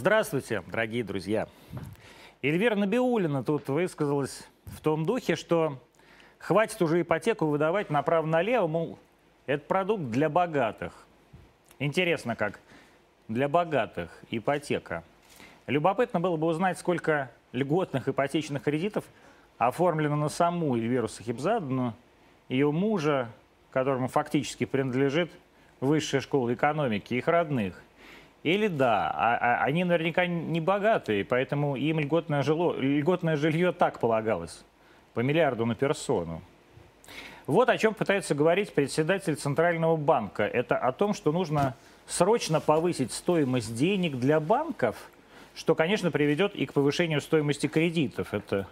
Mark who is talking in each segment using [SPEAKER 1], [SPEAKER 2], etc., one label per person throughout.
[SPEAKER 1] Здравствуйте, дорогие друзья. Эльвира Набиулина тут высказалась в том духе, что хватит уже ипотеку выдавать направо-налево, мол, это продукт для богатых. Интересно, как для богатых ипотека. Любопытно было бы узнать, сколько льготных ипотечных кредитов оформлено на саму Эльвиру Сахибзадну, ее мужа, которому фактически принадлежит высшая школа экономики, их родных. Или да, а- а- они наверняка не богатые, поэтому им льготное, жило, льготное жилье так полагалось, по миллиарду на персону. Вот о чем пытается говорить председатель Центрального банка. Это о том, что нужно срочно повысить стоимость денег для банков, что, конечно, приведет и к повышению стоимости кредитов. Это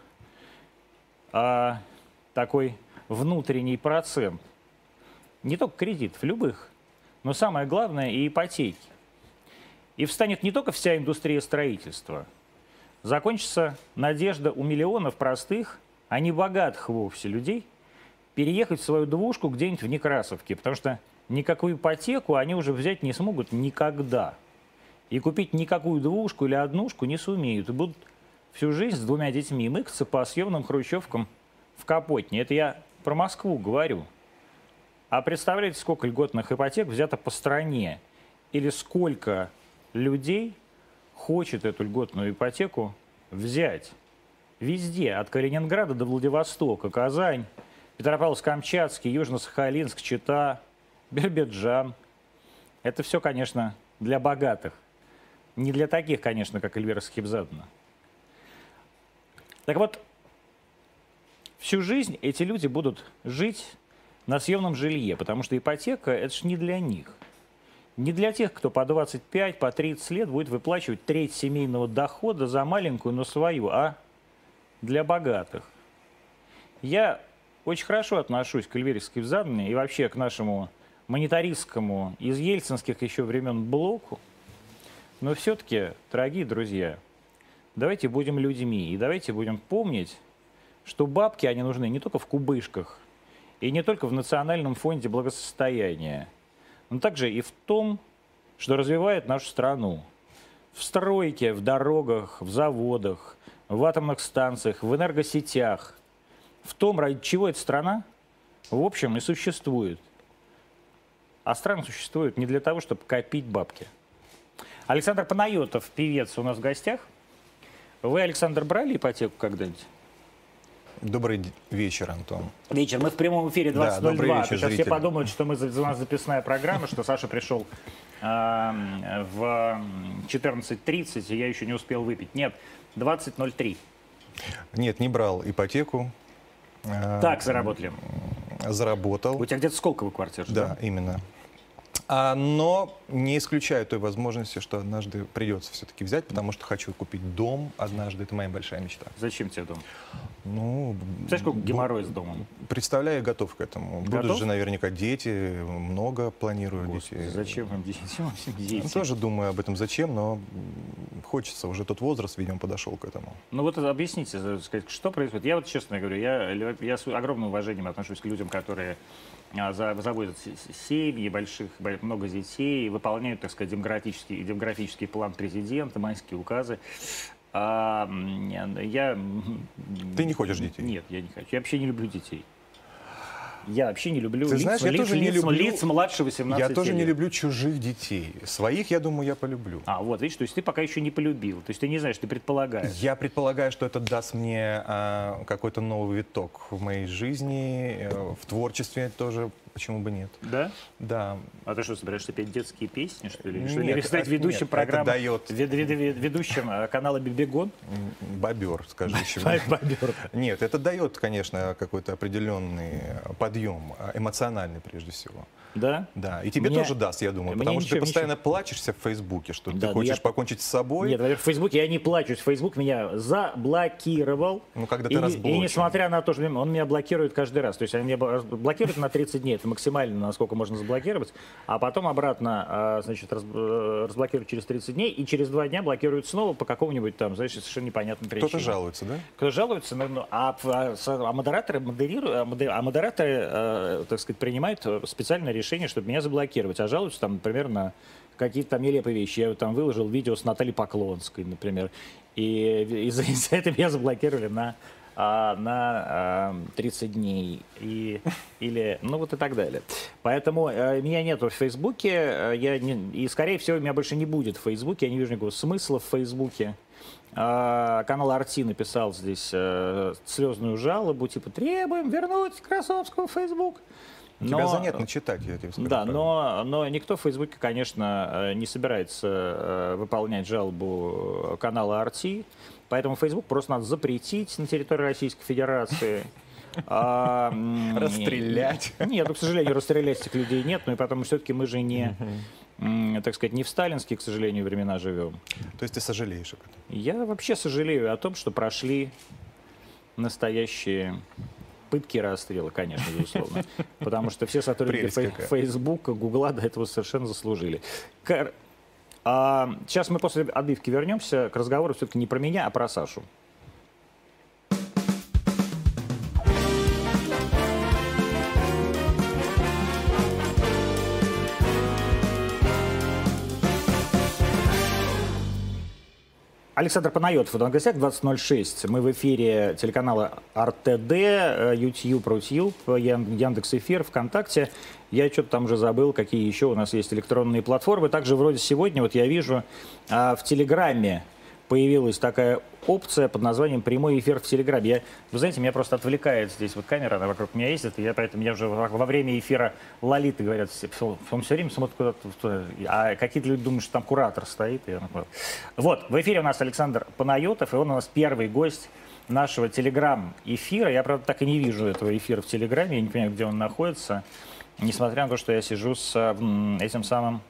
[SPEAKER 1] а, такой внутренний процент. Не только кредитов, любых, но самое главное и ипотеки. И встанет не только вся индустрия строительства. Закончится надежда у миллионов простых, а не богатых вовсе людей, переехать в свою двушку где-нибудь в Некрасовке, потому что никакую ипотеку они уже взять не смогут никогда. И купить никакую двушку или однушку не сумеют. И будут всю жизнь с двумя детьми мыкаться по съемным хрущевкам в Капотне. Это я про Москву говорю. А представляете, сколько льготных ипотек взято по стране? Или сколько людей хочет эту льготную ипотеку взять? Везде, от Калининграда до Владивостока, Казань, Петропавловск-Камчатский, Южно-Сахалинск, Чита, Бербеджан. Это все, конечно, для богатых. Не для таких, конечно, как Эльвира Схибзадна. Так вот, всю жизнь эти люди будут жить на съемном жилье, потому что ипотека – это же не для них. Не для тех, кто по 25, по 30 лет будет выплачивать треть семейного дохода за маленькую, но свою, а для богатых. Я очень хорошо отношусь к Эльвире Скибзадне и вообще к нашему монетаристскому из ельцинских еще времен блоку. Но все-таки, дорогие друзья, давайте будем людьми и давайте будем помнить, что бабки, они нужны не только в кубышках и не только в Национальном фонде благосостояния, но также и в том, что развивает нашу страну. В стройке, в дорогах, в заводах, в атомных станциях, в энергосетях. В том, ради чего эта страна, в общем, и существует. А страны существуют не для того, чтобы копить бабки. Александр Панайотов, певец, у нас в гостях. Вы, Александр, брали ипотеку когда-нибудь?
[SPEAKER 2] Добрый д- вечер, Антон.
[SPEAKER 1] Вечер. Мы в прямом эфире 20.02.
[SPEAKER 2] Да, добрый вечер,
[SPEAKER 1] сейчас все
[SPEAKER 2] зрители.
[SPEAKER 1] подумают, что мы, за- за- у нас записная программа, что Саша пришел э, в 14.30, и я еще не успел выпить. Нет, 20.03.
[SPEAKER 2] Нет, не брал ипотеку. Э,
[SPEAKER 1] Так заработали.
[SPEAKER 2] Заработал.
[SPEAKER 1] У тебя где-то Сколково квартира? же,
[SPEAKER 2] Да, именно. А, но не исключаю той возможности, что однажды придется все-таки взять, потому что хочу купить дом однажды. Это моя большая мечта.
[SPEAKER 1] Зачем тебе дом?
[SPEAKER 2] Ну,
[SPEAKER 1] Знаешь, сколько
[SPEAKER 2] бу-
[SPEAKER 1] геморрой с домом?
[SPEAKER 2] Представляю, готов к этому.
[SPEAKER 1] Готов?
[SPEAKER 2] Будут же наверняка дети, много планирую
[SPEAKER 1] Господи,
[SPEAKER 2] детей.
[SPEAKER 1] зачем вам дети? Зачем вам дети?
[SPEAKER 2] Я Тоже думаю об этом, зачем, но м, хочется. Уже тот возраст, видимо, подошел к этому.
[SPEAKER 1] Ну вот объясните, так сказать, что происходит. Я вот честно говорю, я, лю- я с огромным уважением отношусь к людям, которые а, за- заводят с- с- семьи больших, бо- много детей, выполняют, так сказать, демографический, демографический план президента, майские указы. А, м, я... м,
[SPEAKER 2] Ты не хочешь детей?
[SPEAKER 1] Нет, я не хочу. Я вообще не люблю детей. Я вообще не люблю
[SPEAKER 2] Ты
[SPEAKER 1] лиц,
[SPEAKER 2] знаешь, я
[SPEAKER 1] лиц-
[SPEAKER 2] тоже не
[SPEAKER 1] лиц-
[SPEAKER 2] люблю-
[SPEAKER 1] лиц младше 18
[SPEAKER 2] Я тоже не
[SPEAKER 1] лет.
[SPEAKER 2] люблю чужих детей. Своих, я думаю, я полюблю.
[SPEAKER 1] А, вот, видишь, то есть ты пока еще не полюбил. То есть ты не знаешь, ты предполагаешь.
[SPEAKER 2] Я предполагаю, что это даст мне а, какой-то новый виток в моей жизни, э, в творчестве тоже, почему бы нет.
[SPEAKER 1] Да?
[SPEAKER 2] Да,
[SPEAKER 1] А ты что, собираешься петь детские песни, что ли? Что
[SPEAKER 2] Нет,
[SPEAKER 1] ли, или стать
[SPEAKER 2] это-
[SPEAKER 1] ведущим
[SPEAKER 2] нет,
[SPEAKER 1] программы?
[SPEAKER 2] это дает-
[SPEAKER 1] вед- вед- вед- ведущим э, канала Бибигон?
[SPEAKER 2] м, бобер, скажи еще. Нет, это дает, конечно, какой-то определенный подъем, а, эмоциональный прежде всего.
[SPEAKER 1] Да?
[SPEAKER 2] Да, и тебе
[SPEAKER 1] Мне-
[SPEAKER 2] тоже даст, я думаю,
[SPEAKER 1] мне
[SPEAKER 2] потому что
[SPEAKER 1] ничего,
[SPEAKER 2] ты постоянно плачешься в Фейсбуке,
[SPEAKER 1] Да,
[SPEAKER 2] что
[SPEAKER 1] ну
[SPEAKER 2] ты
[SPEAKER 1] я-
[SPEAKER 2] хочешь покончить с собой.
[SPEAKER 1] Нет, во-первых, в Фейсбуке я не плачусь. Фейсбук меня заблокировал.
[SPEAKER 2] Ну, когда
[SPEAKER 1] и,
[SPEAKER 2] ты
[SPEAKER 1] не-
[SPEAKER 2] разблочен.
[SPEAKER 1] И несмотря на то, что он меня блокирует каждый раз. То есть они меня бл- блокируют на 30 дней. Это максимально, насколько можно заблокировать. А потом обратно, а, значит, раз- э, разблокируют через 30 дней. И через два дня блокируют снова по какому-нибудь там, знаешь, совершенно непонятной причине.
[SPEAKER 2] Кто-то жалуется, да?
[SPEAKER 1] Кто жалуется, ну, ну, а, а, с- а модераторы, модериру- а моде- а модераторы э, так сказать, принимают э, специальное решение, чтобы меня заблокировать. А жалуются, там, например, на какие-то там нелепые вещи. Я там выложил видео с Натальей Поклонской, например. И ви- из- из-за этого меня заблокировали на, а, на а, 30 дней. И, или, ну вот и так далее. Поэтому э, меня нету в Фейсбуке. э, Я не- и, скорее всего, меня больше не будет в Фейсбуке. Я не вижу никакого смысла в Фейсбуке. А, Канал Арти написал здесь э, слезную жалобу, типа требуем вернуть Красовского в Фейсбук.
[SPEAKER 2] Тебя
[SPEAKER 1] Но- э,
[SPEAKER 2] занятно читать, я тебе скажу.
[SPEAKER 1] да,
[SPEAKER 2] правду.
[SPEAKER 1] но, но никто в Фейсбуке, конечно, э, не собирается э, выполнять жалобу э, канала RT, поэтому Фейсбук просто надо запретить на территории Российской Федерации. А, м,
[SPEAKER 2] Расстрелять.
[SPEAKER 1] Нет, ну, к сожалению, расстрелять этих людей нет, ну и потому все-таки мы же не, м, так сказать, не в сталинские, к сожалению, времена живем.
[SPEAKER 2] То есть ты сожалеешь об этом.
[SPEAKER 1] Я вообще сожалею о том, что прошли настоящие пытки и расстрелы, конечно, безусловно. Потому что все сотрудники
[SPEAKER 2] Прелесть
[SPEAKER 1] Фей-
[SPEAKER 2] какая.
[SPEAKER 1] Фейсбука, Гугла до этого совершенно заслужили. Кар- а, сейчас мы после отбивки вернемся к разговору все-таки не про меня, а про Сашу. Александр Панайотов, у нас в гостях 20.06. Мы в эфире телеканала РТД, э, YouTube, Рутьюб, Яндекс Эфир, ВКонтакте. Я что-то там уже забыл, какие еще у нас есть электронные платформы. Также вроде сегодня, вот я вижу, а, в Телеграме появилась такая опция под названием «Прямой эфир в Телеграме». Я, вы знаете, меня просто отвлекает здесь вот камера, она вокруг меня ездит, и я поэтому я уже во, во время эфира лолиты, говорят, все, всё- он все время смотрит куда-то, в то- а какие-то люди думают, что там куратор стоит. и он- вот. Вот, в эфире у нас Александр Панайотов, и он у нас первый гость нашего телеграм-эфира. Я, правда, так и не вижу этого эфира в телеграме, я не понимаю, где он находится, несмотря на то, что я сижу с а, м, этим самым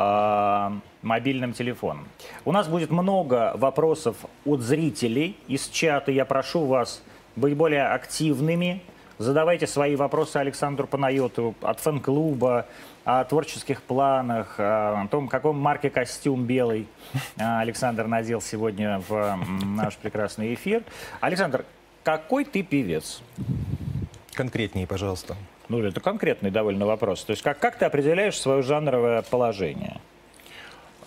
[SPEAKER 1] а, мобильным телефоном. У нас будет много вопросов от зрителей из чата. Я прошу вас быть более активными. Задавайте свои вопросы Александру Панайотову от фэн-клуба, о творческих планах, а, о том, каком марке костюм белый а, Александр надел сегодня в м, наш прекрасный эфир. Александр, какой ты певец?
[SPEAKER 2] Конкретнее, пожалуйста.
[SPEAKER 1] Ну, это конкретный довольно вопрос. То есть как, как ты определяешь свое жанровое положение?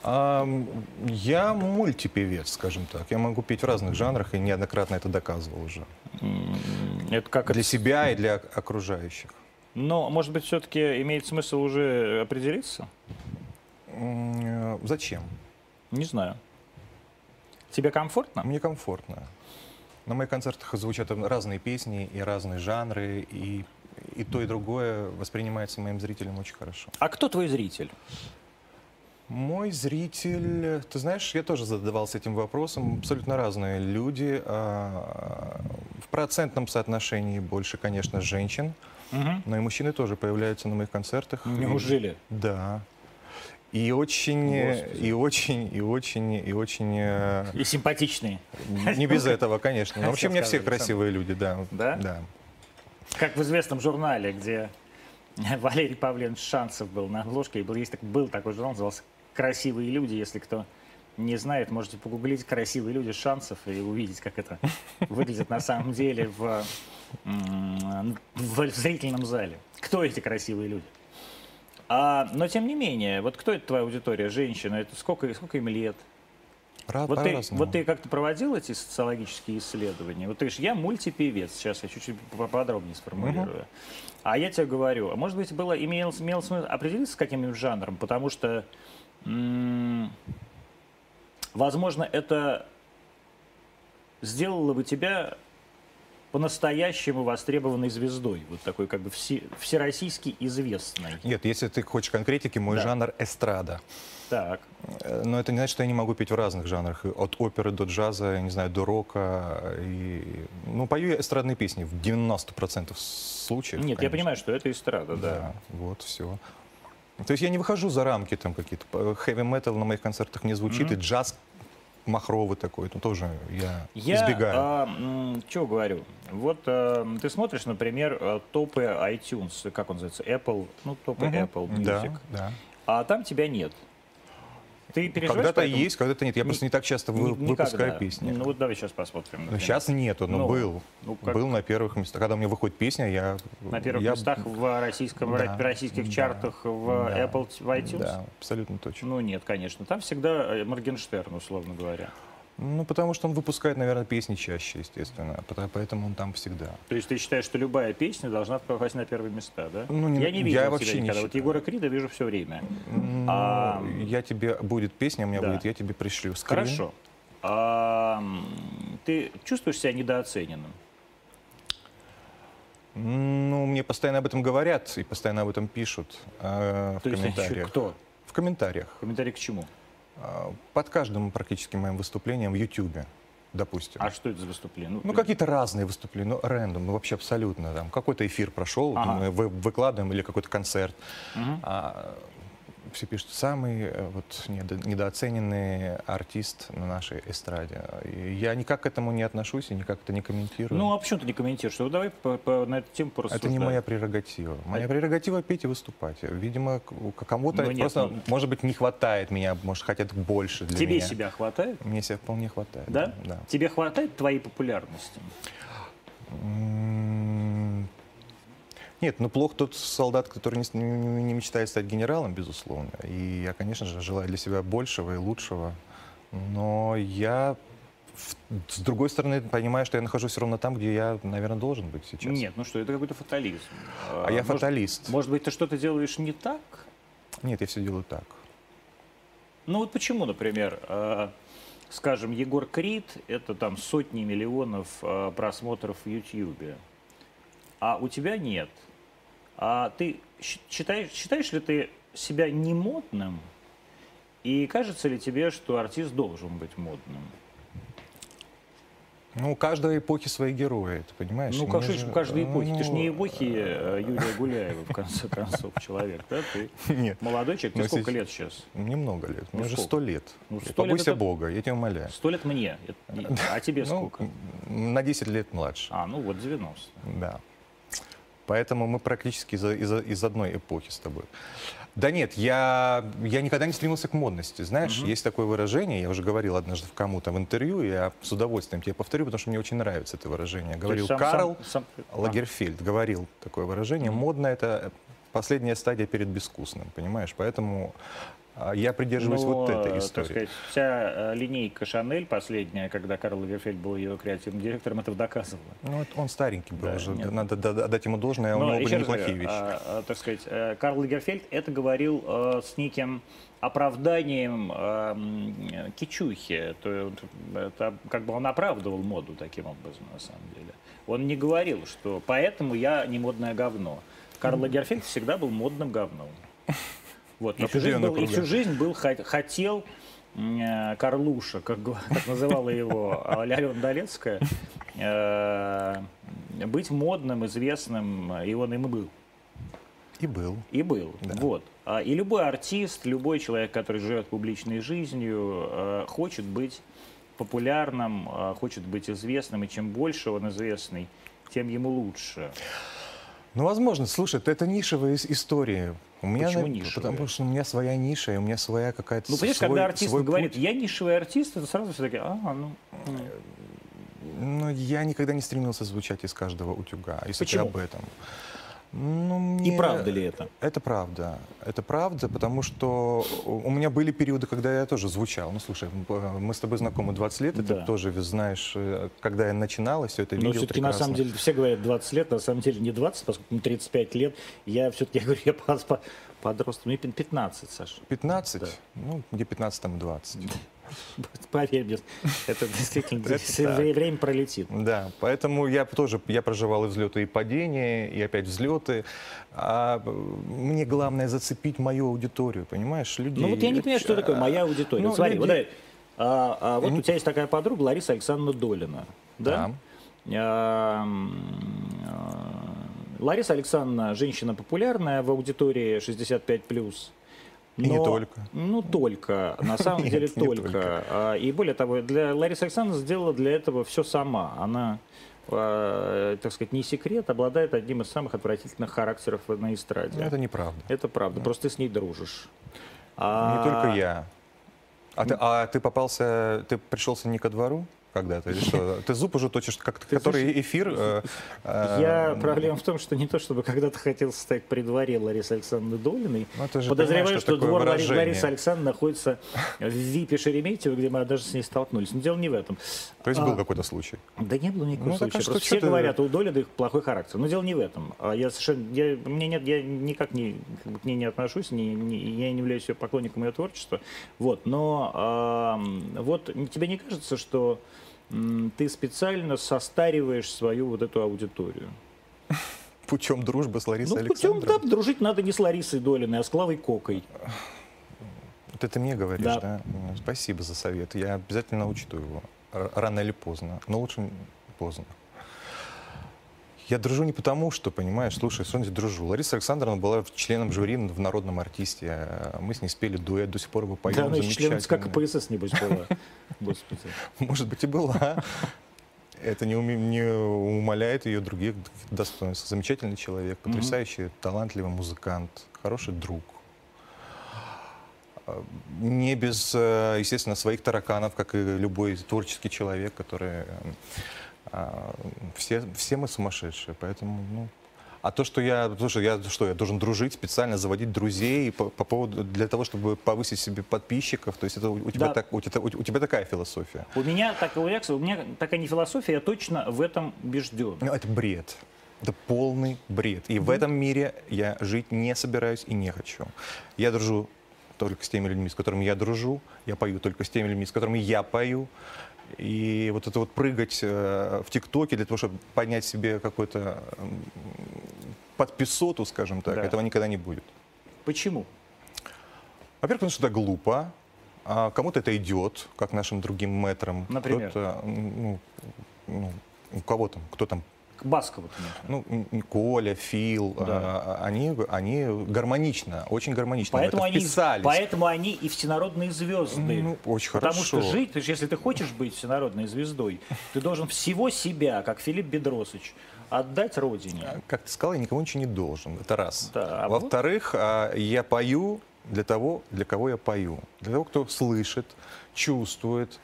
[SPEAKER 2] Ам, я мультипевец, скажем так. Я могу петь в разных жанрах и неоднократно это доказывал уже.
[SPEAKER 1] Это как
[SPEAKER 2] Для себя и для окружающих.
[SPEAKER 1] Но, может быть, все-таки имеет смысл уже определиться?
[SPEAKER 2] М, э, Зачем?
[SPEAKER 1] Не знаю. Тебе комфортно?
[SPEAKER 2] Мне комфортно. На моих концертах звучат там разные песни и разные жанры, и, и то, и другое воспринимается моим зрителям очень хорошо.
[SPEAKER 1] А кто твой зритель?
[SPEAKER 2] Мой зритель, ты знаешь, я тоже задавался этим вопросом. Абсолютно разные люди. А, В процентном соотношении больше, конечно, женщин, но Ну и мужчины тоже появляются на моих концертах.
[SPEAKER 1] Неужели?
[SPEAKER 2] Да. И очень, э,
[SPEAKER 1] Господи.
[SPEAKER 2] и очень, и очень, и очень... э,
[SPEAKER 1] И симпатичные.
[SPEAKER 2] Не без этого, конечно. Но вообще у меня все
[SPEAKER 1] Хотел сказать,
[SPEAKER 2] красивые люди, да.
[SPEAKER 1] Да?
[SPEAKER 2] Да.
[SPEAKER 1] Как в известном журнале, где Валерий Павлович Шанцев был на обложке. И был, есть, так- был такой журнал, назывался «Красивые люди». Если кто не знает, можете погуглить «Красивые люди Шанцев» и увидеть, как это выглядит на самом деле в, м, в зрительном зале. Кто эти красивые люди? А, но тем не менее, вот кто это твоя аудитория, женщина? Это сколько, сколько им лет?
[SPEAKER 2] Ра-
[SPEAKER 1] Вот ты,
[SPEAKER 2] по-разному.
[SPEAKER 1] вот ты как-то проводил эти социологические исследования? Вот ты же, я мультипевец, сейчас я чуть-чуть поподробнее сформулирую. А я тебе говорю, а может быть, было, имел, имел смысл определиться с каким-нибудь жанром, потому что, м, возможно, это сделало бы тебя по-настоящему востребованной звездой, вот такой как бы все, всероссийски известной.
[SPEAKER 2] Нет, если ты хочешь конкретики, мой
[SPEAKER 1] Да.
[SPEAKER 2] жанр эстрада.
[SPEAKER 1] Так,
[SPEAKER 2] Э, Но это не значит, что я не могу петь в разных жанрах. И От оперы до джаза, я не знаю, до рока. И... Ну, пою я эстрадные песни в 90% случаев.
[SPEAKER 1] нет, я
[SPEAKER 2] конечно.
[SPEAKER 1] понимаю, что это эстрада,
[SPEAKER 2] Да.
[SPEAKER 1] да.
[SPEAKER 2] вот, все. То есть я не выхожу за рамки там какие-то. Хэви метал на моих концертах не звучит, и джаз махровый такой, ну, тоже я,
[SPEAKER 1] Я а,
[SPEAKER 2] избегаю.
[SPEAKER 1] что говорю? Вот а, м, ты смотришь, например, а, топы iTunes, как он называется, Apple, ну топы
[SPEAKER 2] Мгм.
[SPEAKER 1] Apple Music,
[SPEAKER 2] Да, да.
[SPEAKER 1] а там тебя нет. Ты переживаешь
[SPEAKER 2] Когда-то
[SPEAKER 1] по этому?
[SPEAKER 2] есть, когда-то нет. Я просто не так часто вы-
[SPEAKER 1] Ни-
[SPEAKER 2] выпускаю
[SPEAKER 1] никогда.
[SPEAKER 2] песни.
[SPEAKER 1] Ну вот давай сейчас посмотрим.
[SPEAKER 2] Ну,
[SPEAKER 1] например.
[SPEAKER 2] Сейчас нету, но
[SPEAKER 1] Ну,
[SPEAKER 2] был.
[SPEAKER 1] ну, как-
[SPEAKER 2] был на первых местах. Когда у меня выходит песня, я...
[SPEAKER 1] На первых
[SPEAKER 2] я-
[SPEAKER 1] местах в российском,
[SPEAKER 2] Да,
[SPEAKER 1] российских
[SPEAKER 2] да,
[SPEAKER 1] чартах в
[SPEAKER 2] да,
[SPEAKER 1] Apple, в iTunes?
[SPEAKER 2] Да, абсолютно точно.
[SPEAKER 1] Ну нет, конечно. Там всегда э, Моргенштерн, условно говоря.
[SPEAKER 2] Ну, потому что он выпускает, наверное, песни чаще, естественно. Пото- Поэтому он там всегда.
[SPEAKER 1] То есть ты считаешь, что любая песня должна попасть на первые места, да?
[SPEAKER 2] Ну, не-
[SPEAKER 1] я не
[SPEAKER 2] я
[SPEAKER 1] видел тебя
[SPEAKER 2] вообще не
[SPEAKER 1] никогда. Вот
[SPEAKER 2] считаю.
[SPEAKER 1] Егора Крида вижу все время.
[SPEAKER 2] Ну,
[SPEAKER 1] А,
[SPEAKER 2] я тебе... Будет песня, у меня
[SPEAKER 1] да.
[SPEAKER 2] будет, я тебе пришлю. скрин.
[SPEAKER 1] Хорошо. А, м, ты чувствуешь себя недооцененным?
[SPEAKER 2] Ну, мне постоянно об этом говорят и постоянно об этом пишут э, в
[SPEAKER 1] То есть, а чё-
[SPEAKER 2] комментариях.
[SPEAKER 1] кто?
[SPEAKER 2] В комментариях.
[SPEAKER 1] Комментарий к чему?
[SPEAKER 2] А, Под каждым практически моим выступлением в Ютубе, допустим.
[SPEAKER 1] А что это за выступление?
[SPEAKER 2] Ну,
[SPEAKER 1] ты-
[SPEAKER 2] какие-то разные выступления, ну, рандом, ну, вообще абсолютно. Там какой-то эфир прошел,
[SPEAKER 1] Ага.
[SPEAKER 2] мы вы- выкладываем, или какой-то концерт.
[SPEAKER 1] Мгм.
[SPEAKER 2] А, все пишут, самый э, вот, недо- недооцененный артист на нашей эстраде. И я никак к этому не отношусь и никак это не комментирую.
[SPEAKER 1] Ну, а почему ты не комментируешь? Ну, давай по- по- на эту тему порассуждаем.
[SPEAKER 2] А это не моя прерогатива. Моя прерогатива петь и выступать. Видимо, к- у к- кому-то
[SPEAKER 1] Ну, нет,
[SPEAKER 2] просто,
[SPEAKER 1] ну-
[SPEAKER 2] может быть, не хватает меня, может, хотят больше для
[SPEAKER 1] Тебе
[SPEAKER 2] меня.
[SPEAKER 1] себя хватает?
[SPEAKER 2] Мне себя вполне хватает.
[SPEAKER 1] Да?
[SPEAKER 2] Да.
[SPEAKER 1] Тебе хватает твоей популярности?
[SPEAKER 2] М, Нет, ну плох тот солдат, который не, с- не- не- не мечтает стать генералом, безусловно. И я, конечно же, желаю для себя большего и лучшего. Но я, в- с другой стороны, понимаю, что я нахожусь ровно там, где я, наверное, должен быть сейчас.
[SPEAKER 1] Нет, ну что, это какой-то фатализм.
[SPEAKER 2] А я
[SPEAKER 1] может-
[SPEAKER 2] фаталист.
[SPEAKER 1] Может быть, ты что-то делаешь не так?
[SPEAKER 2] Нет, я все делаю так.
[SPEAKER 1] Ну вот почему, например, э, скажем, Егор Крид — это там сотни миллионов э, просмотров в Ютьюбе, а у тебя нет. А ты щ- считаешь, считаешь ли ты себя не модным? И кажется ли тебе, что артист должен быть модным?
[SPEAKER 2] Ну, у каждой эпохи свои герои, ты понимаешь?
[SPEAKER 1] Ну,
[SPEAKER 2] Мне
[SPEAKER 1] как же
[SPEAKER 2] же-
[SPEAKER 1] у каждой эпохи. Ты же не
[SPEAKER 2] ну,
[SPEAKER 1] эпохи э, Юрия Гуляева, в конце концов, человек, да? Ты
[SPEAKER 2] Нет,
[SPEAKER 1] молодой человек, тебе
[SPEAKER 2] Ну,
[SPEAKER 1] сколько
[SPEAKER 2] сейчас-
[SPEAKER 1] лет сейчас?
[SPEAKER 2] мне много лет.
[SPEAKER 1] Ну,
[SPEAKER 2] Мне уже
[SPEAKER 1] сколько?
[SPEAKER 2] сто лет.
[SPEAKER 1] Ну, 100 лет
[SPEAKER 2] Побойся
[SPEAKER 1] это-
[SPEAKER 2] Бога, я тебя умоляю.
[SPEAKER 1] Сто лет мне, Это- а тебе
[SPEAKER 2] Ну,
[SPEAKER 1] сколько?
[SPEAKER 2] м, на 10 лет младше.
[SPEAKER 1] А, ну вот 90.
[SPEAKER 2] Да. Поэтому мы практически из, из, из одной эпохи с тобой. Да нет, я, я никогда не стремился к модности. Знаешь, есть такое выражение, я уже говорил однажды в кому-то в интервью, и я с удовольствием тебе повторю, потому что мне очень нравится это выражение. Говорил
[SPEAKER 1] То есть сам-
[SPEAKER 2] Карл
[SPEAKER 1] сам- сам- а.
[SPEAKER 2] Лагерфельд, говорил такое выражение. Модно — это последняя стадия перед безвкусным, понимаешь? Поэтому а, я придерживаюсь
[SPEAKER 1] Ну,
[SPEAKER 2] вот
[SPEAKER 1] э,
[SPEAKER 2] этой
[SPEAKER 1] Так
[SPEAKER 2] истории.
[SPEAKER 1] сказать, вся э, линейка Шанель последняя, когда Карл Лагерфельд был ее креативным директором, это доказывала.
[SPEAKER 2] Ну, вот он старенький был
[SPEAKER 1] Да,
[SPEAKER 2] уже,
[SPEAKER 1] нет.
[SPEAKER 2] надо да- дать ему должное, Э, а у него были
[SPEAKER 1] еще раз говорю,
[SPEAKER 2] неплохие вещи.
[SPEAKER 1] а, а, так сказать, э, Карл Лагерфельд это говорил э, с неким оправданием э, м, кичухи. То, э, это как бы он оправдывал моду таким образом, на самом деле. Он не говорил, что поэтому я не модное говно. Карл Лагерфельд всегда был модным говном. Вот, и всю, жизнь
[SPEAKER 2] Определенно
[SPEAKER 1] был, и всю
[SPEAKER 2] кругом.
[SPEAKER 1] жизнь был хот- хотел м, э, Карлуша, как, гва- как называла его э, Алена Долецкая, э, быть модным, известным, э, и он им и был.
[SPEAKER 2] И был.
[SPEAKER 1] И был. Вот. А, И любой артист, любой человек, который живет публичной жизнью, э, хочет быть популярным, э, хочет быть известным, и чем больше он известный, тем ему лучше.
[SPEAKER 2] Ну, возможно. Слушай, т- это нишевая ис- история. У меня,
[SPEAKER 1] Почему
[SPEAKER 2] на-
[SPEAKER 1] нишевая?
[SPEAKER 2] Потому что у меня своя ниша, и у меня своя какая-то...
[SPEAKER 1] Ну,
[SPEAKER 2] с-
[SPEAKER 1] понимаешь,
[SPEAKER 2] свой-
[SPEAKER 1] когда артист
[SPEAKER 2] свой
[SPEAKER 1] говорит,
[SPEAKER 2] путь.
[SPEAKER 1] я нишевый артист, это сразу все такие, а, ну, ну».
[SPEAKER 2] Ну, я никогда не стремился звучать из каждого утюга, если
[SPEAKER 1] Почему?
[SPEAKER 2] ты об этом. Ну,
[SPEAKER 1] И
[SPEAKER 2] мне-
[SPEAKER 1] правда ли это?
[SPEAKER 2] Это правда. Это правда, потому что у у меня были периоды, когда я тоже звучал. Ну, слушай, м, п- мы с тобой знакомы 20 лет, и
[SPEAKER 1] Да.
[SPEAKER 2] ты тоже ве- знаешь, э, когда я начинал, и все это
[SPEAKER 1] Но
[SPEAKER 2] видел
[SPEAKER 1] все-таки на
[SPEAKER 2] прекрасно.
[SPEAKER 1] самом деле все говорят 20 лет, на самом деле не 20, поскольку мне 35 лет. Я все-таки я говорю, я пос- по- подросток, мне пи- 15, Саша.
[SPEAKER 2] 15?
[SPEAKER 1] Да.
[SPEAKER 2] Ну, где 15, там 20.
[SPEAKER 1] Поверь мне, это действительно
[SPEAKER 2] Это
[SPEAKER 1] здесь
[SPEAKER 2] так.
[SPEAKER 1] вре- время пролетит.
[SPEAKER 2] Да, поэтому я тоже я проживал и взлеты, и падения, и опять взлеты. А э, мне главное зацепить мою аудиторию, понимаешь, людей. э,
[SPEAKER 1] Ну вот я не понимаю, что такое моя аудитория.
[SPEAKER 2] ну,
[SPEAKER 1] Вот Смотри,
[SPEAKER 2] люди-
[SPEAKER 1] вот, давай. А, а вот у тебя есть такая подруга Лариса Александровна Долина. Да? А, м, а, Лариса Александровна женщина популярная в аудитории 65 плюс.
[SPEAKER 2] И не только.
[SPEAKER 1] Ну, только. На самом
[SPEAKER 2] Нет,
[SPEAKER 1] деле
[SPEAKER 2] не
[SPEAKER 1] только.
[SPEAKER 2] только.
[SPEAKER 1] А, И более того, для Лариса Александровна сделала для этого все сама. Она, а, так сказать, не секрет, обладает одним из самых отвратительных характеров на эстраде.
[SPEAKER 2] Ну, Это неправда.
[SPEAKER 1] Это правда. Просто ты с ней дружишь.
[SPEAKER 2] Не только я. А ты, а ты попался, ты пришелся не ко двору когда-то или что? Ты зуб уже точишь, как, который эфир? э, э,
[SPEAKER 1] Я,
[SPEAKER 2] м,
[SPEAKER 1] проблема в том, что не то, чтобы когда-то хотел стать при дворе Ларисы Александровны Долиной.
[SPEAKER 2] Ну, ты же
[SPEAKER 1] Подозреваю,
[SPEAKER 2] понимаешь,
[SPEAKER 1] что
[SPEAKER 2] такое
[SPEAKER 1] двор Лари-
[SPEAKER 2] выражение.
[SPEAKER 1] Ларисы Александровны находится в ВИПе Шереметьево, где мы даже с ней столкнулись. Но дело не в этом.
[SPEAKER 2] То есть
[SPEAKER 1] А,
[SPEAKER 2] был какой-то случай?
[SPEAKER 1] Да не было никакого
[SPEAKER 2] Ну, так, а
[SPEAKER 1] случая.
[SPEAKER 2] что-
[SPEAKER 1] Просто
[SPEAKER 2] что
[SPEAKER 1] все
[SPEAKER 2] ты-
[SPEAKER 1] говорят, у Долиных плохой характер. Но дело не в этом. А Я совершенно, я, мне нет, я никак не, как бы к ней не отношусь, не, не- я не являюсь ее поклонником ее творчества. Вот, но ам, вот н- тебе не кажется, что м, ты специально состариваешь свою вот эту аудиторию?
[SPEAKER 2] Путем дружбы с Ларисой
[SPEAKER 1] ну, путем, да,
[SPEAKER 2] Александровной?
[SPEAKER 1] дружить надо не с Ларисой Долиной, а с Клавой Кокой.
[SPEAKER 2] Это ты мне говоришь,
[SPEAKER 1] Да.
[SPEAKER 2] да. М, Спасибо за совет. Я обязательно учту его. Р- Рано или поздно. Но лучше поздно. Я дружу не потому, что, понимаешь, слушай, Соня, дружу. Лариса Александровна была членом жюри в «Народном артисте». Э, Мы с ней спели дуэт, до сих пор его поем.
[SPEAKER 1] да, она еще членом ЦК
[SPEAKER 2] замечательно.
[SPEAKER 1] КПСС, небось, была. Господи.
[SPEAKER 2] Может быть, и была. Это не, уме- не умаляет ее других д- достоинств. Замечательный человек, потрясающий, талантливый музыкант, хороший друг. А, Не без, э, естественно, своих тараканов, как и любой творческий человек, который... э, а, Все, все мы сумасшедшие, поэтому, ну, а то, что я, слушай, я что, я должен дружить, специально заводить друзей по, по поводу для того, чтобы повысить себе подписчиков, то есть это у, у тебя
[SPEAKER 1] Да.
[SPEAKER 2] так, у тебя, у тебя такая философия.
[SPEAKER 1] У меня так, у Лекса, у меня такая не философия, я точно в этом убежден.
[SPEAKER 2] Ну, это бред. Это полный бред. И в этом мире я жить не собираюсь и не хочу. Я дружу только с теми людьми, с которыми я дружу. Я пою только с теми людьми, с которыми я пою. И вот это вот прыгать э, в ТикТоке для того, чтобы поднять себе какой-то м, подписоту, скажем так,
[SPEAKER 1] Да.
[SPEAKER 2] этого никогда не будет.
[SPEAKER 1] Почему?
[SPEAKER 2] Во-первых, потому что это глупо. А кому-то это идет, как нашим другим мэтрам.
[SPEAKER 1] Например?
[SPEAKER 2] Кто-то, м, ну, ну, у кого там, кто там
[SPEAKER 1] К Баскову, ты имеешь в виду?
[SPEAKER 2] Ну, м, Коля, Фил,
[SPEAKER 1] Да.
[SPEAKER 2] а, они, они гармонично, очень гармонично
[SPEAKER 1] Поэтому
[SPEAKER 2] в Ну, это
[SPEAKER 1] они,
[SPEAKER 2] вписались.
[SPEAKER 1] поэтому они и всенародные звезды.
[SPEAKER 2] Ну, очень
[SPEAKER 1] Потому
[SPEAKER 2] хорошо.
[SPEAKER 1] что жить, то есть, если ты хочешь быть всенародной звездой, ты должен всего себя, как Филипп Бедросович, отдать родине.
[SPEAKER 2] Как ты сказал, я никому ничего не должен. Это раз.
[SPEAKER 1] Да, а вот-
[SPEAKER 2] Во-вторых, а, я пою для того, для кого я пою. Для того, кто слышит, чувствует,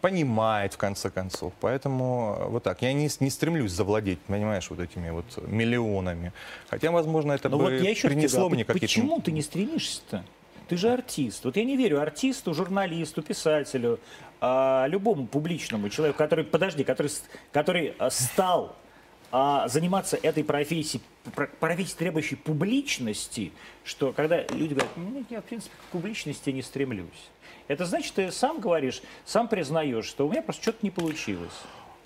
[SPEAKER 2] понимает, в конце концов. Поэтому э, вот так. Я не, с- не стремлюсь завладеть, понимаешь, вот этими вот миллионами. Хотя, возможно, это
[SPEAKER 1] Но
[SPEAKER 2] бы
[SPEAKER 1] Ну, вот я еще раз
[SPEAKER 2] принесло
[SPEAKER 1] тебя,
[SPEAKER 2] мне какие-то...
[SPEAKER 1] Почему ты не стремишься-то? Ты же артист. Вот я не верю артисту, журналисту, писателю, а, любому публичному человеку, который, подожди, который, с- который а, стал а, заниматься этой профессией, про- профессией, требующей публичности, что когда люди говорят, «Ну, я, в принципе, к публичности не стремлюсь. Это значит, ты сам говоришь, сам признаешь, что у меня просто что-то не получилось.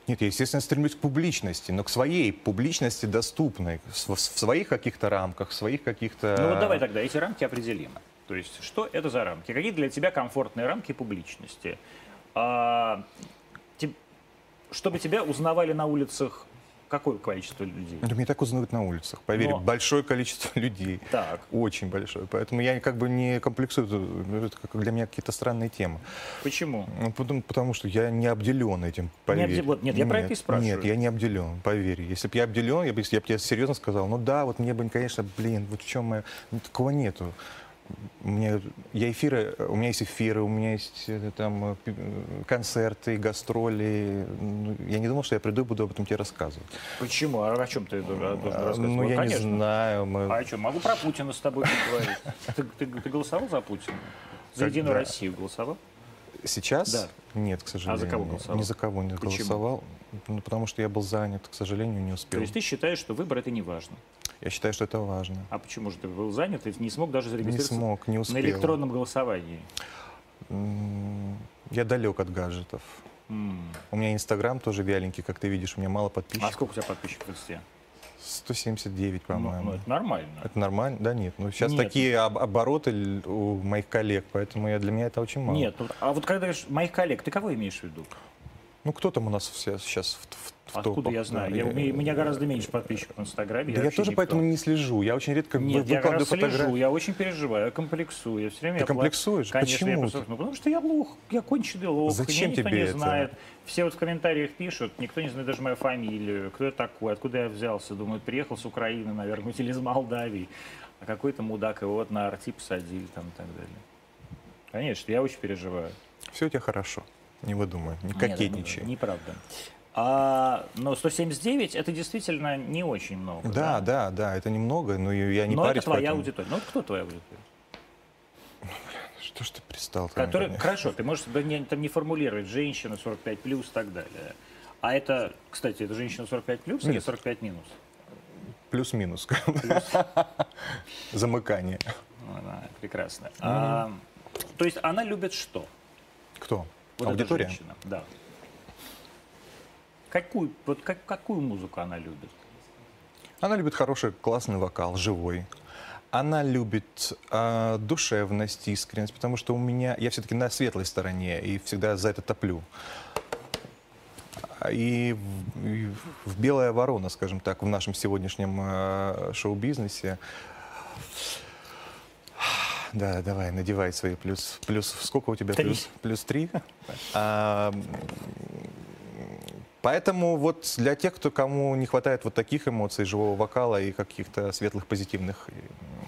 [SPEAKER 2] Нет, я, естественно, стремлюсь к публичности, но к своей публичности доступной, в, св- в своих каких-то рамках, в своих каких-то...
[SPEAKER 1] Ну вот давай тогда эти рамки определим. То есть, что это за рамки? Какие для тебя комфортные рамки публичности? А, те- чтобы тебя узнавали на улицах какое количество людей?
[SPEAKER 2] Да меня так узнают на улицах, поверь,
[SPEAKER 1] Но-
[SPEAKER 2] большое количество людей.
[SPEAKER 1] Так.
[SPEAKER 2] Очень большое. Поэтому я как бы не комплексую, это как для меня какие-то странные темы.
[SPEAKER 1] Почему?
[SPEAKER 2] Ну, потому, потому что я не обделен этим, поверь.
[SPEAKER 1] обде- вот, нет, я про это и спрашиваю.
[SPEAKER 2] Нет, я не обделен, поверь. Если бы я обделен, я бы я б тебе серьезно сказал, ну да, вот мне бы, конечно, блин, вот в чем моя... Ну, такого нету. Мне, я эфиры, у меня есть эфиры, у меня есть э, там э, пи- э, концерты, гастроли. Ну, Я не думал, что я приду и буду об этом тебе рассказывать.
[SPEAKER 1] Почему? А о чем ты должен должен
[SPEAKER 2] А,
[SPEAKER 1] рассказывать?
[SPEAKER 2] ну,
[SPEAKER 1] Вот,
[SPEAKER 2] я
[SPEAKER 1] конечно.
[SPEAKER 2] не знаю. мы-
[SPEAKER 1] А о чем? Могу про Путина с тобой поговорить. Ты, ты- ты голосовал за Путина? За
[SPEAKER 2] Когда?
[SPEAKER 1] Единую Россию голосовал?
[SPEAKER 2] Сейчас?
[SPEAKER 1] Да. А
[SPEAKER 2] Нет, к сожалению.
[SPEAKER 1] кого голосовал?
[SPEAKER 2] Ни за кого не
[SPEAKER 1] Почему?
[SPEAKER 2] голосовал. Ну, потому что я был занят, к сожалению, не
[SPEAKER 1] То
[SPEAKER 2] успел.
[SPEAKER 1] есть ты считаешь, что выбор это не важно.
[SPEAKER 2] Я считаю, что это важно.
[SPEAKER 1] А почему же ты был занят и не смог даже
[SPEAKER 2] Не
[SPEAKER 1] зарегистрироваться
[SPEAKER 2] смог, не успел.
[SPEAKER 1] на электронном голосовании?
[SPEAKER 2] М, Я далек от гаджетов.
[SPEAKER 1] М.
[SPEAKER 2] У меня Инстаграм тоже вяленький, как ты видишь, у меня мало
[SPEAKER 1] А
[SPEAKER 2] подписчиков.
[SPEAKER 1] сколько у тебя подписчиков в инсте?
[SPEAKER 2] 179,
[SPEAKER 1] Ну,
[SPEAKER 2] по-моему.
[SPEAKER 1] ну, это нормально.
[SPEAKER 2] Это нормально? Да нет. Ну, сейчас
[SPEAKER 1] Нет.
[SPEAKER 2] такие об- обороты л- у моих коллег, поэтому я, для меня это очень мало.
[SPEAKER 1] Нет, ну, а вот когда говоришь моих коллег, ты кого имеешь в виду?
[SPEAKER 2] Ну, кто там у нас сейчас в, в- в
[SPEAKER 1] Откуда
[SPEAKER 2] топах?
[SPEAKER 1] я знаю?
[SPEAKER 2] Да,
[SPEAKER 1] Я- у, меня, у меня гораздо меньше подписчиков в Инстаграме.
[SPEAKER 2] э, Да я
[SPEAKER 1] вообще
[SPEAKER 2] тоже
[SPEAKER 1] никто.
[SPEAKER 2] поэтому не слежу. Я очень редко вы-
[SPEAKER 1] Нет, я как
[SPEAKER 2] выкладываю
[SPEAKER 1] раз слежу,
[SPEAKER 2] фотографии.
[SPEAKER 1] я очень переживаю, я комплексую, я все время...
[SPEAKER 2] Ты
[SPEAKER 1] я пла-
[SPEAKER 2] комплексуешь?
[SPEAKER 1] Конечно, я
[SPEAKER 2] Почему
[SPEAKER 1] просто-
[SPEAKER 2] ты?
[SPEAKER 1] ну, потому что я лох, я конченый лох,
[SPEAKER 2] Зачем
[SPEAKER 1] меня никто
[SPEAKER 2] тебе
[SPEAKER 1] не
[SPEAKER 2] это?
[SPEAKER 1] знает. Все вот в комментариях пишут, никто не знает даже мою фамилию, кто я такой, откуда я взялся. Думают, приехал с Украины, наверное, или из Молдавии. А какой-то мудак его вот на арти посадили там и так далее. Конечно, я очень переживаю.
[SPEAKER 2] Все у тебя хорошо. Не выдумай, не
[SPEAKER 1] Нет,
[SPEAKER 2] кокетничай.
[SPEAKER 1] неправда. А, но 179 это действительно не очень много.
[SPEAKER 2] да, да, да, это немного, но я я не
[SPEAKER 1] но это
[SPEAKER 2] парюсь.
[SPEAKER 1] твоя
[SPEAKER 2] поэтому-
[SPEAKER 1] аудитория. Ну, вот кто твоя аудитория?
[SPEAKER 2] Что ж ты пристал? ты
[SPEAKER 1] Который,
[SPEAKER 2] наконец?
[SPEAKER 1] хорошо, ты можешь себя не, там не формулировать, женщина 45 плюс и так далее. А это, кстати, это женщина 45 плюс или
[SPEAKER 2] Нет.
[SPEAKER 1] 45 минус?
[SPEAKER 2] Плюс-минус. Замыкание.
[SPEAKER 1] Ну, она прекрасно. А, то есть она любит что?
[SPEAKER 2] Кто?
[SPEAKER 1] Вот эта
[SPEAKER 2] Аудитория?
[SPEAKER 1] женщина, да. Какую, вот как, какую музыку она любит?
[SPEAKER 2] Она любит хороший, классный вокал, живой. Она любит а, душевность, искренность, потому что у меня я все-таки на светлой стороне и всегда за это топлю. А, И в, и в- в белая ворона, скажем так, в нашем сегодняшнем а, шоу-бизнесе. Да, давай, надевай свои плюс. Плюс сколько у тебя
[SPEAKER 1] Три.
[SPEAKER 2] плюс? Плюс три. А, Поэтому вот для тех, кто кому не хватает вот таких эмоций, живого вокала и каких-то светлых, позитивных э,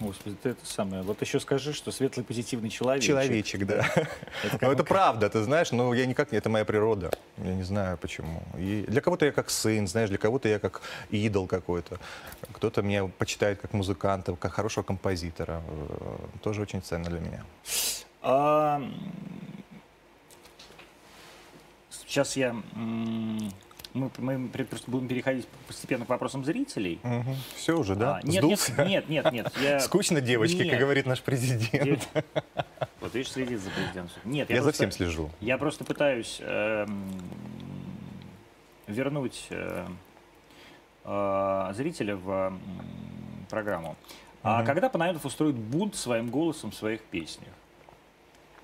[SPEAKER 1] Господи, ты это самое. Вот еще скажи, что светлый позитивный человек.
[SPEAKER 2] человечек, да.
[SPEAKER 1] Это
[SPEAKER 2] Но
[SPEAKER 1] как
[SPEAKER 2] это правда, ты знаешь, но я никак не, это моя природа. Я не знаю почему. И для кого-то я как сын, знаешь, для кого-то я как идол какой-то. Кто-то меня почитает как музыканта, как хорошего композитора. Э, Тоже очень ценно для меня.
[SPEAKER 1] А, м, сейчас я... м, Мы, мы пре- просто будем переходить постепенно к вопросам зрителей.
[SPEAKER 2] Все уже, да?
[SPEAKER 1] А, нет,
[SPEAKER 2] Сдулся?
[SPEAKER 1] нет, нет, нет, нет. я-
[SPEAKER 2] Скучно девочки,
[SPEAKER 1] Нет.
[SPEAKER 2] как говорит наш президент.
[SPEAKER 1] Нет. Вот видишь, следит за президентом. Нет,
[SPEAKER 2] Я, за
[SPEAKER 1] просто-
[SPEAKER 2] всем слежу.
[SPEAKER 1] Я просто пытаюсь эм, вернуть э, э, зрителя в м, программу. А
[SPEAKER 2] Мгм.
[SPEAKER 1] когда Панайотов устроит бунт своим голосом в своих песнях?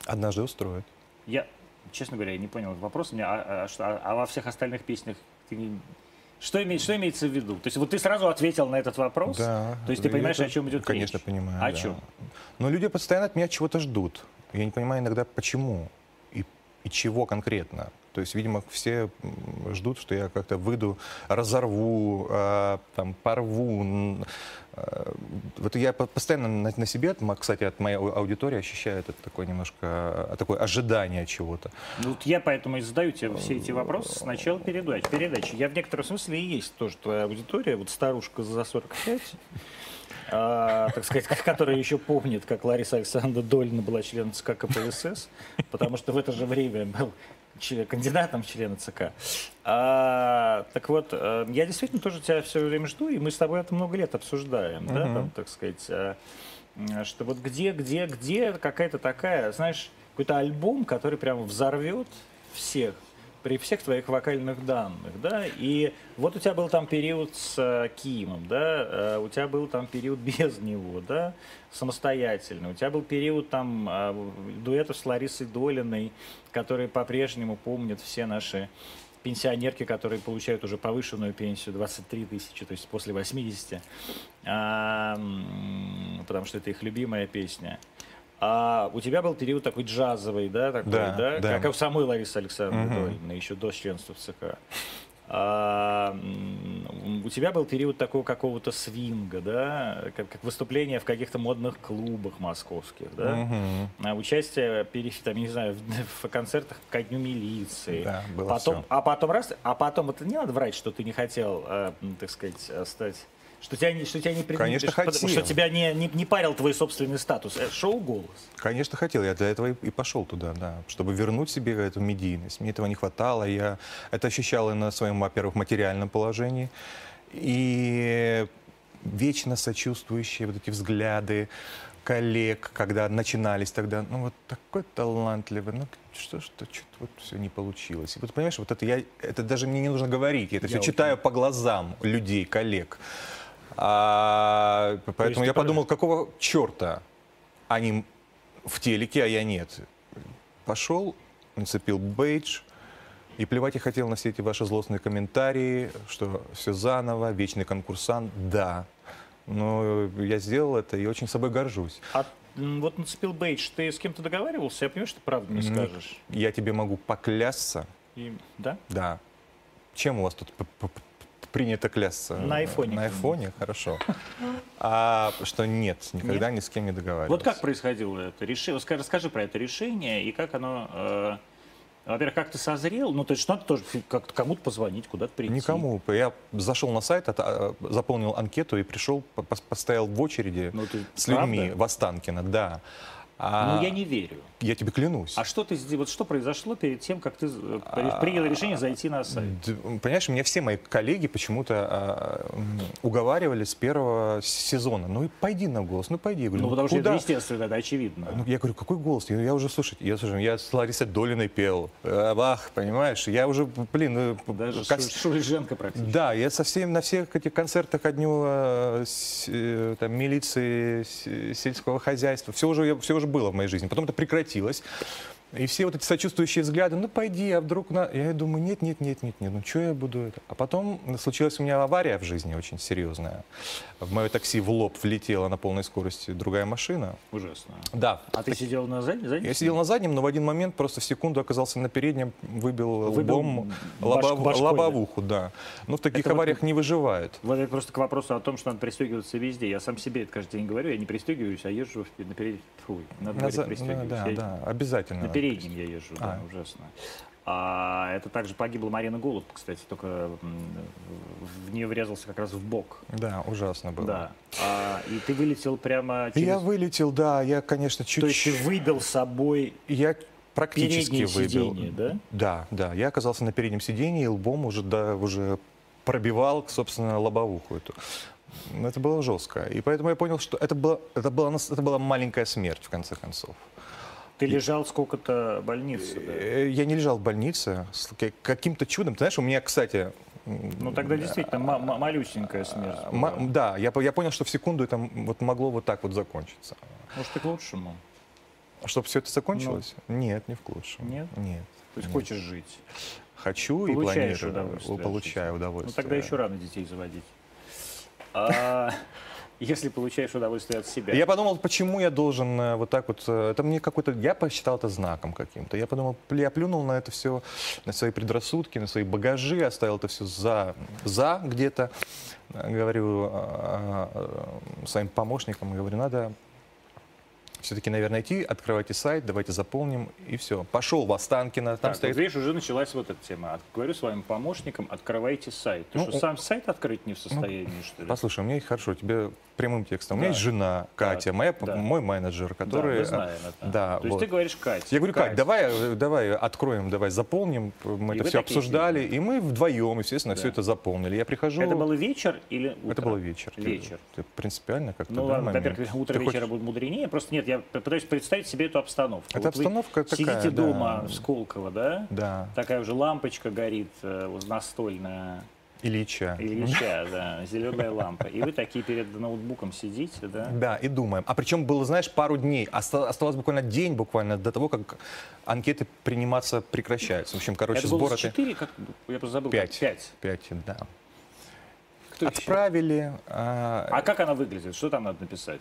[SPEAKER 2] Однажды устроит.
[SPEAKER 1] Я, честно говоря, я не понял вопрос. У меня, а, а что- а- а во всех остальных песнях ты не- Что, име- что имеется в виду? То есть вот ты сразу ответил на этот вопрос?
[SPEAKER 2] Да.
[SPEAKER 1] То есть ты
[SPEAKER 2] Я
[SPEAKER 1] понимаешь,
[SPEAKER 2] это,
[SPEAKER 1] о чем идет
[SPEAKER 2] Конечно,
[SPEAKER 1] речь?
[SPEAKER 2] понимаю.
[SPEAKER 1] О
[SPEAKER 2] да.
[SPEAKER 1] чем?
[SPEAKER 2] Но люди постоянно от меня чего-то ждут. Я не понимаю иногда, почему и, и чего конкретно. То есть, видимо, все м, ждут, что я как-то выйду, разорву, а, там, порву. н- а, Вот я по- постоянно на, на себе, от мо- кстати, от моей ау- аудитории ощущаю это такое немножко, а, такое ожидание чего-то.
[SPEAKER 1] Ну, вот я поэтому и задаю тебе все эти вопросы с начала передачи. передачи. Я в некотором смысле и есть тоже твоя аудитория. Вот старушка за 45, а, так сказать, ко- которая еще помнит, как Лариса Александровна Долина была членом ЦК КПСС, потому что в это же время был че- кандидатом в члены ЦК. А, так вот, э, я действительно тоже тебя все время жду, и мы с тобой это много лет обсуждаем, да,
[SPEAKER 2] Мгм.
[SPEAKER 1] там, так сказать, а, м, что вот где, где, где какая-то такая, знаешь, какой-то альбом, который прямо взорвет всех при всех твоих вокальных данных, да, и вот у тебя был там период с э, Кимом, да, э, у тебя был там период без него, да, самостоятельно, у тебя был период там э, в- дуэтов с Ларисой Долиной, которые по-прежнему помнят все наши пенсионерки, которые получают уже повышенную пенсию 23 тысячи, то есть после 80, а, м, потому что это их любимая песня. А у тебя был период такой джазовый, да, такой,
[SPEAKER 2] Да,
[SPEAKER 1] да,
[SPEAKER 2] да.
[SPEAKER 1] как и у самой Ларисы Александровны
[SPEAKER 2] Мгм.
[SPEAKER 1] Долиной, еще до членства в ЦК. А, м, у тебя был период такого какого-то свинга, да, как, как выступление в каких-то модных клубах московских, да,
[SPEAKER 2] Мгм.
[SPEAKER 1] а, участие, пере- там, я не знаю, в, в концертах ко дню милиции.
[SPEAKER 2] Да, было
[SPEAKER 1] потом,
[SPEAKER 2] всё.
[SPEAKER 1] а потом раз, а потом это не надо врать, что ты не хотел, э, м, так сказать, э, стать. Что тебя не, что тебя не пред-
[SPEAKER 2] Конечно,
[SPEAKER 1] что-
[SPEAKER 2] хотел.
[SPEAKER 1] что тебя не, не, не парил твой собственный статус. Э, Шоу голос.
[SPEAKER 2] Конечно, хотел. Я для этого и, и пошел туда, да, чтобы вернуть себе эту медийность. Мне этого не хватало. Я это ощущал и на своем, во-первых, материальном положении. И вечно сочувствующие вот эти взгляды коллег, когда начинались тогда, ну вот такой талантливый, ну что что что-то вот все не получилось. И вот понимаешь, вот это я, это даже мне не нужно говорить, я это
[SPEAKER 1] Я
[SPEAKER 2] все читаю по глазам людей, коллег. А, поэтому я подумал, какого черта они в телеке, а я нет. Пошел, нацепил бейдж, и плевать я хотел на все эти ваши злостные комментарии, что все заново, вечный конкурсант, да. Но я сделал это и очень собой горжусь.
[SPEAKER 1] А м, вот нацепил бейдж, ты с кем-то договаривался? Я понимаю, что ты правду не
[SPEAKER 2] Ник.
[SPEAKER 1] скажешь.
[SPEAKER 2] Я тебе могу поклясться,
[SPEAKER 1] И- да?
[SPEAKER 2] да. Чем у вас тут п- п- п- принято клясться.
[SPEAKER 3] На айфоне.
[SPEAKER 2] На айфоне, хорошо. А что нет, никогда ни с кем не договаривался.
[SPEAKER 3] Вот
[SPEAKER 1] Как происходило это решение? Расскажи про это решение и как оно... э, во-первых, как ты созрел? Ну, то есть надо тоже фи- как-то кому-то позвонить, куда-то прийти.
[SPEAKER 2] Никому. Я зашел на сайт, от- а, заполнил анкету и пришел, по- по- постоял в очереди
[SPEAKER 3] Ну, ты-
[SPEAKER 2] с людьми
[SPEAKER 3] правда?
[SPEAKER 2] в Останкино, да. А,
[SPEAKER 1] Ну, я не верю.
[SPEAKER 2] я тебе клянусь.
[SPEAKER 1] А что ты сделал? Вот что произошло перед тем, как ты э,
[SPEAKER 2] А.
[SPEAKER 1] при- принял решение зайти на сайт?
[SPEAKER 2] Д- Понимаешь, меня все мои коллеги почему-то а, м, уговаривали с первого с- сезона. Ну и пойди на голос, ну пойди. Я говорю,
[SPEAKER 1] Ну, потому что это
[SPEAKER 2] куда?
[SPEAKER 1] естественно, это очевидно.
[SPEAKER 2] Ну, я говорю, какой голос? Я, я уже, слушай, я, слушай, я с Ларисой Долиной пел. Э, Бах, понимаешь? Я уже, блин, э,
[SPEAKER 1] Даже
[SPEAKER 2] как с-
[SPEAKER 1] Шу- Шульженко практически.
[SPEAKER 2] Да, я со всеми на всех этих концертах ко дню э, с- э, там, милиции, с- сельского хозяйства. Все уже, я- все уже было в моей жизни. Потом это прекратилось. И все вот эти сочувствующие взгляды, ну пойди, а вдруг на... Я думаю, нет, нет, нет, нет, нет, ну что я буду это? А потом случилась у меня авария в жизни очень серьезная. В мое такси в лоб влетела на полной скорости другая машина.
[SPEAKER 1] Ужасно.
[SPEAKER 2] Да,
[SPEAKER 1] А ты сидел на заднем? заднем
[SPEAKER 2] я сидел на заднем, но в один момент просто в секунду оказался на переднем, выбил,
[SPEAKER 1] Выбил
[SPEAKER 2] лбом
[SPEAKER 1] баш-
[SPEAKER 2] лобов-
[SPEAKER 1] башкой, да.
[SPEAKER 2] лобовуху, да. Ну, в таких
[SPEAKER 1] Это вот
[SPEAKER 2] авариях не выживают.
[SPEAKER 1] Вот это просто к вопросу о том, что надо пристегиваться везде. Я сам себе это каждый день говорю, я не пристегиваюсь, а езжу в- на переднем. Фу, надо
[SPEAKER 2] На
[SPEAKER 1] говорить,
[SPEAKER 2] за- Да,
[SPEAKER 1] пристегиваюсь.
[SPEAKER 2] да,
[SPEAKER 1] Я-
[SPEAKER 2] да, обязательно.
[SPEAKER 1] На переднем я езжу, да,
[SPEAKER 2] А.
[SPEAKER 1] ужасно. А это также погибла Марина Голуб, кстати, только м, в нее врезался как раз в бок.
[SPEAKER 2] Да, ужасно было.
[SPEAKER 1] Да. А, и ты вылетел прямо
[SPEAKER 2] И
[SPEAKER 1] через...
[SPEAKER 2] Я вылетел, да, я, конечно,
[SPEAKER 3] То есть ты
[SPEAKER 2] чуть-чуть...
[SPEAKER 3] выбил собой
[SPEAKER 2] Я практически
[SPEAKER 3] переднее
[SPEAKER 2] выбил.
[SPEAKER 3] сиденье, да?
[SPEAKER 2] Да, да, я оказался на переднем сидении, и лбом уже, да, уже пробивал, собственно, лобовуху эту. Ну, Это было жестко. И поэтому я понял, что это, было, это, была, нас- это была маленькая смерть, в конце концов.
[SPEAKER 1] Ты лежал сколько-то в больнице, да?
[SPEAKER 2] Э, Я не лежал в больнице с к- каким-то чудом. Ты знаешь, у меня, кстати... м,
[SPEAKER 1] Ну тогда действительно ма- ма- малюсенькая смерть.
[SPEAKER 2] а,
[SPEAKER 1] была.
[SPEAKER 2] Э, ма- Да, я, по- я понял, что в секунду это м, вот могло вот так вот закончиться.
[SPEAKER 1] Может и к лучшему.
[SPEAKER 2] Чтобы все это закончилось? Нет, не в лучшем.
[SPEAKER 1] Ну. Нет?
[SPEAKER 2] Нет.
[SPEAKER 1] То есть
[SPEAKER 2] Нет.
[SPEAKER 1] хочешь жить.
[SPEAKER 2] Хочу
[SPEAKER 1] Получаешь
[SPEAKER 2] и планирую.
[SPEAKER 1] удовольствие от
[SPEAKER 2] Получаю
[SPEAKER 1] Ну
[SPEAKER 2] удовольствие.
[SPEAKER 1] тогда еще рано детей заводить. А, если получаешь удовольствие от себя.
[SPEAKER 2] Я подумал, почему я должен э, вот так вот... э, Это мне какой-то... Я посчитал это знаком каким-то. Я подумал, пл- я плюнул на это все, на свои предрассудки, на свои багажи, оставил это все за, за где-то. Э, Говорю э, э, своим помощникам, говорю, надо все-таки, наверное, идти, открывайте сайт, давайте заполним, и все. Пошел в Останкино, там
[SPEAKER 1] Так,
[SPEAKER 2] стоит...
[SPEAKER 1] вот видишь, уже началась вот эта тема. От- Говорю своим помощникам, открывайте сайт. Ты
[SPEAKER 2] Ну,
[SPEAKER 1] что,
[SPEAKER 2] у- Ну,
[SPEAKER 1] сам сайт открыть не в состоянии, что ли?
[SPEAKER 2] Послушай, у меня есть хорошо, тебе прямым текстом. У меня
[SPEAKER 1] Да.
[SPEAKER 2] есть жена Катя, моя, п-
[SPEAKER 1] Да.
[SPEAKER 2] мой менеджер,
[SPEAKER 1] Да,
[SPEAKER 2] который...
[SPEAKER 1] мы
[SPEAKER 2] э,
[SPEAKER 1] знаем это.
[SPEAKER 2] да,
[SPEAKER 1] То есть
[SPEAKER 2] вот.
[SPEAKER 1] ты говоришь, Катя.
[SPEAKER 2] Я говорю, Кать,
[SPEAKER 1] Кать,
[SPEAKER 2] давай, э, давай откроем, давай заполним. Мы
[SPEAKER 1] И
[SPEAKER 2] это
[SPEAKER 1] вы такие
[SPEAKER 2] все обсуждали, и мы вдвоем, естественно,
[SPEAKER 1] Да.
[SPEAKER 2] все это заполнили. Я прихожу.
[SPEAKER 1] Это был вечер или утро?
[SPEAKER 2] ну». Это было вечер. Ты-
[SPEAKER 1] Вечер.
[SPEAKER 2] Ты, принципиально как-то.
[SPEAKER 1] Ну,
[SPEAKER 2] да,
[SPEAKER 1] ладно,
[SPEAKER 2] момент?
[SPEAKER 1] во-первых, утро
[SPEAKER 2] Ты
[SPEAKER 1] вечера
[SPEAKER 2] хочешь-
[SPEAKER 1] будет мудренее. Просто нет, я п- пытаюсь представить себе эту обстановку.
[SPEAKER 2] Эта
[SPEAKER 1] вы
[SPEAKER 2] обстановка такая,
[SPEAKER 1] Сидите
[SPEAKER 2] да.
[SPEAKER 1] дома в Сколково, да?
[SPEAKER 2] Да.
[SPEAKER 1] Такая уже лампочка горит э, вот настольная.
[SPEAKER 2] Ильича.
[SPEAKER 1] Ильича, да, зеленая лампа. И вы такие перед ноутбуком сидите, да?
[SPEAKER 2] Да, и думаем. А причем было, знаешь, пару дней. Оста- Оставалось буквально день буквально до того, как анкеты приниматься прекращаются. В общем, короче,
[SPEAKER 1] это
[SPEAKER 2] сбор
[SPEAKER 1] было
[SPEAKER 2] это-
[SPEAKER 1] 4, как, я просто забыл.
[SPEAKER 2] Пять.
[SPEAKER 1] 5.
[SPEAKER 2] Пять, да.
[SPEAKER 1] Кто еще?
[SPEAKER 2] Отправили. а,
[SPEAKER 1] А как она выглядит? Что там надо написать?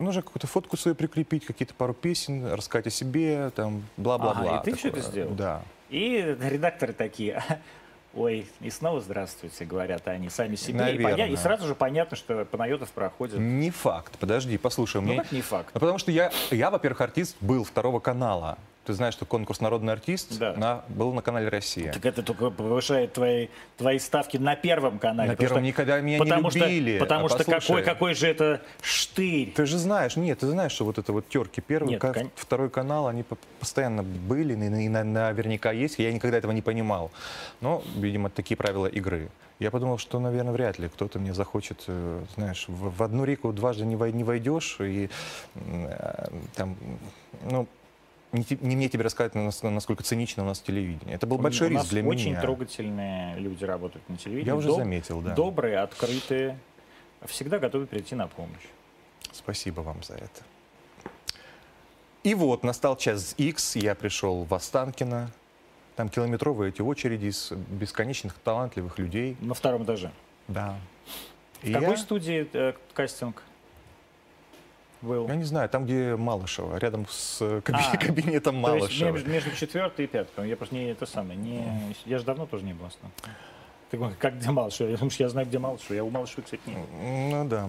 [SPEAKER 2] Нужно какую-то фотку свою прикрепить, какие-то пару песен, рассказать о себе, там, бла-бла-бла.
[SPEAKER 3] Ага, и ты всё
[SPEAKER 2] такое.
[SPEAKER 3] это сделал?
[SPEAKER 2] Да.
[SPEAKER 3] И редакторы такие, ой, и снова здравствуйте, говорят они сами себе. И, поня-
[SPEAKER 2] Наверное.
[SPEAKER 3] и сразу же понятно, что Панайотов проходит.
[SPEAKER 2] Не факт. Подожди, послушай, у
[SPEAKER 3] Ну,
[SPEAKER 2] меня...
[SPEAKER 3] как не факт.
[SPEAKER 2] Ну, потому что я, я, во-первых, артист был второго канала. Ты знаешь, что конкурс «Народный артист»
[SPEAKER 3] Да.
[SPEAKER 2] на- был на канале «Россия».
[SPEAKER 3] Так это только повышает твои, твои ставки на первом канале.
[SPEAKER 2] На
[SPEAKER 3] потому
[SPEAKER 2] первом
[SPEAKER 3] что-
[SPEAKER 2] никогда меня не
[SPEAKER 3] потому что-
[SPEAKER 2] любили.
[SPEAKER 3] Потому
[SPEAKER 2] А,
[SPEAKER 3] что какой,
[SPEAKER 2] послушай.
[SPEAKER 3] какой же это штырь.
[SPEAKER 2] Ты же знаешь, нет, ты знаешь, что вот это вот терки первый,
[SPEAKER 3] Нет,
[SPEAKER 2] ка-
[SPEAKER 3] кон-
[SPEAKER 2] второй канал, они по- постоянно были, и, на- и на- наверняка есть. Я никогда этого не понимал. Но, видимо, такие правила игры. Я подумал, что, наверное, вряд ли кто-то мне захочет, э, знаешь, в, в одну реку дважды не, вой- не войдешь, и м, э, там, ну, не, те- не мне тебе рассказать, нас- насколько цинично у нас телевидение. Это был большой
[SPEAKER 3] У нас
[SPEAKER 2] риск для
[SPEAKER 3] очень
[SPEAKER 2] меня.
[SPEAKER 3] трогательные люди работают на телевидении.
[SPEAKER 2] Я уже
[SPEAKER 3] Доб-
[SPEAKER 2] заметил, да.
[SPEAKER 3] Добрые, открытые, всегда готовы прийти на помощь.
[SPEAKER 2] Спасибо вам за это. И вот настал час X, я пришел в Останкино. Там километровые эти очереди из бесконечных талантливых людей.
[SPEAKER 3] На втором этаже.
[SPEAKER 2] Да. И
[SPEAKER 3] В какой
[SPEAKER 2] я,
[SPEAKER 3] студии э, кастинг был?
[SPEAKER 2] я не знаю, там, где Малышева, рядом с э, каби-
[SPEAKER 3] А,
[SPEAKER 2] кабинетом
[SPEAKER 3] То есть
[SPEAKER 2] Малышева.
[SPEAKER 3] между, между четвертой и пятой. Я просто не это самое. Не, я же давно тоже не был. основным.
[SPEAKER 1] Ты говоришь, как где Малышева? Я думаю, я знаю, где Малышева. Я у Малышева, кстати, не был.
[SPEAKER 2] Ну да.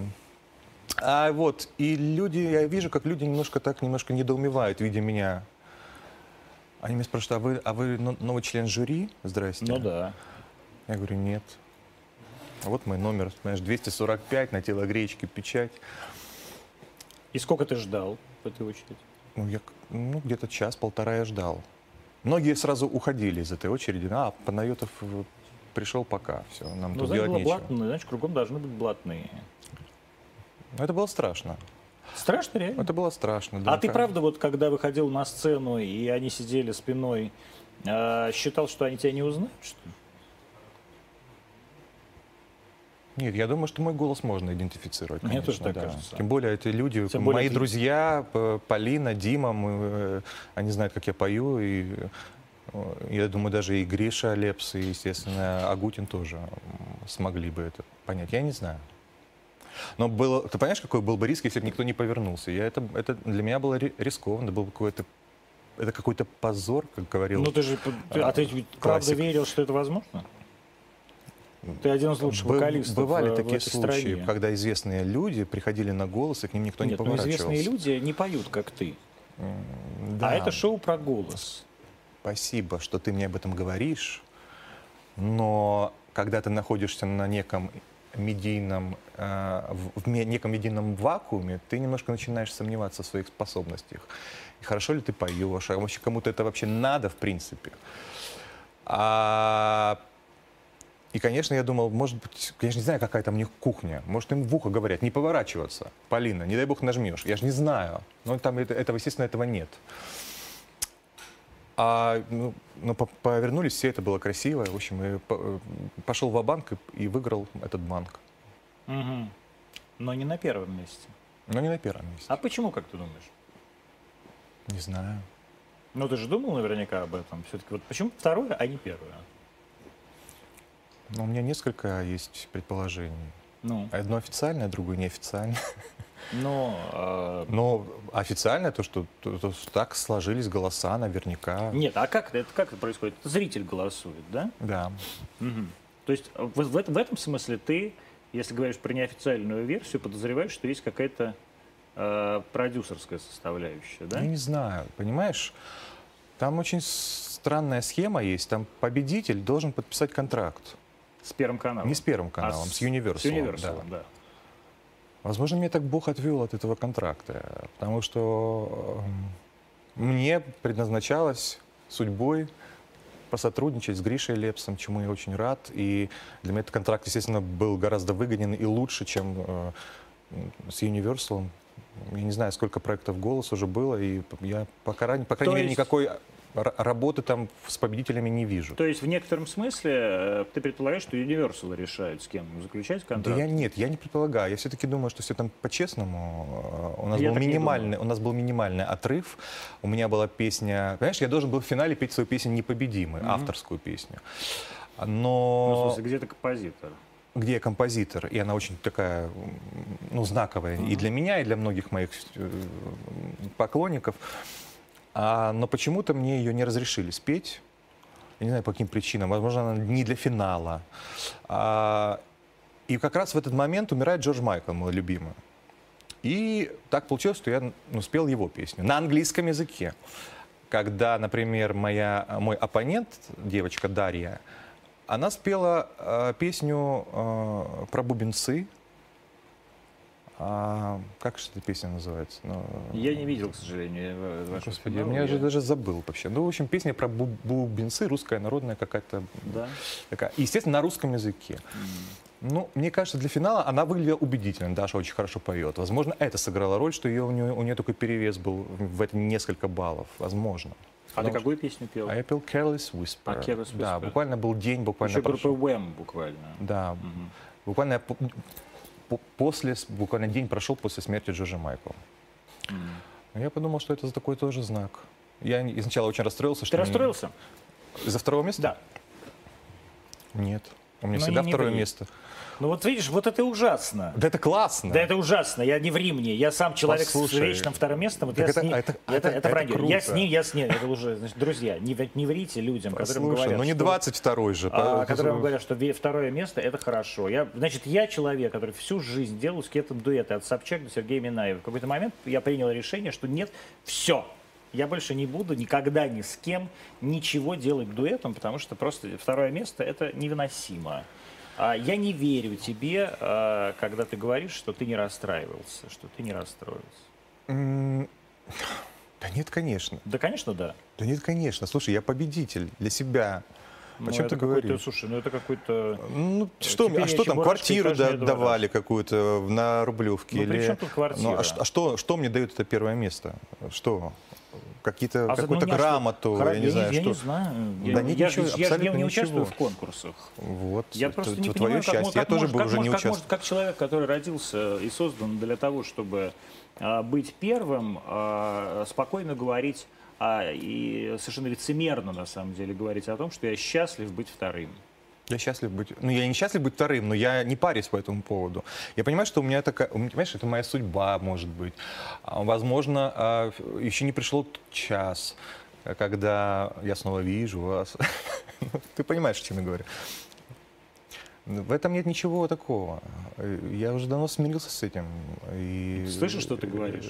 [SPEAKER 2] А вот, и люди, я вижу, как люди немножко так, немножко недоумевают, видя меня. Они меня спрашивают, а вы, а вы но- новый член жюри? Здрасте.
[SPEAKER 1] Ну да.
[SPEAKER 2] Я говорю, нет. А Вот мой номер, знаешь, 245 на тело гречки, печать.
[SPEAKER 1] И сколько ты ждал в этой очереди?
[SPEAKER 2] Ну, я, к- ну, где-то час-полтора я ждал. Многие сразу уходили из этой очереди. А, Панаютов э, пришел пока, все, нам
[SPEAKER 1] Ну,
[SPEAKER 2] тут
[SPEAKER 1] знаешь,
[SPEAKER 2] делать
[SPEAKER 1] было
[SPEAKER 2] нечего.
[SPEAKER 1] блатно, значит, кругом должны быть блатные.
[SPEAKER 2] Но это было страшно.
[SPEAKER 1] Страшно реально.
[SPEAKER 2] Это было страшно. да,
[SPEAKER 1] а ты
[SPEAKER 2] как-
[SPEAKER 1] правда, вот когда выходил на сцену, и они сидели спиной, э, считал, что они тебя не узнают? Что ли?
[SPEAKER 2] Нет, я думаю, что мой голос можно идентифицировать.
[SPEAKER 1] Мне
[SPEAKER 2] конечно,
[SPEAKER 1] тоже так
[SPEAKER 2] да.
[SPEAKER 1] кажется.
[SPEAKER 2] Тем более эти люди,
[SPEAKER 1] Тем более
[SPEAKER 2] мои
[SPEAKER 1] ты-
[SPEAKER 2] друзья, П- Полина, Дима, мы, э, они знают, как я пою, и э, я думаю, даже и Гриша Лепс, и, естественно, Агутин тоже м, смогли бы это понять. Я не знаю. Но было, ты понимаешь, какой был бы риск, если бы никто не повернулся? Я это, это для меня было ри- рискованно, это был какой-то, это какой-то позор, как говорил.
[SPEAKER 1] Ну ты же, ты- а ты ведь правда
[SPEAKER 2] классик.
[SPEAKER 1] верил, что это возможно? Ты один из лучших
[SPEAKER 2] Бы-
[SPEAKER 1] вокалистов
[SPEAKER 2] Бывали
[SPEAKER 1] э, в
[SPEAKER 2] такие
[SPEAKER 1] этой
[SPEAKER 2] случаи,
[SPEAKER 1] стране.
[SPEAKER 2] когда известные люди приходили на голос, и к ним никто не
[SPEAKER 1] Нет, ну
[SPEAKER 2] поворачивался.
[SPEAKER 1] известные люди не поют, как ты.
[SPEAKER 2] М,
[SPEAKER 1] А
[SPEAKER 2] да.
[SPEAKER 1] это шоу про голос.
[SPEAKER 2] Спасибо, что ты мне об этом говоришь. Но когда ты находишься на неком медийном, э, в в ме- неком медийном вакууме, ты немножко начинаешь сомневаться в своих способностях. И хорошо ли ты поешь, а вообще кому-то это вообще надо, в принципе. А, И, конечно, я думал, может быть, я же не знаю, какая там у них кухня. Может, им в ухо говорят, не поворачиваться. Полина, не дай бог нажмешь. Я же не знаю. Но там это- этого, естественно, этого нет. А, ну, ну, по- повернулись все, это было красиво. В общем, я по- э, пошел в банк и, и выиграл этот банк.
[SPEAKER 1] Мгм. Но не на первом месте.
[SPEAKER 2] Но не на первом месте.
[SPEAKER 1] А почему, как ты думаешь?
[SPEAKER 2] Не знаю.
[SPEAKER 1] Ну ты же думал наверняка об этом. Все-таки вот почему второе, а не первое?
[SPEAKER 2] Но Ну, у меня несколько есть предположений.
[SPEAKER 1] Ну,
[SPEAKER 2] Одно официальное, другое неофициальное.
[SPEAKER 1] но э,
[SPEAKER 2] Но официальное то, что то- то, что так сложились голоса наверняка.
[SPEAKER 1] нет, а как это как это происходит? Зритель голосует, да?
[SPEAKER 2] Да.
[SPEAKER 1] Мгм. То есть э, в, в этом- в этом смысле ты, если говоришь про неофициальную версию, подозреваешь, что есть какая-то э, продюсерская составляющая, да?
[SPEAKER 2] Я не знаю, понимаешь? Там очень с- странная схема есть. Там победитель должен подписать контракт.
[SPEAKER 1] С первым каналом.
[SPEAKER 2] Не с Первым каналом, с, Universal.
[SPEAKER 1] А С Universal, да.
[SPEAKER 2] Возможно, меня так Бог отвел от этого контракта, потому что эм, мне предназначалось судьбой посотрудничать с Гришей Лепсом, чему я очень рад. И для меня этот контракт, естественно, был гораздо выгоден и лучше, чем э, м, с Universal. Я не знаю, сколько проектов «Голос» уже было, и я пока, ран- по крайней мере,
[SPEAKER 1] есть-
[SPEAKER 2] никакой р- работы там с победителями не вижу.
[SPEAKER 1] То есть в некотором смысле э, ты предполагаешь, что Universal решает, с кем заключать
[SPEAKER 2] Да
[SPEAKER 1] контракт?
[SPEAKER 2] я нет, я не предполагаю. Я все-таки думаю, что все там по-честному. Э, У нас,
[SPEAKER 1] Я
[SPEAKER 2] был
[SPEAKER 1] так не
[SPEAKER 2] минимальный, у нас был минимальный отрыв. У меня была песня... Понимаешь, я должен был в финале петь свою песню «Непобедимый», авторскую песню.
[SPEAKER 1] Ну, в
[SPEAKER 2] Но
[SPEAKER 1] смысле, где-то композитор.
[SPEAKER 2] где я композитор, и она очень такая, м, ну, знаковая и для меня, и для многих моих э, поклонников. А, но почему-то мне ее не разрешили спеть. Я не знаю, по каким причинам. Возможно, она не для финала. А, и как раз в этот момент умирает Джордж Майкл, мой любимый. И так получилось, что я ну, спел его песню на английском языке. Когда, например, моя, мой оппонент, девочка Дарья, она спела э, песню э, про бубенцы. А, как же эта песня называется? Ну,
[SPEAKER 1] Я не видел, к сожалению, э, вашего
[SPEAKER 2] Господи, я
[SPEAKER 1] финала.
[SPEAKER 2] меня
[SPEAKER 1] Я-
[SPEAKER 2] же даже забыл вообще. Ну, в общем, песня про бу- бубенцы, русская народная какая-то
[SPEAKER 1] Да. А
[SPEAKER 2] такая. И, Естественно, на русском языке. Ну, мне кажется, для финала она выглядела убедительно. Даша очень хорошо поет. Возможно, это сыграло роль, что ее, у, нее, у нее такой перевес был в это несколько баллов. Возможно.
[SPEAKER 1] А ты
[SPEAKER 2] Потому
[SPEAKER 1] какую песню пел?
[SPEAKER 2] А я пел Careless Whisper.
[SPEAKER 1] А, Careless
[SPEAKER 2] Да,
[SPEAKER 1] Whisper.
[SPEAKER 2] буквально был день, буквально
[SPEAKER 1] Еще группа
[SPEAKER 2] прошел.
[SPEAKER 1] Wham буквально.
[SPEAKER 2] Да, буквально я по- по- после, с- буквально день прошел после смерти Джорджа Майкла. Ну, Я подумал, что это за такой тоже знак. Я не- сначала очень расстроился.
[SPEAKER 1] Ты
[SPEAKER 2] что не-
[SPEAKER 1] расстроился?
[SPEAKER 2] Из-за второго места?
[SPEAKER 1] Да.
[SPEAKER 2] Нет. У меня
[SPEAKER 1] Но
[SPEAKER 2] всегда
[SPEAKER 1] не
[SPEAKER 2] второе
[SPEAKER 1] еврей.
[SPEAKER 2] место.
[SPEAKER 1] Ну вот видишь, вот это ужасно.
[SPEAKER 2] Да это классно.
[SPEAKER 1] Да это ужасно, я не в Римне, я сам человек с
[SPEAKER 2] Послушай,
[SPEAKER 1] вечным вторым местом, вот
[SPEAKER 2] так
[SPEAKER 1] я
[SPEAKER 2] это-
[SPEAKER 1] с ним,
[SPEAKER 2] а это-
[SPEAKER 1] это,
[SPEAKER 2] это-
[SPEAKER 1] это
[SPEAKER 2] это
[SPEAKER 1] вранье.
[SPEAKER 2] круто.
[SPEAKER 1] Я с ним, я с ним, это уже, значит, друзья, не, в- не врите людям, которым
[SPEAKER 2] Слушай,
[SPEAKER 1] говорят,
[SPEAKER 2] ну не
[SPEAKER 1] что-
[SPEAKER 2] 22 же.
[SPEAKER 1] а,
[SPEAKER 2] по-
[SPEAKER 1] которые вам говорят, что ве- второе место это хорошо. Я, значит, я человек, который всю жизнь делал с кем-то дуэты от Собчак до Сергея Минаева. В какой-то момент я принял решение, что нет, все. Я больше не буду никогда ни с кем ничего делать дуэтом, потому что просто второе место это невыносимо. А я не верю тебе, а, когда ты говоришь, что ты не расстраивался, что ты не расстроился.
[SPEAKER 2] М, Да нет, конечно.
[SPEAKER 1] Да, конечно, да.
[SPEAKER 2] Да нет, конечно. Слушай, я победитель для себя.
[SPEAKER 1] Ну,
[SPEAKER 2] О чем
[SPEAKER 1] это
[SPEAKER 2] ты
[SPEAKER 1] какой-то,
[SPEAKER 2] говоришь?
[SPEAKER 1] Слушай, ну это какой-то...
[SPEAKER 2] Ну, что,
[SPEAKER 1] Э, Тебе
[SPEAKER 2] а что там,
[SPEAKER 1] чебурашки
[SPEAKER 2] квартиру
[SPEAKER 1] каждые
[SPEAKER 2] да-
[SPEAKER 1] два
[SPEAKER 2] давали какую-то на Рублевке?
[SPEAKER 1] Ну,
[SPEAKER 2] или...
[SPEAKER 1] при чем тут квартира?
[SPEAKER 2] Ну, а, ш- а что, что мне дает это первое место? Что? Какие-то,
[SPEAKER 1] А за-
[SPEAKER 2] какую-то
[SPEAKER 1] ну, не, а что?
[SPEAKER 2] грамоту,
[SPEAKER 1] Хра-
[SPEAKER 2] я не знаю,
[SPEAKER 1] я
[SPEAKER 2] что.
[SPEAKER 1] не знаю. Я,
[SPEAKER 2] Да нет,
[SPEAKER 1] я,
[SPEAKER 2] ничего,
[SPEAKER 1] же- я же- я
[SPEAKER 2] абсолютно
[SPEAKER 1] не
[SPEAKER 2] ничего.
[SPEAKER 1] участвую в конкурсах.
[SPEAKER 2] Вот,
[SPEAKER 1] Я
[SPEAKER 2] т-
[SPEAKER 1] просто
[SPEAKER 2] т-
[SPEAKER 1] не
[SPEAKER 2] твое
[SPEAKER 1] понимаю, как,
[SPEAKER 2] счастье.
[SPEAKER 1] мож-
[SPEAKER 2] я
[SPEAKER 1] как
[SPEAKER 2] тоже
[SPEAKER 1] мож-
[SPEAKER 2] бы
[SPEAKER 1] как
[SPEAKER 2] уже
[SPEAKER 1] мож-
[SPEAKER 2] не
[SPEAKER 1] как
[SPEAKER 2] участвовал.
[SPEAKER 1] мож- как человек, который родился и создан для того, чтобы а, быть первым, а, спокойно говорить а, и совершенно лицемерно, на самом деле, говорить о том, что я счастлив быть вторым.
[SPEAKER 2] Я счастлив быть. Ну, я не счастлив быть вторым, но я не парюсь по этому поводу. Я понимаю, что у меня такая. у меня, Понимаешь, это моя судьба, может быть. А, Возможно, а, ф- еще не пришел тот час, а, когда я снова вижу вас. Ну, Ты понимаешь, о чем я говорю. Ну, В этом нет ничего такого. Э, Я уже давно смирился с этим. И... э,
[SPEAKER 1] Слышишь, что ты говоришь?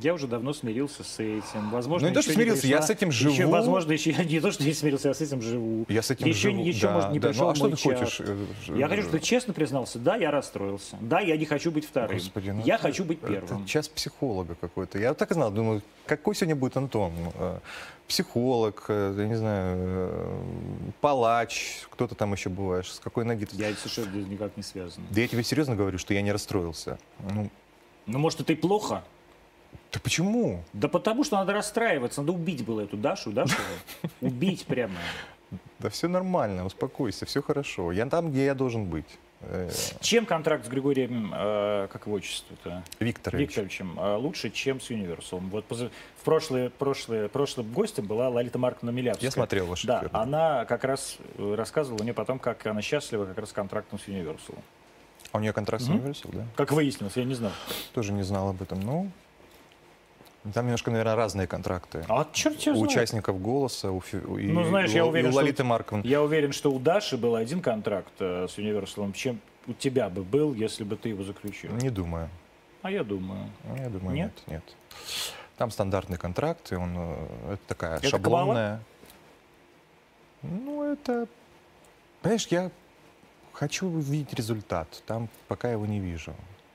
[SPEAKER 1] Я уже давно смирился с этим. Возможно,
[SPEAKER 2] Ну, не то, что
[SPEAKER 1] еще
[SPEAKER 2] смирился, я
[SPEAKER 1] пришла-
[SPEAKER 2] с этим
[SPEAKER 1] еще,
[SPEAKER 2] живу.
[SPEAKER 1] возможно, еще не то, что я смирился, я с этим живу.
[SPEAKER 2] Я с этим
[SPEAKER 1] еще,
[SPEAKER 2] живу.
[SPEAKER 1] Еще,
[SPEAKER 2] Да,
[SPEAKER 1] может, не
[SPEAKER 2] да.
[SPEAKER 1] пришел
[SPEAKER 2] Ну, а что
[SPEAKER 1] мой
[SPEAKER 2] ты
[SPEAKER 1] час.
[SPEAKER 2] хочешь? э, ж-
[SPEAKER 1] Я хочу, чтобы ты честно признался, да, я расстроился. Да, я не хочу быть вторым.
[SPEAKER 2] Господи, ну
[SPEAKER 1] я
[SPEAKER 2] это-
[SPEAKER 1] хочу быть
[SPEAKER 2] это
[SPEAKER 1] первым.
[SPEAKER 2] час психолога какой-то. Я так и знал, думаю, какой сегодня будет Антон? Э, Психолог, э, я не знаю, э, палач, кто-то там еще бываешь, с какой ноги ты.
[SPEAKER 1] Я это совершенно никак не связан.
[SPEAKER 2] Да я тебе серьезно говорю, что я не расстроился. Ну,
[SPEAKER 1] Ну, может, это и плохо?
[SPEAKER 2] да почему?
[SPEAKER 1] Да потому что надо расстраиваться, надо убить было эту Дашу, Дашу. Убить прямо.
[SPEAKER 2] Да все нормально, успокойся, все хорошо. Я там, где я должен быть. Э,
[SPEAKER 1] Чем контракт с Григорием, э, как его отчество-то?
[SPEAKER 2] Викторович.
[SPEAKER 1] Викторовичем э, лучше, чем с Universal. Вот поза- в прошлое, прошлое, прошлым гостем была Лолита Марковна Милявская.
[SPEAKER 2] Я смотрел ваш
[SPEAKER 1] Да,
[SPEAKER 2] эфир.
[SPEAKER 1] она как раз э, рассказывала мне потом, как она счастлива как раз с контрактом с Universal.
[SPEAKER 2] А у нее контракт с
[SPEAKER 1] Мгм.
[SPEAKER 2] Universal, да?
[SPEAKER 1] Как выяснилось, я не знал.
[SPEAKER 2] Тоже не знал об этом. Ну, там немножко, наверное, разные контракты.
[SPEAKER 1] А черт
[SPEAKER 2] у
[SPEAKER 1] его знает.
[SPEAKER 2] участников голоса, у, Фи- у- и,
[SPEAKER 1] Ну, знаешь,
[SPEAKER 2] и
[SPEAKER 1] я
[SPEAKER 2] у- и
[SPEAKER 1] уверен,
[SPEAKER 2] у
[SPEAKER 1] что-
[SPEAKER 2] Лолиты Марковны.
[SPEAKER 1] Я уверен, что у Даши был один контракт э, с Universal, чем у тебя бы был, если бы ты его заключил.
[SPEAKER 2] Не думаю.
[SPEAKER 1] А я думаю.
[SPEAKER 2] Я думаю,
[SPEAKER 1] Нет?
[SPEAKER 2] нет, нет. Там стандартный контракт, и он э, это такая
[SPEAKER 1] Это
[SPEAKER 2] шаблонная. Ну, это. Понимаешь, я хочу видеть результат. Там пока его не вижу.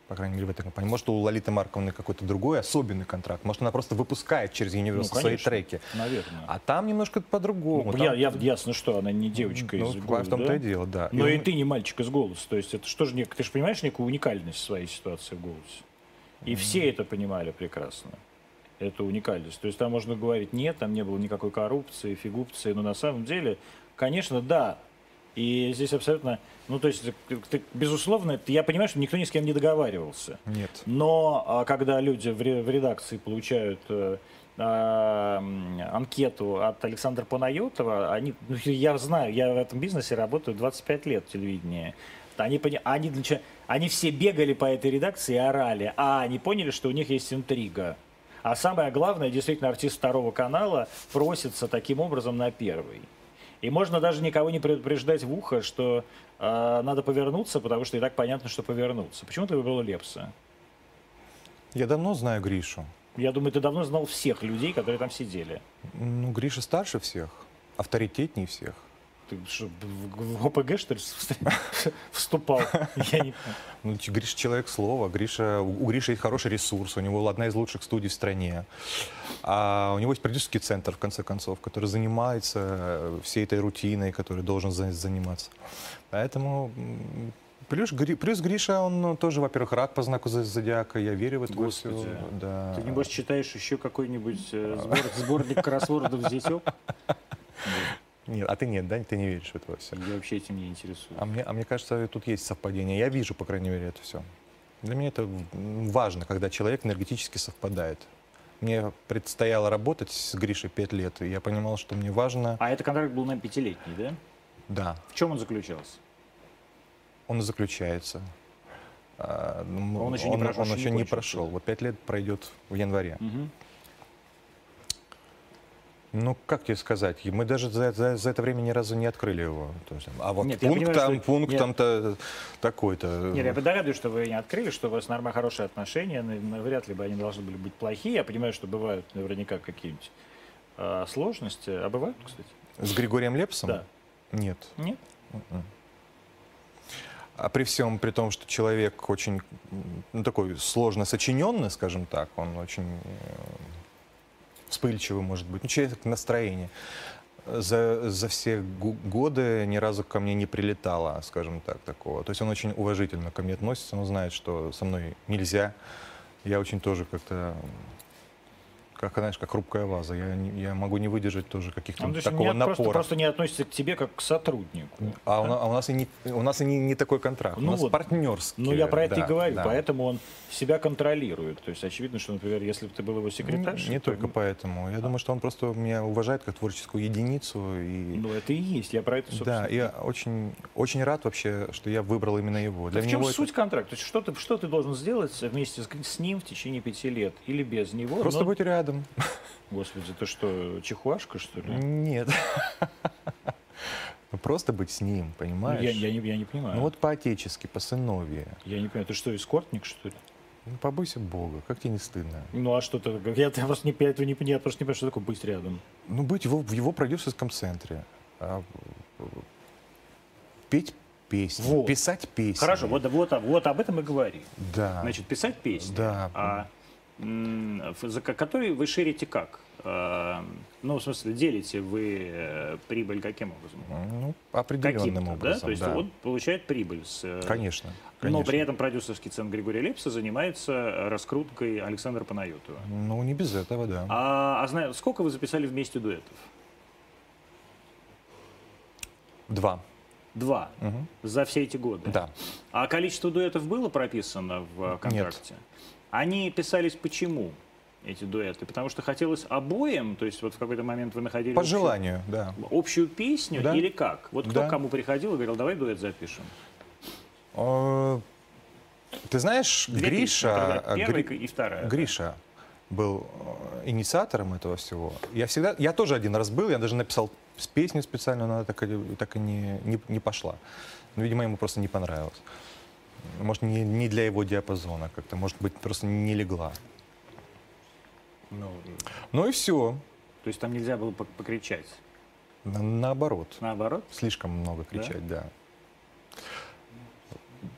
[SPEAKER 2] По крайней мере, в этой компании. Может, у Лолиты Марковны какой-то другой особенный контракт. Может, она просто выпускает через Universal свои
[SPEAKER 1] Ну, конечно.
[SPEAKER 2] треки.
[SPEAKER 1] Наверное.
[SPEAKER 2] А там немножко по-другому.
[SPEAKER 1] Ну,
[SPEAKER 2] Там-
[SPEAKER 1] я, я- ясно, что она не девочка
[SPEAKER 2] ну,
[SPEAKER 1] из
[SPEAKER 2] в
[SPEAKER 1] «Голоса»,
[SPEAKER 2] том-то
[SPEAKER 1] да?
[SPEAKER 2] и дело, да.
[SPEAKER 1] Но и
[SPEAKER 2] он-
[SPEAKER 1] ты не мальчик из голоса. То есть это что же, нек- ты же понимаешь некую уникальность своей ситуации в голосе. И все это понимали прекрасно. Это уникальность. То есть там можно говорить, нет, там не было никакой коррупции, фигупции. Но на самом деле, конечно, да. И здесь абсолютно, ну то есть, ты- ты- безусловно, это- я понимаю, что никто ни с кем не договаривался.
[SPEAKER 2] Нет.
[SPEAKER 1] Но а, когда люди в, ре- в редакции получают э, а, м, анкету от Александра Панайотова, они, ну, я знаю, я в этом бизнесе работаю 25 лет в телевидении. Они, пони- они, для чего- они все бегали по этой редакции и орали, а они поняли, что у них есть интрига. А самое главное, действительно, артист второго канала просится таким образом на первый. И можно даже никого не предупреждать в ухо, что э, надо повернуться, потому что и так понятно, что повернуться. Почему ты выбрал Лепса?
[SPEAKER 2] Я давно знаю Гришу.
[SPEAKER 1] Я думаю, ты давно знал всех людей, которые там сидели.
[SPEAKER 2] Ну, Гриша старше всех, авторитетнее всех.
[SPEAKER 1] Ты что, в в ОПГ, что ли, вст- вступал? Я не понимаю.
[SPEAKER 2] Ну, ч- Гриша человек слова. Гриша, у у Гриши есть хороший ресурс, у него одна из лучших студий в стране. А у него есть продюсерский центр, в конце концов, который занимается э, всей этой рутиной, который должен за- заниматься. Поэтому м, плюс, Гри- плюс Гриша, он ну, тоже, во-первых, рак по знаку зо- зодиака. Я верю в это
[SPEAKER 1] Господи.
[SPEAKER 2] всё, Да.
[SPEAKER 1] Ты, небось, читаешь еще какой-нибудь э, сбор- сборник кроссвордов «Зятек»?
[SPEAKER 2] Нет, а ты нет, да? Ты не веришь в это во всё?
[SPEAKER 1] Я вообще этим не интересуюсь.
[SPEAKER 2] А мне, а мне кажется, тут есть совпадение. Я вижу, по крайней мере, это все. Для меня это м, важно, когда человек энергетически совпадает. Мне предстояло работать с Гришей пять лет, и я понимал, что мне важно...
[SPEAKER 1] А это контракт был на пятилетний, да?
[SPEAKER 2] Да,
[SPEAKER 1] В чем он заключался?
[SPEAKER 2] он и заключается. А, м,
[SPEAKER 1] Он еще не прошел,
[SPEAKER 2] он
[SPEAKER 1] еще
[SPEAKER 2] еще
[SPEAKER 1] не
[SPEAKER 2] не
[SPEAKER 1] кончился.
[SPEAKER 2] прошел. Вот пять лет пройдет в январе.
[SPEAKER 1] Мгм.
[SPEAKER 2] Ну, как тебе сказать, мы даже за, за- за это время ни разу не открыли его. То есть, а вот
[SPEAKER 1] Нет, я
[SPEAKER 2] пункт
[SPEAKER 1] понимаю,
[SPEAKER 2] там,
[SPEAKER 1] что-
[SPEAKER 2] пункт
[SPEAKER 1] нет.
[SPEAKER 2] там-то такой-то.
[SPEAKER 1] Нет, ну, я догадываюсь, что вы не открыли, что у вас нормально хорошие отношения, но ну, вряд ли бы они должны были быть плохие. Я понимаю, что бывают наверняка какие-нибудь а, сложности. А бывают, кстати?
[SPEAKER 2] С Григорием Лепсом?
[SPEAKER 1] Да.
[SPEAKER 2] Нет.
[SPEAKER 1] Нет?
[SPEAKER 2] А при всем, при том, что человек очень м, ну, такой сложно сочиненный, скажем так, он очень э, вспыльчивый, может быть, ну, человек настроение. За, за все гу- годы ни разу ко мне не прилетало, скажем так, такого. То есть он очень уважительно ко мне относится, он знает, что со мной нельзя. Я очень тоже как-то, м, как, знаешь, как хрупкая ваза. Я, не- я могу не выдержать тоже каких-то
[SPEAKER 1] Он Ну, то есть,
[SPEAKER 2] такого
[SPEAKER 1] не- просто,
[SPEAKER 2] напора.
[SPEAKER 1] просто не относится к тебе как к сотруднику.
[SPEAKER 2] А у, на- а у нас и не, у нас и не, не такой контракт.
[SPEAKER 1] Ну
[SPEAKER 2] у нас
[SPEAKER 1] вот.
[SPEAKER 2] партнерский.
[SPEAKER 1] Ну, я про это
[SPEAKER 2] Э, да,
[SPEAKER 1] и говорю,
[SPEAKER 2] да.
[SPEAKER 1] поэтому он себя контролирует. То есть очевидно, что, например, если бы ты был его секретаршей...
[SPEAKER 2] Не, Ну, не
[SPEAKER 1] то-
[SPEAKER 2] только поэтому. Я думаю, что он просто меня уважает как творческую единицу. И,
[SPEAKER 1] Ну, это и есть, я про это, собственно.
[SPEAKER 2] да, я очень, очень рад вообще, что я выбрал именно его.
[SPEAKER 1] Так в чем
[SPEAKER 2] него это
[SPEAKER 1] суть контракта? То есть что ты, что ты должен сделать вместе с, с ним в течение пяти лет или без него?
[SPEAKER 2] Просто
[SPEAKER 1] но-
[SPEAKER 2] быть рядом.
[SPEAKER 1] Господи, ты что, чехуашка, что ли?
[SPEAKER 2] Нет. Просто быть с
[SPEAKER 1] Ну,
[SPEAKER 2] ним,
[SPEAKER 1] я,
[SPEAKER 2] понимаешь?
[SPEAKER 1] я не, я не понимаю.
[SPEAKER 2] Ну вот по-отечески, по-сыновье.
[SPEAKER 1] Я не понимаю, ты что, эскортник, что ли?
[SPEAKER 2] Ну, побойся Бога, как тебе не стыдно?
[SPEAKER 1] Ну а что ты? Я, я просто не, я этого не, понимаю, я просто не понимаю, что такое быть рядом.
[SPEAKER 2] Ну, быть его, в его продюсерском центре. А, э, петь песни,
[SPEAKER 1] Вот.
[SPEAKER 2] писать песни.
[SPEAKER 1] Хорошо, вот, вот, вот об этом и говори.
[SPEAKER 2] Да.
[SPEAKER 1] Значит, писать песни.
[SPEAKER 2] да.
[SPEAKER 1] А м, ф- за ко- которые вы ширите как? Э, Ну, в смысле, делите вы э, прибыль каким образом?
[SPEAKER 2] Ну, определенным
[SPEAKER 1] Каким-то,
[SPEAKER 2] образом,
[SPEAKER 1] да? То есть
[SPEAKER 2] да.
[SPEAKER 1] он получает прибыль с... э,
[SPEAKER 2] Конечно,
[SPEAKER 1] Но
[SPEAKER 2] конечно.
[SPEAKER 1] при этом продюсерский центр Григория Лепса занимается раскруткой Александра Панайотова.
[SPEAKER 2] Ну, не без этого, да.
[SPEAKER 1] А, а зна- сколько вы записали вместе дуэтов?
[SPEAKER 2] Два.
[SPEAKER 1] Два.
[SPEAKER 2] Мгм.
[SPEAKER 1] За все эти годы.
[SPEAKER 2] Да.
[SPEAKER 1] А количество дуэтов было прописано в э, контракте? Они писались почему, эти дуэты? Потому что хотелось обоим, то есть вот в какой-то момент вы находили...
[SPEAKER 2] По
[SPEAKER 1] общую-
[SPEAKER 2] желанию, да.
[SPEAKER 1] Общую песню
[SPEAKER 2] Да.
[SPEAKER 1] или как? Вот кто
[SPEAKER 2] Да.
[SPEAKER 1] к кому приходил и говорил, давай дуэт запишем.
[SPEAKER 2] Э, Ты знаешь,
[SPEAKER 1] Две песни,
[SPEAKER 2] Гриша...
[SPEAKER 1] например,
[SPEAKER 2] э,
[SPEAKER 1] Первая
[SPEAKER 2] Гри-
[SPEAKER 1] и вторая.
[SPEAKER 2] Гриша был э, инициатором этого всего. Я всегда, я тоже один раз был, я даже написал с- песню специально, но она так и, так и не, не, не пошла. Ну, видимо, ему просто не понравилось. Может, не, не для его диапазона как-то, может быть, просто не легла.
[SPEAKER 1] Ну,
[SPEAKER 2] Ну и все.
[SPEAKER 1] то есть там нельзя было пок- покричать.
[SPEAKER 2] На- наоборот.
[SPEAKER 1] Наоборот.
[SPEAKER 2] Слишком много кричать, да.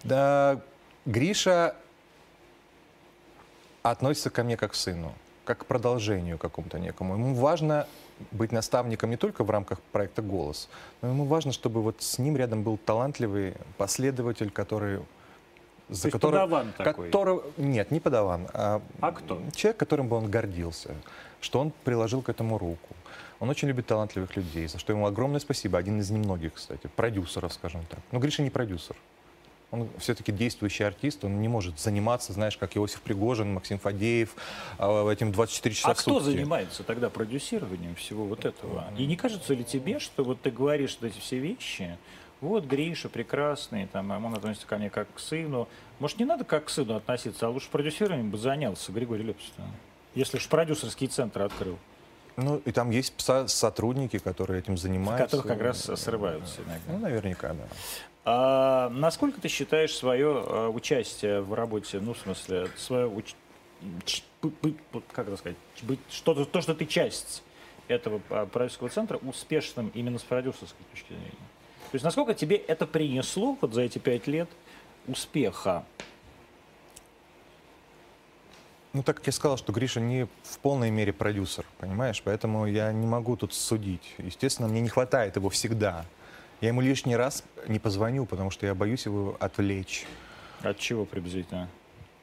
[SPEAKER 2] Да, Гриша относится ко мне как к сыну, как к продолжению какому-то некому. Ему важно быть наставником не только в рамках проекта «Голос», но ему важно, чтобы вот с ним рядом был талантливый последователь, который... За
[SPEAKER 1] То есть подаван такой?
[SPEAKER 2] которого- Нет, не подаван, а
[SPEAKER 1] А кто?
[SPEAKER 2] человек, которым бы он гордился, что он приложил к этому руку. Он очень любит талантливых людей, за что ему огромное спасибо. Один из немногих, кстати, продюсеров, скажем так. Но Гриша не продюсер. Он все-таки действующий артист, он не может заниматься, знаешь, как Иосиф Пригожин, Максим Фадеев, а, этим 24 часа
[SPEAKER 1] А
[SPEAKER 2] в
[SPEAKER 1] кто
[SPEAKER 2] сутки.
[SPEAKER 1] занимается тогда продюсированием всего вот этого? И не кажется ли тебе, что вот ты говоришь что эти все вещи, вот Гриша прекрасный, там, а он относится ко мне как к сыну. Может, не надо как к сыну относиться, а лучше продюсированием бы занялся Григорий Лепс. Если уж продюсерский центр открыл,
[SPEAKER 2] Ну, и там есть со- сотрудники, которые этим
[SPEAKER 1] в
[SPEAKER 2] занимаются.
[SPEAKER 1] которых как раз срываются
[SPEAKER 2] Ну,
[SPEAKER 1] иногда.
[SPEAKER 2] наверняка, да.
[SPEAKER 1] А насколько ты считаешь свое э, участие в работе, ну, в смысле, свое уч- ч- п- п- п- как это сказать, ч- быть- что-то, то, что ты часть этого а, продюсерского центра, успешным именно с продюсерской точки зрения? То есть насколько тебе это принесло вот за эти пять лет успеха?
[SPEAKER 2] Ну, так как я сказал, что Гриша не в полной мере продюсер, понимаешь? Поэтому я не могу тут судить. Естественно, мне не хватает его всегда. Я ему лишний раз не позвоню, потому что я боюсь его отвлечь.
[SPEAKER 1] От чего приблизительно?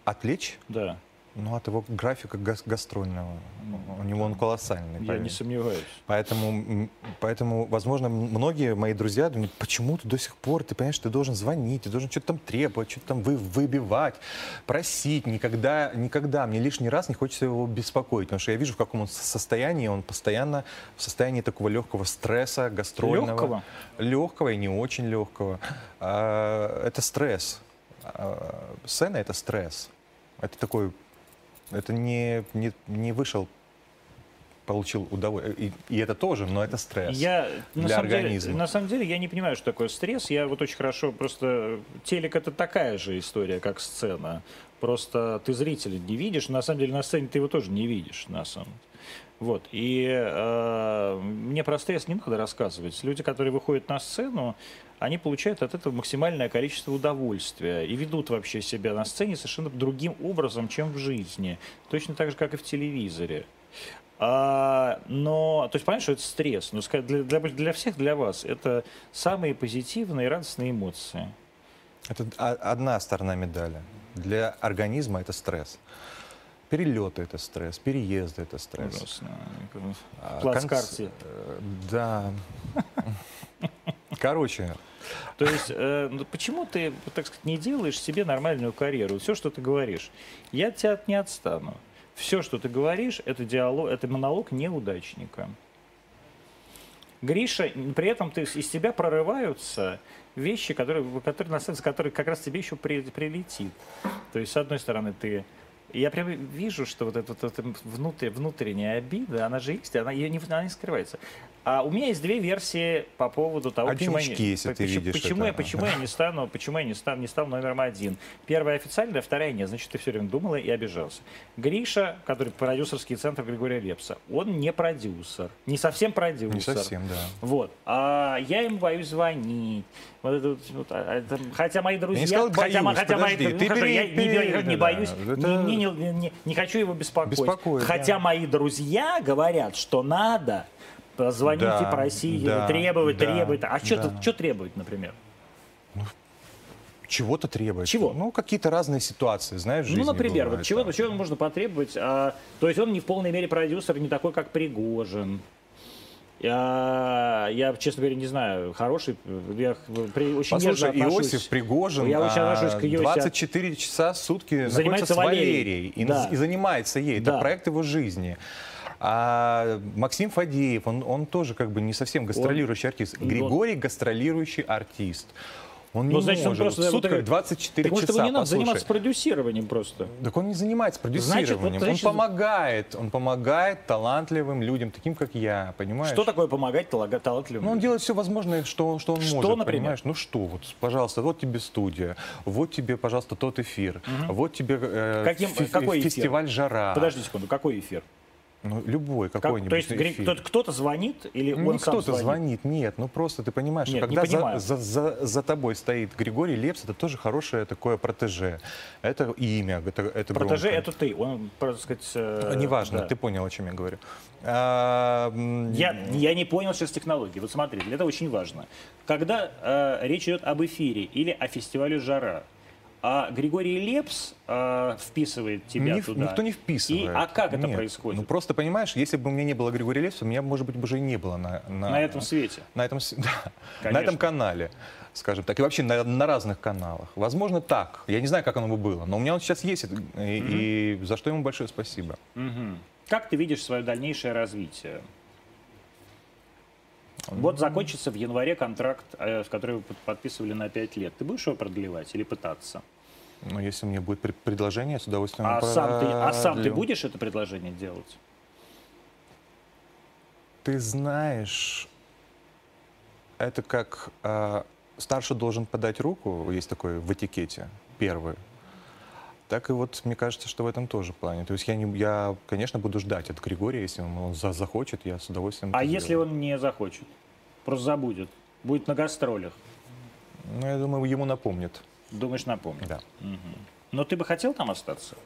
[SPEAKER 2] Отвлечь?
[SPEAKER 1] Да.
[SPEAKER 2] Ну, от его графика гас- гастрольного. Ну, У него он колоссальный.
[SPEAKER 1] Я
[SPEAKER 2] поверь.
[SPEAKER 1] не сомневаюсь.
[SPEAKER 2] Поэтому, м, поэтому, возможно, м- многие мои друзья думают, почему ты до сих пор, ты понимаешь, ты должен звонить, ты должен что-то там требовать, что-то там вы, выбивать, просить. Никогда, никогда, мне лишний раз не хочется его беспокоить, потому что я вижу, в каком он с- состоянии, он постоянно в состоянии такого легкого стресса, гастрольного.
[SPEAKER 1] Лёгкого?
[SPEAKER 2] Легкого и не очень легкого. это стресс. А, сцена — это стресс. Это такой... Это не, не, не вышел получил удовольствие. И, и это тоже, но это стресс.
[SPEAKER 1] Я, на,
[SPEAKER 2] для
[SPEAKER 1] самом деле,
[SPEAKER 2] организма.
[SPEAKER 1] на самом деле я не понимаю, что такое стресс. Я вот очень хорошо просто... Телек это такая же история, как сцена. Просто ты зрителя не видишь. На самом деле на сцене ты его тоже не видишь. На самом Вот. И э, мне про стресс не надо рассказывать. Люди, которые выходят на сцену, они получают от этого максимальное количество удовольствия и ведут вообще себя на сцене совершенно другим образом, чем в жизни. Точно так же, как и в телевизоре. А, но, то есть, понимаешь, что это стресс. Но ска- для, для, для всех, для вас, это самые позитивные и радостные эмоции.
[SPEAKER 2] Это о- одна сторона медали. Для организма это стресс. Перелеты это стресс, переезды это стресс.
[SPEAKER 1] Ужасно.
[SPEAKER 2] А,
[SPEAKER 1] В плацкарте.
[SPEAKER 2] конц- э, Да. Короче,
[SPEAKER 1] То есть, э, ну, почему ты, так сказать, не делаешь себе нормальную карьеру? Все, что ты говоришь, я от тебя не отстану. Все, что ты говоришь, это диалог, это монолог неудачника. Гриша, при этом ты, из тебя прорываются вещи, которые, которые на самом деле, которые как раз тебе еще при- прилетит. То есть, с одной стороны, ты я прям вижу, что вот эта вот, эта внутри- внутренняя обида, она же есть, она, ее не, она не скрывается. А у меня есть две версии по поводу того,
[SPEAKER 2] Один
[SPEAKER 1] почему,
[SPEAKER 2] очки,
[SPEAKER 1] я, не-
[SPEAKER 2] если ты
[SPEAKER 1] почему-
[SPEAKER 2] видишь
[SPEAKER 1] почему
[SPEAKER 2] это.
[SPEAKER 1] я, почему я не стану, почему я не стану, не стал номером один. Первая официальная, вторая нет. Значит, ты все время думала и обижался. Гриша, который продюсерский центр Григория Лепса, он не продюсер, не совсем продюсер.
[SPEAKER 2] не совсем, да.
[SPEAKER 1] Вот. А я им боюсь звонить. Вот это вот, вот, а, это- хотя мои друзья...
[SPEAKER 2] не сказал
[SPEAKER 1] хотя, мо-
[SPEAKER 2] боюсь,
[SPEAKER 1] хотя
[SPEAKER 2] подожди,
[SPEAKER 1] мои,
[SPEAKER 2] ты
[SPEAKER 1] ну, хорошо,
[SPEAKER 2] пере-
[SPEAKER 1] я не,
[SPEAKER 2] пере-
[SPEAKER 1] боюсь, не
[SPEAKER 2] да,
[SPEAKER 1] боюсь,
[SPEAKER 2] это-
[SPEAKER 1] не, не- не- не- не хочу его беспокоить.
[SPEAKER 2] Беспокоит,
[SPEAKER 1] хотя
[SPEAKER 2] да.
[SPEAKER 1] мои друзья говорят, что надо позвонить
[SPEAKER 2] Да,
[SPEAKER 1] и просить,
[SPEAKER 2] да,
[SPEAKER 1] его, требовать,
[SPEAKER 2] да,
[SPEAKER 1] требовать. А что,
[SPEAKER 2] да.
[SPEAKER 1] тут- что требовать, например?
[SPEAKER 2] Чего-то требует.
[SPEAKER 1] Чего?
[SPEAKER 2] Ну, какие-то разные ситуации, знаешь, в
[SPEAKER 1] Ну,
[SPEAKER 2] жизни
[SPEAKER 1] например, вот
[SPEAKER 2] бывают,
[SPEAKER 1] чего,
[SPEAKER 2] да.
[SPEAKER 1] чего можно потребовать? а, то есть он не в полной мере продюсер, не такой, как Пригожин. Я, я, честно говоря, не знаю, хороший, я при- очень нежно
[SPEAKER 2] Послушай,
[SPEAKER 1] отношусь.
[SPEAKER 2] Иосиф Пригожин
[SPEAKER 1] Я очень
[SPEAKER 2] а,
[SPEAKER 1] отношусь к Иосифу.
[SPEAKER 2] 24 часа в сутки
[SPEAKER 1] Занимается
[SPEAKER 2] находится с
[SPEAKER 1] Валерией.
[SPEAKER 2] Валерией и,
[SPEAKER 1] Да.
[SPEAKER 2] и занимается ей.
[SPEAKER 1] Да.
[SPEAKER 2] Это проект его жизни. А Максим Фадеев, он, он тоже как бы не совсем гастролирующий артист.
[SPEAKER 1] он-
[SPEAKER 2] Григорий гастролирующий артист. Он не
[SPEAKER 1] Ну, значит, он
[SPEAKER 2] может
[SPEAKER 1] просто
[SPEAKER 2] в
[SPEAKER 1] вот
[SPEAKER 2] сутках
[SPEAKER 1] такой-
[SPEAKER 2] 24
[SPEAKER 1] Так может,
[SPEAKER 2] часа.
[SPEAKER 1] его не надо
[SPEAKER 2] послушай.
[SPEAKER 1] заниматься продюсированием просто.
[SPEAKER 2] Так он не занимается продюсированием.
[SPEAKER 1] значит-
[SPEAKER 2] Он помогает. Он помогает талантливым людям, таким как я, понимаешь?
[SPEAKER 1] Что такое помогать талага- талантливым?
[SPEAKER 2] Ну, он
[SPEAKER 1] людям?
[SPEAKER 2] делает все возможное, что, что он
[SPEAKER 1] Что,
[SPEAKER 2] может,
[SPEAKER 1] например?
[SPEAKER 2] понимаешь? Ну что, вот, пожалуйста, вот тебе студия, вот тебе, пожалуйста, тот эфир, вот тебе э,
[SPEAKER 1] Каким-
[SPEAKER 2] фе-
[SPEAKER 1] какой эфир?
[SPEAKER 2] фестиваль «Жара».
[SPEAKER 1] Подожди секунду, какой эфир?
[SPEAKER 2] Ну, любой
[SPEAKER 1] Как-
[SPEAKER 2] какой-нибудь
[SPEAKER 1] то есть Гри-
[SPEAKER 2] эфир.
[SPEAKER 1] тот- кто-то звонит или
[SPEAKER 2] Ну,
[SPEAKER 1] он
[SPEAKER 2] не
[SPEAKER 1] сам
[SPEAKER 2] кто-то
[SPEAKER 1] звонит?
[SPEAKER 2] звонит, нет, ну просто ты понимаешь,
[SPEAKER 1] Нет,
[SPEAKER 2] что
[SPEAKER 1] не
[SPEAKER 2] когда
[SPEAKER 1] понимаю.
[SPEAKER 2] за, за- за- за тобой стоит Григорий Лепс, это тоже хорошее такое протеже. Это имя, это, это
[SPEAKER 1] Протеже
[SPEAKER 2] громко.
[SPEAKER 1] это ты, он, так сказать... э,
[SPEAKER 2] Неважно,
[SPEAKER 1] да.
[SPEAKER 2] ты понял, о чем я говорю. А, м,
[SPEAKER 1] Я, я не понял сейчас технологии. Вот смотри, для этого очень важно. Когда э, речь идет об эфире или о фестивале «Жара», а Григорий Лепс э, вписывает тебя
[SPEAKER 2] Не-
[SPEAKER 1] туда.
[SPEAKER 2] Никто не вписывает.
[SPEAKER 1] И, а как это
[SPEAKER 2] Нет.
[SPEAKER 1] происходит?
[SPEAKER 2] Ну просто понимаешь, если бы у меня не было Григория Лепса, меня, может быть, бы уже и не было на, на,
[SPEAKER 1] На этом свете.
[SPEAKER 2] на этом, с- да,
[SPEAKER 1] Конечно.
[SPEAKER 2] на этом канале, скажем так, и вообще на, на разных каналах. Возможно, так. Я не знаю, как оно бы было, но у меня он сейчас есть, и, и за что ему большое спасибо.
[SPEAKER 1] Мгм. Как ты видишь свое дальнейшее развитие? Вот закончится в январе контракт, э, который вы под- подписывали на 5 лет. Ты будешь его продлевать или пытаться?
[SPEAKER 2] Но если мне будет пред- предложение, я с удовольствием
[SPEAKER 1] А сам, ты, а сам ты
[SPEAKER 2] продлю.
[SPEAKER 1] будешь это предложение делать?
[SPEAKER 2] Ты знаешь, это как а, старший должен подать руку, есть такое в этикете, первый. Так и вот мне кажется, что в этом тоже плане. То есть я, не, я конечно, буду ждать от Григория, если он, он за- захочет, я с удовольствием.
[SPEAKER 1] А
[SPEAKER 2] это
[SPEAKER 1] если
[SPEAKER 2] сделаю.
[SPEAKER 1] он не захочет? Просто забудет. Будет на гастролях.
[SPEAKER 2] Ну, я думаю, ему напомнит.
[SPEAKER 1] Думаешь, напомню.
[SPEAKER 2] Да.
[SPEAKER 1] Но ты бы хотел там остаться?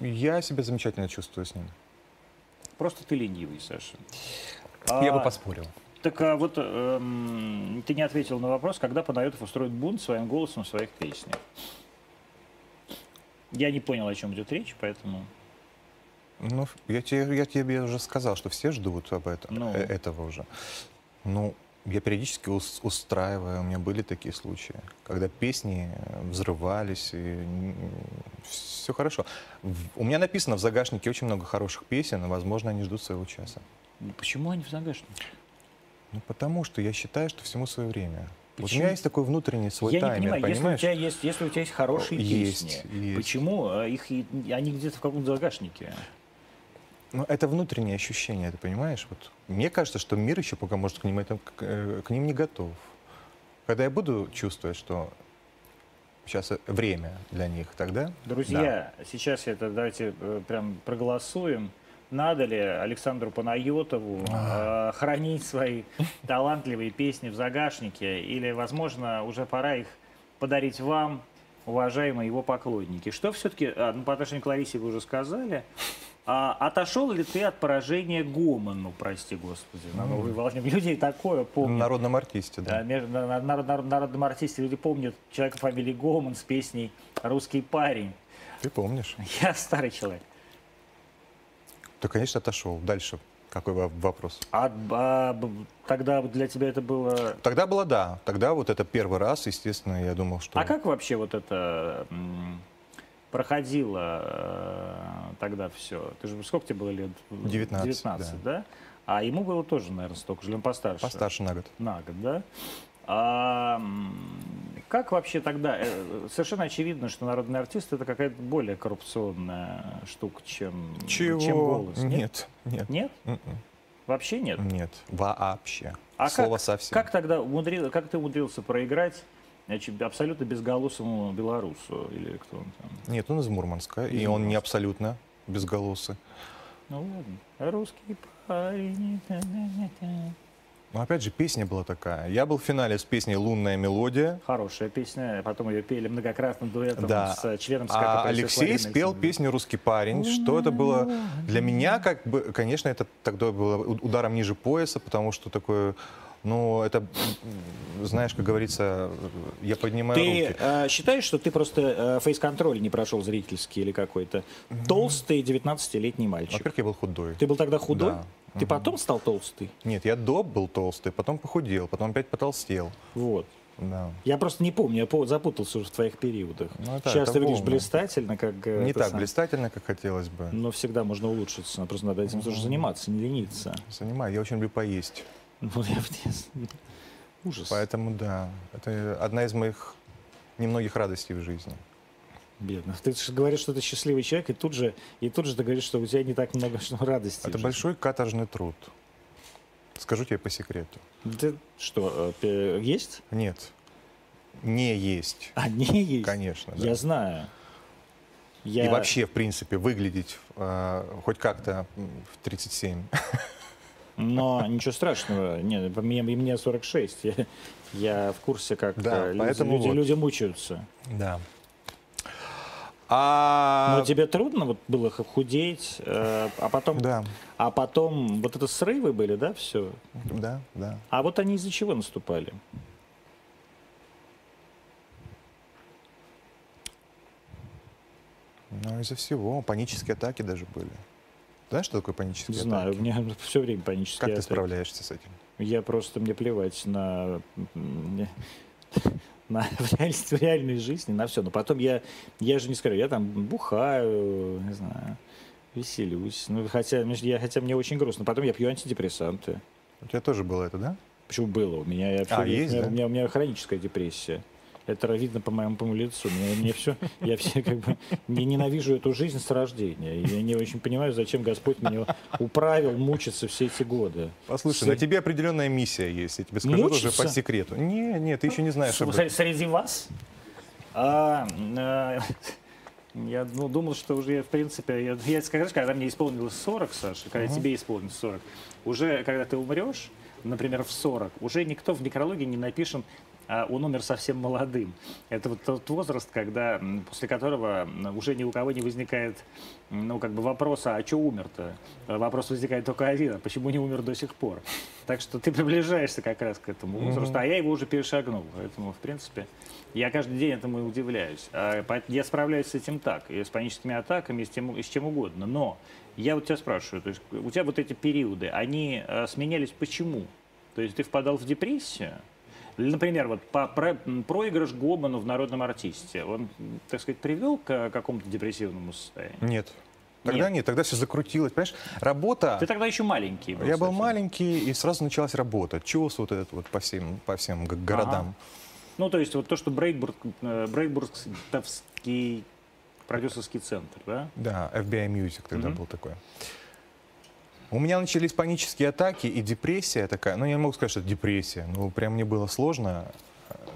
[SPEAKER 2] Я себя замечательно чувствую с ним.
[SPEAKER 1] Просто ты ленивый, Саша.
[SPEAKER 2] Я
[SPEAKER 1] А,
[SPEAKER 2] бы поспорил.
[SPEAKER 1] Так а вот эм, ты не ответил на вопрос, когда Панайотов устроит бунт своим голосом в своих песнях. Я не понял, о чем идет речь, поэтому...
[SPEAKER 2] Ну, я тебе, я тебе уже сказал, что все ждут об этом,
[SPEAKER 1] Ну.
[SPEAKER 2] э, этого уже. Ну, я периодически ус- устраиваю, у меня были такие случаи, когда песни э, взрывались, и все хорошо. В- у меня написано в загашнике очень много хороших песен, и, возможно, они ждут своего часа.
[SPEAKER 1] Ну, Почему они в загашнике?
[SPEAKER 2] Ну, потому что я считаю, что всему свое время. Вот у
[SPEAKER 1] Почему?
[SPEAKER 2] меня есть такой внутренний свой
[SPEAKER 1] я
[SPEAKER 2] таймер,
[SPEAKER 1] не понимаю,
[SPEAKER 2] понимаешь?
[SPEAKER 1] Если, у тебя есть, если у тебя есть хорошие
[SPEAKER 2] Есть,
[SPEAKER 1] песни,
[SPEAKER 2] есть.
[SPEAKER 1] почему э, их, и- они где-то в каком-то загашнике?
[SPEAKER 2] Ну, это внутреннее ощущение, ты понимаешь? Вот, мне кажется, что мир еще пока, может, к ним, это, к, э, к ним не готов. Когда я буду чувствовать, что сейчас э, время для них, тогда...
[SPEAKER 1] Друзья, сейчас это давайте э, прям проголосуем. Надо ли Александру Панайотову э, хранить свои талантливые песни в загашнике? Или, возможно, уже пора их подарить вам, уважаемые его поклонники? Что все-таки, ну, по отношению к Ларисе вы уже сказали, А отошел ли ты от поражения Гомону, прости господи, Ну, на новой волне? Людей такое
[SPEAKER 2] Да,
[SPEAKER 1] помнят.
[SPEAKER 2] народном артисте,
[SPEAKER 1] Да,
[SPEAKER 2] да.
[SPEAKER 1] между- на- на- на- на- народном артисте люди помнят человека по фамилии Гоман с песней «Русский парень».
[SPEAKER 2] Ты помнишь?
[SPEAKER 1] Я старый человек.
[SPEAKER 2] Ты, конечно, отошел. Дальше какой во- вопрос?
[SPEAKER 1] А, а, б- тогда для тебя это было...
[SPEAKER 2] Тогда было да. Тогда вот это первый раз, естественно, я думал, что...
[SPEAKER 1] А как вообще вот это м, проходило э, тогда все? Ты же сколько тебе было лет?
[SPEAKER 2] 19,
[SPEAKER 1] 19, да? А ему было тоже, наверное, столько же, или он постарше?
[SPEAKER 2] Постарше на год.
[SPEAKER 1] на год, да? А, м, как вообще тогда? э, Совершенно очевидно, что народный артист это какая-то более коррупционная штука, чем, чем голос.
[SPEAKER 2] Нет, нет.
[SPEAKER 1] Нет?
[SPEAKER 2] Мгм.
[SPEAKER 1] Вообще нет?
[SPEAKER 2] Нет. Вообще.
[SPEAKER 1] А
[SPEAKER 2] Слово
[SPEAKER 1] как-
[SPEAKER 2] совсем.
[SPEAKER 1] Как тогда умудрил, как ты умудрился проиграть значит, абсолютно безголосому белорусу? Или кто он там?
[SPEAKER 2] Нет, он из Мурманска,
[SPEAKER 1] Из
[SPEAKER 2] и он не абсолютно безголосый.
[SPEAKER 1] Ну ладно. Русский парень. та-та-та-та.
[SPEAKER 2] Но Ну, опять же, песня была такая. Я был в финале с песней «Лунная мелодия»,
[SPEAKER 1] Хорошая песня. а Потом ее пели многократно дуэтом
[SPEAKER 2] Да.
[SPEAKER 1] с э, членом
[SPEAKER 2] а
[SPEAKER 1] СККП
[SPEAKER 2] Алексей
[SPEAKER 1] Светлариной
[SPEAKER 2] спел
[SPEAKER 1] Алексеевной.
[SPEAKER 2] песню «Русский парень». Что это было для меня, как бы, конечно, это тогда было у- ударом ниже пояса, потому что такое, ну, это, м, знаешь, как говорится, я поднимаю
[SPEAKER 1] Ты
[SPEAKER 2] руки.
[SPEAKER 1] э, считаешь, что ты просто э, фейс-контроль не прошел зрительский или какой-то? Толстый 19-летний мальчик.
[SPEAKER 2] Во-первых, я был худой.
[SPEAKER 1] Ты был тогда худой?
[SPEAKER 2] Да.
[SPEAKER 1] Ты потом стал толстый?
[SPEAKER 2] Нет, я до был толстый, потом похудел, потом опять потолстел.
[SPEAKER 1] Вот.
[SPEAKER 2] Да.
[SPEAKER 1] Я просто не помню, я по- запутался уже в твоих периодах.
[SPEAKER 2] Ну, это-
[SPEAKER 1] Сейчас
[SPEAKER 2] это
[SPEAKER 1] ты выглядишь
[SPEAKER 2] волны.
[SPEAKER 1] блистательно, как... э,
[SPEAKER 2] Не
[SPEAKER 1] это
[SPEAKER 2] так
[SPEAKER 1] сам. Ну.
[SPEAKER 2] блистательно, как хотелось бы.
[SPEAKER 1] Но всегда можно улучшиться. Просто надо этим тоже заниматься, не лениться.
[SPEAKER 2] Занимаю, я очень люблю поесть.
[SPEAKER 1] Ну, я вот не- Ужас.
[SPEAKER 2] Поэтому да, это одна из моих немногих радостей в жизни.
[SPEAKER 1] Бедно. Ты ж говоришь, что ты счастливый человек, и тут же, и тут же ты говоришь, что у тебя не так много что радости. в
[SPEAKER 2] Это
[SPEAKER 1] жизни.
[SPEAKER 2] большой каторжный труд. Скажу тебе по секрету.
[SPEAKER 1] Ну, Ты что, э, пе- есть?
[SPEAKER 2] Нет, не есть,
[SPEAKER 1] А, не есть.
[SPEAKER 2] конечно. да.
[SPEAKER 1] Я знаю. Я...
[SPEAKER 2] И вообще, в принципе, выглядеть э, хоть как-то м, в 37.
[SPEAKER 1] Но ничего страшного. Нет, мне, мне 46. Я, я в курсе, как
[SPEAKER 2] Да,
[SPEAKER 1] э, люди-
[SPEAKER 2] поэтому
[SPEAKER 1] люди,
[SPEAKER 2] вот.
[SPEAKER 1] люди мучаются.
[SPEAKER 2] Да. А...
[SPEAKER 1] Но Ну, тебе трудно вот было х- худеть, э, а потом,
[SPEAKER 2] Да,
[SPEAKER 1] а потом вот это срывы были, да, все?
[SPEAKER 2] да, да.
[SPEAKER 1] А вот они из-за чего наступали?
[SPEAKER 2] Но из-за всего. Панические атаки даже были. Знаешь, что такое панические
[SPEAKER 1] Не знаю, у
[SPEAKER 2] атаки?
[SPEAKER 1] меня все время панические
[SPEAKER 2] Как ты
[SPEAKER 1] атаки.
[SPEAKER 2] справляешься с этим?
[SPEAKER 1] Я просто, мне плевать на, м, на в реальности- в реальной жизни, на все. Но потом я, я же не скажу, я там бухаю, не знаю, веселюсь. Ну, хотя, мне ж- я, хотя мне очень грустно. Потом я пью антидепрессанты.
[SPEAKER 2] У тебя тоже было это, да?
[SPEAKER 1] Почему было? У меня, я всё-
[SPEAKER 2] А, есть,
[SPEAKER 1] у, меня,
[SPEAKER 2] да?
[SPEAKER 1] у, меня, у меня хроническая депрессия. Это видно по моему, по моему лицу. Мне, мне все, я все как бы не ненавижу эту жизнь с рождения. Я не очень понимаю, зачем Господь меня управил мучиться все эти годы.
[SPEAKER 2] Послушай,
[SPEAKER 1] Сер-
[SPEAKER 2] на тебе определенная миссия есть. Я тебе скажу тоже
[SPEAKER 1] Мучиться?
[SPEAKER 2] по секрету. Не, не, ты еще не знаешь об
[SPEAKER 1] С-
[SPEAKER 2] этом.
[SPEAKER 1] Среди вас? А, э, я ну, думал, что уже, я, в принципе, я, я скажу, когда мне исполнилось 40, Саша, когда тебе исполнилось 40, уже когда ты умрешь,
[SPEAKER 4] например, в 40, уже никто в некрологе не напишем а, он умер совсем молодым. Это вот тот возраст, когда, м, после которого м, уже ни у кого не возникает м, ну, как бы вопроса, а что умер-то? А Вопрос возникает только один, а почему не умер до сих пор? Так что ты приближаешься как раз к этому возрасту, а я его уже перешагнул. Поэтому, в принципе, я каждый день этому и удивляюсь. А, поэт- Я справляюсь с этим так, и с паническими атаками, и с, тем- и с чем угодно. Но я вот тебя спрашиваю, то есть у тебя вот эти периоды, они э, сменялись почему? То есть ты впадал в депрессию? Или, Например, вот по- про- м, проигрыш Гобану в «Народном артисте», он, м, так сказать, привел к э, какому-то депрессивному состоянию?
[SPEAKER 2] Нет. Тогда
[SPEAKER 4] Нет.
[SPEAKER 2] нет, тогда все закрутилось. Понимаешь, работа...
[SPEAKER 4] Ты тогда еще маленький был.
[SPEAKER 2] Я был
[SPEAKER 4] совсем.
[SPEAKER 2] маленький, и сразу началась работа. Чувство вот этот вот по всем, по всем г- городам.
[SPEAKER 4] Ну, то есть вот то, что Брейкбург, э, Брейкбургский продюсерский центр, да?
[SPEAKER 2] Да, FBI Music тогда был такой. У меня начались панические атаки и депрессия такая. Ну, я не могу сказать, что это депрессия. Ну, прям мне было сложно.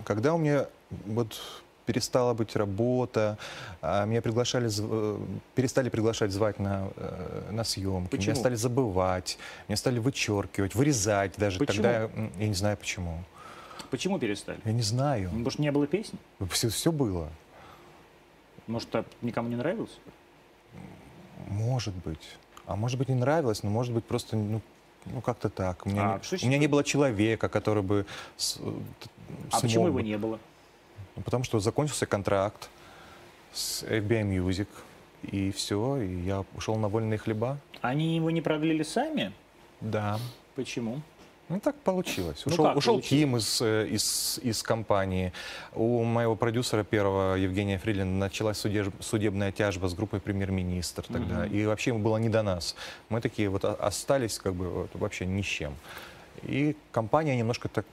[SPEAKER 2] Когда у меня вот перестала быть работа, а меня приглашали, зв- э, перестали приглашать звать на, э, на съемки.
[SPEAKER 4] Почему?
[SPEAKER 2] Меня стали забывать, меня стали вычеркивать, вырезать даже.
[SPEAKER 4] Почему?
[SPEAKER 2] Тогда я, м, я не знаю почему.
[SPEAKER 4] Почему перестали?
[SPEAKER 2] Я не знаю.
[SPEAKER 4] Ну, Потому что не было песен?
[SPEAKER 2] Все, все было.
[SPEAKER 4] Может, а никому не нравилось?
[SPEAKER 2] Может быть. А может быть, не нравилось, но может быть просто, ну, ну как-то так. У меня,
[SPEAKER 4] А,
[SPEAKER 2] не,
[SPEAKER 4] что
[SPEAKER 2] у меня не было человека, который бы... с- э, т-
[SPEAKER 4] А
[SPEAKER 2] смог
[SPEAKER 4] почему его
[SPEAKER 2] бы.
[SPEAKER 4] не было?
[SPEAKER 2] Ну, Потому что закончился контракт с FBI Music, и все, и я ушел на вольные хлеба.
[SPEAKER 4] Они его не продлили сами?
[SPEAKER 2] Да.
[SPEAKER 4] Почему?
[SPEAKER 2] Ну, так получилось.
[SPEAKER 4] Ну,
[SPEAKER 2] Ушел,
[SPEAKER 4] как
[SPEAKER 2] ушел
[SPEAKER 4] получилось?
[SPEAKER 2] Ким из, э, из, из компании. У моего продюсера первого, Евгения Фрилина, началась судеж- судебная тяжба с группой «Премьер-министр» тогда. И вообще ему было не до нас. Мы такие вот о- остались как бы вот вообще ни с чем. И компания немножко так...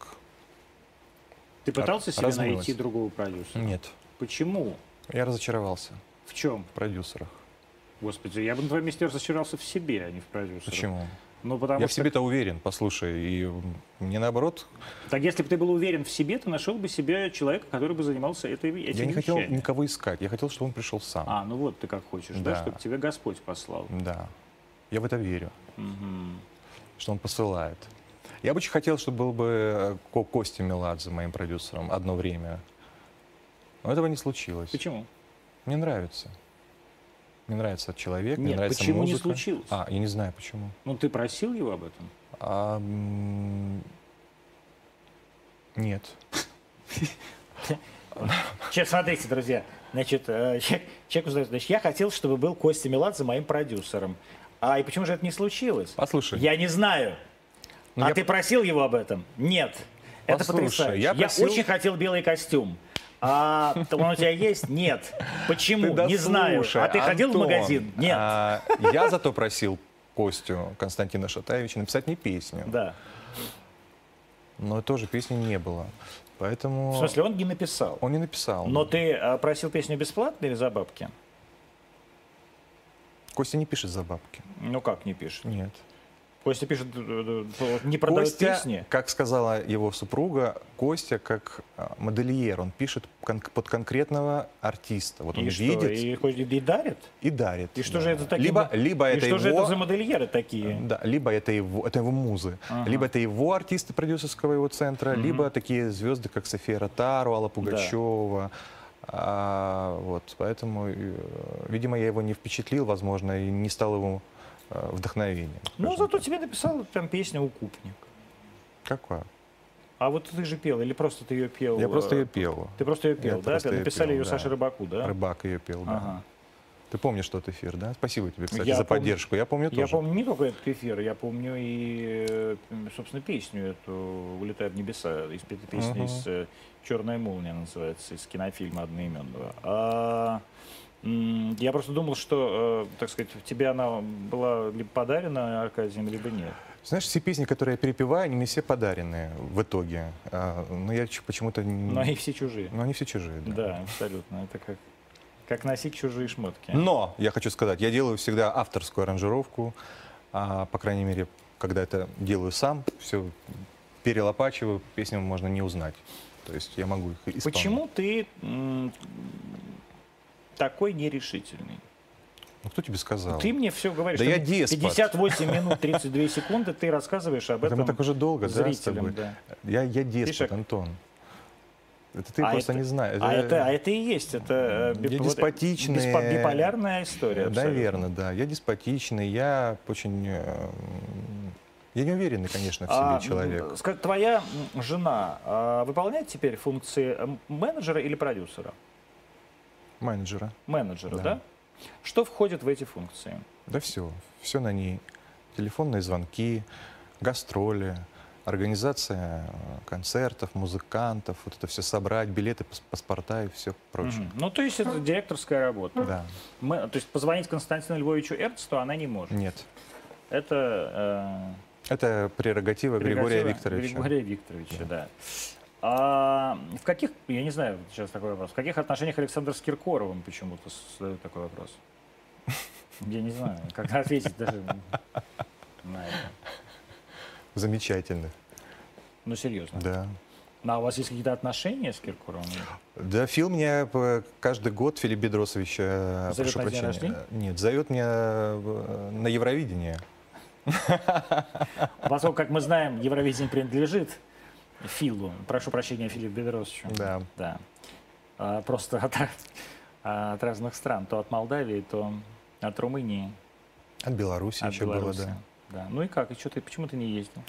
[SPEAKER 4] Ты пытался себе
[SPEAKER 2] размылось.
[SPEAKER 4] найти другого продюсера?
[SPEAKER 2] Нет.
[SPEAKER 4] Почему?
[SPEAKER 2] Я разочаровался
[SPEAKER 4] В чем?
[SPEAKER 2] в продюсерах.
[SPEAKER 4] Господи, я бы на твоем месте разочаровался в себе, а не в продюсере.
[SPEAKER 2] Почему?
[SPEAKER 4] Ну, потому
[SPEAKER 2] я в
[SPEAKER 4] что...
[SPEAKER 2] себе-то уверен, послушай. И м, мне наоборот...
[SPEAKER 4] Так если бы ты был уверен в себе, ты нашел бы себе человека, который бы занимался этой, этим
[SPEAKER 2] я не хотел
[SPEAKER 4] вещами.
[SPEAKER 2] никого искать. Я хотел, чтобы он пришел сам.
[SPEAKER 4] А, ну вот ты как хочешь, да,
[SPEAKER 2] Да.
[SPEAKER 4] чтобы тебя Господь послал.
[SPEAKER 2] Да. Я в это верю.
[SPEAKER 4] Мгм.
[SPEAKER 2] что он посылает. Я бы очень хотел, чтобы был бы э, Ко- Костя Меладзе моим продюсером одно время. Но этого не случилось.
[SPEAKER 4] Почему?
[SPEAKER 2] Мне нравится. Мне нравится человек, мне
[SPEAKER 4] Нет,
[SPEAKER 2] нравится
[SPEAKER 4] почему не
[SPEAKER 2] музыка.
[SPEAKER 4] случилось?
[SPEAKER 2] А, я не знаю почему.
[SPEAKER 4] Ну ты просил его об этом?
[SPEAKER 2] А, м, нет.
[SPEAKER 1] Че- смотрите, друзья, значит, э, че- человек узнает, значит, я хотел, чтобы был Костя Меладзе моим продюсером. А и почему же это не случилось?
[SPEAKER 2] Послушай.
[SPEAKER 1] Я не знаю.
[SPEAKER 2] Ну,
[SPEAKER 1] а
[SPEAKER 2] я
[SPEAKER 1] ты просил его об этом? Нет. Это
[SPEAKER 2] Послушай,
[SPEAKER 1] потрясающе.
[SPEAKER 2] я
[SPEAKER 1] Я,
[SPEAKER 2] просил-
[SPEAKER 1] очень хотел белый костюм. А он у тебя есть? Нет. Почему?
[SPEAKER 2] Ты
[SPEAKER 1] не знаю.
[SPEAKER 2] дослушай,
[SPEAKER 1] А ты ходил в
[SPEAKER 2] Антон.
[SPEAKER 1] магазин? Нет.
[SPEAKER 2] А, я зато просил Костю Константина Шатаевича написать мне песню.
[SPEAKER 1] Да.
[SPEAKER 2] Но тоже песни не было. Поэтому
[SPEAKER 1] В смысле, он не написал.
[SPEAKER 2] он не написал.
[SPEAKER 1] Но ты э, просил песню бесплатно или за бабки?
[SPEAKER 2] Костя не пишет за бабки.
[SPEAKER 1] Ну как не пишет?
[SPEAKER 2] Нет.
[SPEAKER 1] Костя пишет, э, э, э, не продает
[SPEAKER 2] Костя,
[SPEAKER 1] песни.
[SPEAKER 2] как сказала его супруга, Костя как а, модельер, он пишет кон- под конкретного артиста. Вот он
[SPEAKER 1] И что,
[SPEAKER 2] видит и,
[SPEAKER 1] и, хоть- и дарит?
[SPEAKER 2] дарит.
[SPEAKER 1] И что
[SPEAKER 2] Да.
[SPEAKER 1] же это такие?
[SPEAKER 2] Либо, либо
[SPEAKER 1] и
[SPEAKER 2] это
[SPEAKER 1] что
[SPEAKER 2] его,
[SPEAKER 1] же это за модельеры такие?
[SPEAKER 2] да, либо это его, это его музы, либо это его артисты продюсерского его центра, либо такие звезды, как София Ротару, Алла Пугачева. А, вот, поэтому, э, видимо, я его не впечатлил, возможно, и не стал его э, вдохновением.
[SPEAKER 1] Ну, зато тебе написал там песню «Укупник».
[SPEAKER 2] Какое?
[SPEAKER 1] А вот ты же пел, или просто ты ее пел?
[SPEAKER 2] Я просто
[SPEAKER 1] э,
[SPEAKER 2] ее пел.
[SPEAKER 1] Ты просто ее
[SPEAKER 2] Я
[SPEAKER 1] пел, да?
[SPEAKER 2] просто её
[SPEAKER 1] Написали
[SPEAKER 2] пел,
[SPEAKER 1] ее
[SPEAKER 2] да.
[SPEAKER 1] Саше Рыбаку, да?
[SPEAKER 2] Рыбак ее пел, да.
[SPEAKER 1] Ага.
[SPEAKER 2] Ты помнишь тот эфир, да? Спасибо тебе, кстати,
[SPEAKER 1] Я
[SPEAKER 2] за
[SPEAKER 1] помню.
[SPEAKER 2] поддержку. Я помню
[SPEAKER 1] Я
[SPEAKER 2] тоже.
[SPEAKER 1] помню не только этот эфир, я помню и, э, м, собственно, песню эту «Улетая в небеса», из пе- песни
[SPEAKER 2] Мгм.
[SPEAKER 1] из э, «Черная молния» называется, из кинофильма одноименного. А, м, я просто думал, что, э, так сказать, тебе она была либо подарена Аркадием, либо нет.
[SPEAKER 2] Знаешь, все песни, которые я перепеваю, они мне все подаренные в итоге. А, но я ч- почему-то... не-
[SPEAKER 1] Но и все чужие.
[SPEAKER 2] Но они все чужие, да.
[SPEAKER 1] Да, абсолютно. Это как, как носить чужие шмотки.
[SPEAKER 2] Но, я хочу сказать, я делаю всегда авторскую аранжировку. А, по крайней мере, когда это делаю сам, все перелопачиваю, песню можно не узнать. То есть я могу их исполнить.
[SPEAKER 1] Почему ты м, такой нерешительный?
[SPEAKER 2] Ну, кто тебе сказал?
[SPEAKER 1] Ты мне все говоришь.
[SPEAKER 2] Да
[SPEAKER 1] что
[SPEAKER 2] я
[SPEAKER 1] мне
[SPEAKER 2] деспот.
[SPEAKER 1] 58 минут 32 секунды ты рассказываешь об
[SPEAKER 2] Это
[SPEAKER 1] этом
[SPEAKER 2] мы так уже долго, да, с
[SPEAKER 1] зрителям.
[SPEAKER 2] тобой?
[SPEAKER 1] да.
[SPEAKER 2] Я, я деспот,
[SPEAKER 1] Видишь, как-
[SPEAKER 2] Антон. Это ты
[SPEAKER 1] А
[SPEAKER 2] просто
[SPEAKER 1] это-
[SPEAKER 2] не знаешь.
[SPEAKER 1] А
[SPEAKER 2] Я-
[SPEAKER 1] это, а это и есть, это э,
[SPEAKER 2] Я
[SPEAKER 1] вот это
[SPEAKER 2] деспотичный,
[SPEAKER 1] беспо-
[SPEAKER 2] э,
[SPEAKER 1] биполярная история. абсолютно.
[SPEAKER 2] Наверное, да. Я деспотичный, я очень... э, Я неуверенный, конечно, в себе
[SPEAKER 1] А,
[SPEAKER 2] человек.
[SPEAKER 1] м, ска- твоя м, жена а, выполняет теперь функции э, м- менеджера или продюсера?
[SPEAKER 2] Менеджера.
[SPEAKER 1] Менеджера, да.
[SPEAKER 2] Да.
[SPEAKER 1] Что входит в эти функции?
[SPEAKER 2] Да все, все на ней. Телефонные звонки, гастроли, организация э, концертов, музыкантов, вот это все собрать, билеты, пас- паспорта и все прочее.
[SPEAKER 1] Мгм. Ну, то есть это директорская работа.
[SPEAKER 2] Да,
[SPEAKER 1] Мэ- то есть позвонить Константину Львовичу Эрцту она не может.
[SPEAKER 2] нет.
[SPEAKER 1] Это э,
[SPEAKER 2] Это прерогатива, Григория
[SPEAKER 1] Прерогатива
[SPEAKER 2] Викторовича.
[SPEAKER 1] Григория Викторовича, да. А в каких, я не знаю, сейчас такой вопрос, в каких отношениях Александр с Киркоровым почему-то задает такой вопрос? Я не знаю, как ответить даже на это.
[SPEAKER 2] Замечательно.
[SPEAKER 1] Ну, серьезно.
[SPEAKER 2] Да.
[SPEAKER 1] Ну, а у вас есть какие-то отношения с Киркоровым?
[SPEAKER 2] Да, Фил меня п- каждый год, Филипп Бедросович, э,
[SPEAKER 1] Зовет
[SPEAKER 2] прошу
[SPEAKER 1] на день
[SPEAKER 2] прощения,
[SPEAKER 1] рождения?
[SPEAKER 2] э, нет, зовет меня э, на Евровидение.
[SPEAKER 1] Поскольку, как мы знаем, Евровидение принадлежит Филу. Прошу прощения, Филипп Бедросовичу.
[SPEAKER 2] Да.
[SPEAKER 1] Да. А, просто от, а, от разных стран. То от Молдавии, то от Румынии.
[SPEAKER 2] От Беларуси
[SPEAKER 1] от
[SPEAKER 2] еще
[SPEAKER 1] Беларуси.
[SPEAKER 2] было, да.
[SPEAKER 1] Да. Ну и как? И что ты, почему ты не ездил?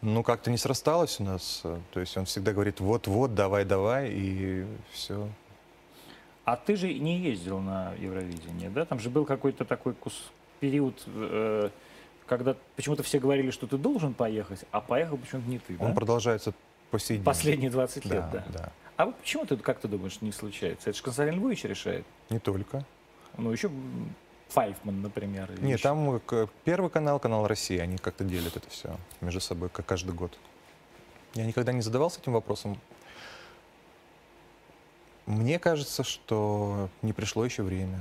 [SPEAKER 2] Ну, как-то не срасталось у нас. э, То есть он всегда говорит, вот-вот, давай-давай, и все.
[SPEAKER 1] А ты же не ездил на Евровидение, да? Там же был какой-то такой кус- период, э, когда почему-то все говорили, что ты должен поехать, а поехал почему-то не ты, да?
[SPEAKER 2] Он продолжается по сей день.
[SPEAKER 1] Последние 20 лет,
[SPEAKER 2] да,
[SPEAKER 1] да.
[SPEAKER 2] да,
[SPEAKER 1] А вот почему ты, как ты думаешь, не случается? Это же Константин Львович решает.
[SPEAKER 2] Не только.
[SPEAKER 1] Ну, еще Файфман, например. или
[SPEAKER 2] Нет,
[SPEAKER 1] еще-
[SPEAKER 2] там э, Первый канал, канал России, они как-то делят это все между собой, как каждый год. Я никогда не задавался этим вопросом. Мне кажется, что не пришло еще время.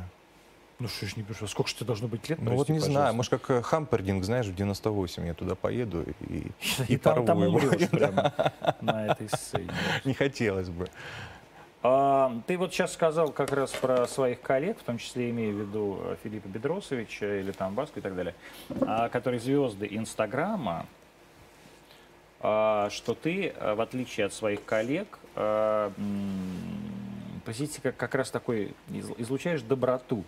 [SPEAKER 1] Ну, что ж не пишу, сколько же тебе должно быть лет?
[SPEAKER 2] ну вот
[SPEAKER 1] прости,
[SPEAKER 2] не знаю,
[SPEAKER 1] пожалуйста.
[SPEAKER 2] может как э, Хампердинг, знаешь, в 98 я туда поеду и,
[SPEAKER 1] И, там,
[SPEAKER 2] порву
[SPEAKER 1] там
[SPEAKER 2] его.
[SPEAKER 1] умрешь прямо на этой сцене.
[SPEAKER 2] не хотелось бы.
[SPEAKER 1] А, ты вот сейчас сказал как раз про своих коллег, в том числе имея в виду э, Филиппа Бедросовича или там Баску и так далее, а, которые звезды Инстаграма, а, что ты, а, в отличие от своих коллег, а, м, простите, как, как раз такой из- излучаешь доброту.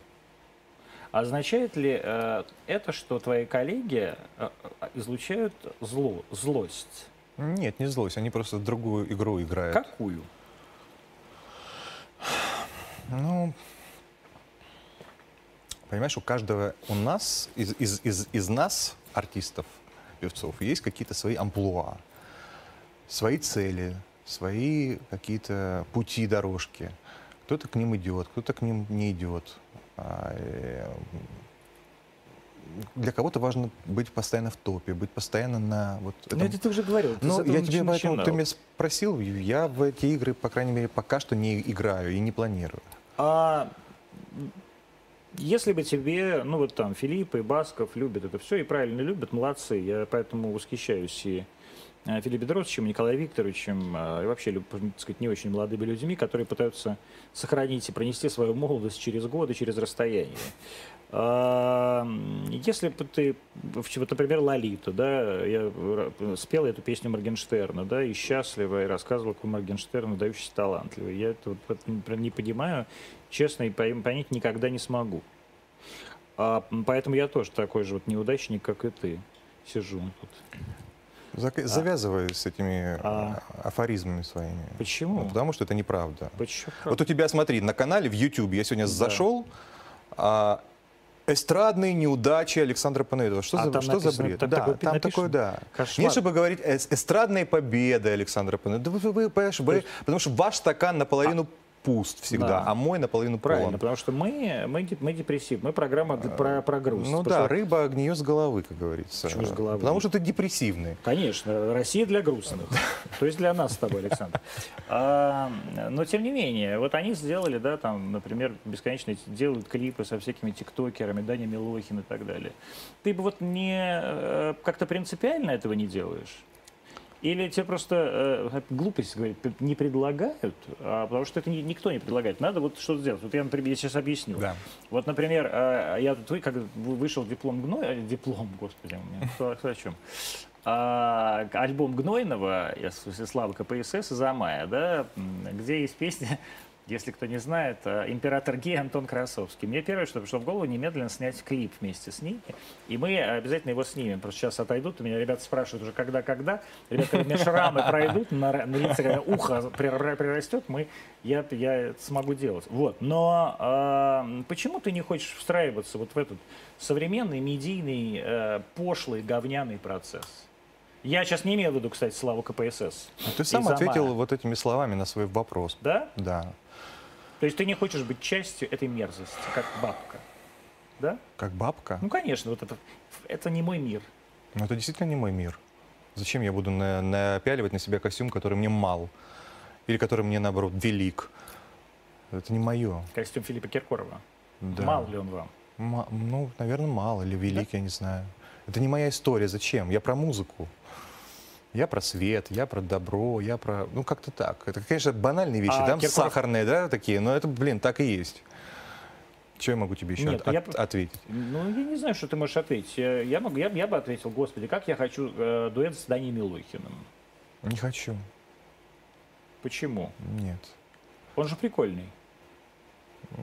[SPEAKER 1] Означает ли э, это, что твои коллеги э, э, излучают зло, злость?
[SPEAKER 2] Нет, не злость, они просто другую игру
[SPEAKER 1] Э,
[SPEAKER 2] играют.
[SPEAKER 1] Какую?
[SPEAKER 2] Ну, понимаешь, у каждого у нас, из, из, из, из нас, артистов, певцов, есть какие-то свои амплуа, свои цели, свои какие-то пути, дорожки. Кто-то к ним идет, кто-то к ним не идет. А, э, Для кого-то важно быть постоянно в топе, быть постоянно на вот
[SPEAKER 1] Ну,
[SPEAKER 2] этом
[SPEAKER 1] это ты уже говорил. ты с
[SPEAKER 2] ну,
[SPEAKER 1] этого
[SPEAKER 2] я
[SPEAKER 1] нач-
[SPEAKER 2] тебе поэтому, ты
[SPEAKER 1] начинал.
[SPEAKER 2] меня спросил, я в эти игры, по крайней мере, пока что не играю и не планирую.
[SPEAKER 1] А если бы тебе, ну вот там Филипп и Басков любят это все, и правильно любят, молодцы, я поэтому восхищаюсь и э, Филиппом Бедросовичем, и Николаем Викторовичем, э, и вообще, люб- так сказать, не очень молодыми людьми, которые пытаются сохранить и пронести свою молодость через годы, через расстояние. А, м, Если бы ты, в чем- вот, например, Лолиту, да, я ра- спел эту песню Моргенштерна, да, и счастлива, и рассказывал, какой Моргенштерн выдающийся талантливый. Я это вот, вот не- прям не понимаю, честно, и пойм- понять никогда не смогу. А, м, поэтому я тоже такой же вот неудачник, как и ты. Сижу тут.
[SPEAKER 2] Зак- Завязываю с этими
[SPEAKER 1] А.
[SPEAKER 2] э, афоризмами своими.
[SPEAKER 1] Почему?
[SPEAKER 2] Ну, потому что это неправда.
[SPEAKER 1] Почему?
[SPEAKER 2] Вот у тебя, смотри, на канале в YouTube я сегодня зашел, а, эстрадные неудачи Александра Панайотова. Что,
[SPEAKER 1] А
[SPEAKER 2] за,
[SPEAKER 1] там
[SPEAKER 2] что за
[SPEAKER 1] написано-
[SPEAKER 2] бред?
[SPEAKER 1] там
[SPEAKER 2] да,
[SPEAKER 1] такое
[SPEAKER 2] там
[SPEAKER 1] напишено?
[SPEAKER 2] такое, да.
[SPEAKER 1] Кошмар.
[SPEAKER 2] Лучше бы говорить э, «Эс- эстрадные победы Александра Панайотова. Да вы, вы- вы, понимаешь, вы- потому что ваш стакан наполовину пуст всегда,
[SPEAKER 1] а, Да.
[SPEAKER 2] а мой наполовину
[SPEAKER 1] Правильно,
[SPEAKER 2] полон.
[SPEAKER 1] потому что мы, мы, деп- мы депрессив, мы программа д- про, про грусть.
[SPEAKER 2] Ну
[SPEAKER 1] Потому
[SPEAKER 2] да,
[SPEAKER 1] что,
[SPEAKER 2] рыба гниет с головы, как говорится.
[SPEAKER 1] Почему с головы?
[SPEAKER 2] Потому что ты депрессивный.
[SPEAKER 1] Конечно, Россия для грустных. То есть для нас с тобой, Александр. А, но тем не менее, вот они сделали, да, там, например, бесконечно эти- делают клипы со всякими тиктокерами, Даня Милохин и так далее. Ты бы вот не э, как-то принципиально этого не делаешь? Или тебе просто э, глупость говорит, п- не предлагают, а потому что это ни- никто не предлагает. Надо вот что-то сделать. Вот я, например, я сейчас объясню.
[SPEAKER 2] Да.
[SPEAKER 1] Вот, например, э, я тут вы- как вы- вышел диплом Гной, э, диплом, господи, у меня кто- кто о чем. А, к- альбом Гнойного э, с- с- Славы КПСС из Амая, да, м, где есть песня, если кто не знает, э, «Император Гей» Антон Красовский. Мне первое, что пришло в голову, немедленно снять клип вместе с ними. И мы обязательно его снимем. Просто сейчас отойдут, и меня ребята спрашивают уже, когда-когда. Ребята, у меня шрамы пройдут на, ра- на лице, когда ухо прира- прирастет, мы, я, я это смогу делать. Вот. Но э, почему ты не хочешь встраиваться вот в этот современный, медийный, э, пошлый, говняный процесс? Я сейчас не имею в виду, кстати, славу КПСС.
[SPEAKER 2] Ты сам
[SPEAKER 1] Из-за
[SPEAKER 2] ответил
[SPEAKER 1] Мая.
[SPEAKER 2] вот этими словами на свой вопрос.
[SPEAKER 1] Да?
[SPEAKER 2] Да,
[SPEAKER 1] То есть ты не хочешь быть частью этой мерзости, как бабка. Да?
[SPEAKER 2] как бабка.
[SPEAKER 1] Ну, конечно, вот это, это не мой мир.
[SPEAKER 2] Но это действительно не мой мир. Зачем я буду на- напяливать на себя костюм, который мне мал? Или который мне, наоборот, велик? Это не мое.
[SPEAKER 1] Костюм Филиппа Киркорова.
[SPEAKER 2] Да.
[SPEAKER 1] Мал ли он вам?
[SPEAKER 2] Ма- ну, наверное, мало или велик, я не знаю. Это не моя история. Зачем? Я про музыку. Я про свет, я про добро, я про... Ну, как-то так. Это, конечно, банальные вещи,
[SPEAKER 1] А
[SPEAKER 2] там
[SPEAKER 1] Киркоров-
[SPEAKER 2] сахарные, да, такие, но это, блин, так и есть. Что я могу тебе еще
[SPEAKER 1] Нет,
[SPEAKER 2] от-
[SPEAKER 1] я
[SPEAKER 2] от-
[SPEAKER 1] про-
[SPEAKER 2] ответить?
[SPEAKER 1] Ну, я не знаю, что ты можешь ответить. Э, Я, могу, я, б- я бы ответил, господи, как я хочу э, дуэт с Дани Милохиным.
[SPEAKER 2] Не хочу.
[SPEAKER 1] Почему?
[SPEAKER 2] Нет.
[SPEAKER 1] Он же прикольный.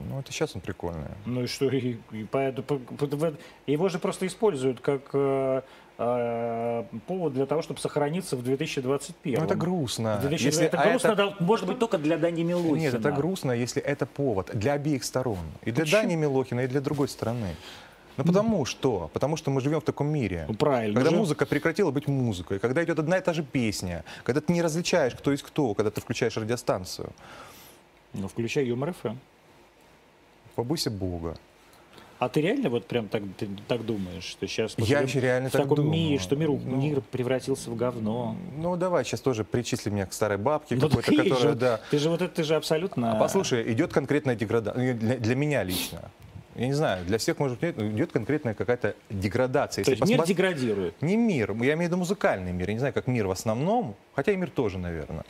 [SPEAKER 2] Ну, это сейчас он прикольный.
[SPEAKER 1] Ну и что, и, и поэтому- по- по- в- его же просто используют как э, э, повод для того, чтобы сохраниться в 2021.
[SPEAKER 2] Ну, это грустно.
[SPEAKER 1] В 2020
[SPEAKER 2] Если-
[SPEAKER 1] это
[SPEAKER 2] а
[SPEAKER 1] грустно, да, может быть, только для Дани Милохина.
[SPEAKER 2] Нет, это грустно, если это повод для обеих сторон. И для Дани Милохина, и для другой стороны. Ну потому что? Потому что мы живем в таком мире.
[SPEAKER 1] Ну, правильно
[SPEAKER 2] Когда
[SPEAKER 1] же.
[SPEAKER 2] музыка прекратила быть музыкой, когда идет одна и та же песня, когда ты не различаешь, кто есть кто, когда ты включаешь радиостанцию.
[SPEAKER 1] Ну, включай юмор ФМ.
[SPEAKER 2] Побойся Бога.
[SPEAKER 1] А ты реально вот прям так, ты так думаешь, что сейчас мы
[SPEAKER 2] Я
[SPEAKER 1] живем
[SPEAKER 2] вообще реально
[SPEAKER 1] в
[SPEAKER 2] так
[SPEAKER 1] таком мире,
[SPEAKER 2] думаю.
[SPEAKER 1] что мир, у-
[SPEAKER 2] Ну.
[SPEAKER 1] мир превратился в говно?
[SPEAKER 2] Ну давай сейчас тоже причисли меня к старой бабке
[SPEAKER 1] Ну,
[SPEAKER 2] какой-то,
[SPEAKER 1] так и есть
[SPEAKER 2] которая,
[SPEAKER 1] же.
[SPEAKER 2] да.
[SPEAKER 1] Ты же вот это ты же абсолютно...
[SPEAKER 2] А послушай, идет конкретная деградация. Для, для меня лично. Я не знаю, для всех, может быть, нет, но идет конкретная какая-то деградация.
[SPEAKER 1] То
[SPEAKER 2] Если
[SPEAKER 1] есть мир
[SPEAKER 2] посмотри-
[SPEAKER 1] деградирует.
[SPEAKER 2] Не мир, я имею в виду музыкальный мир. Я не знаю, как мир в основном, хотя и мир тоже, наверное.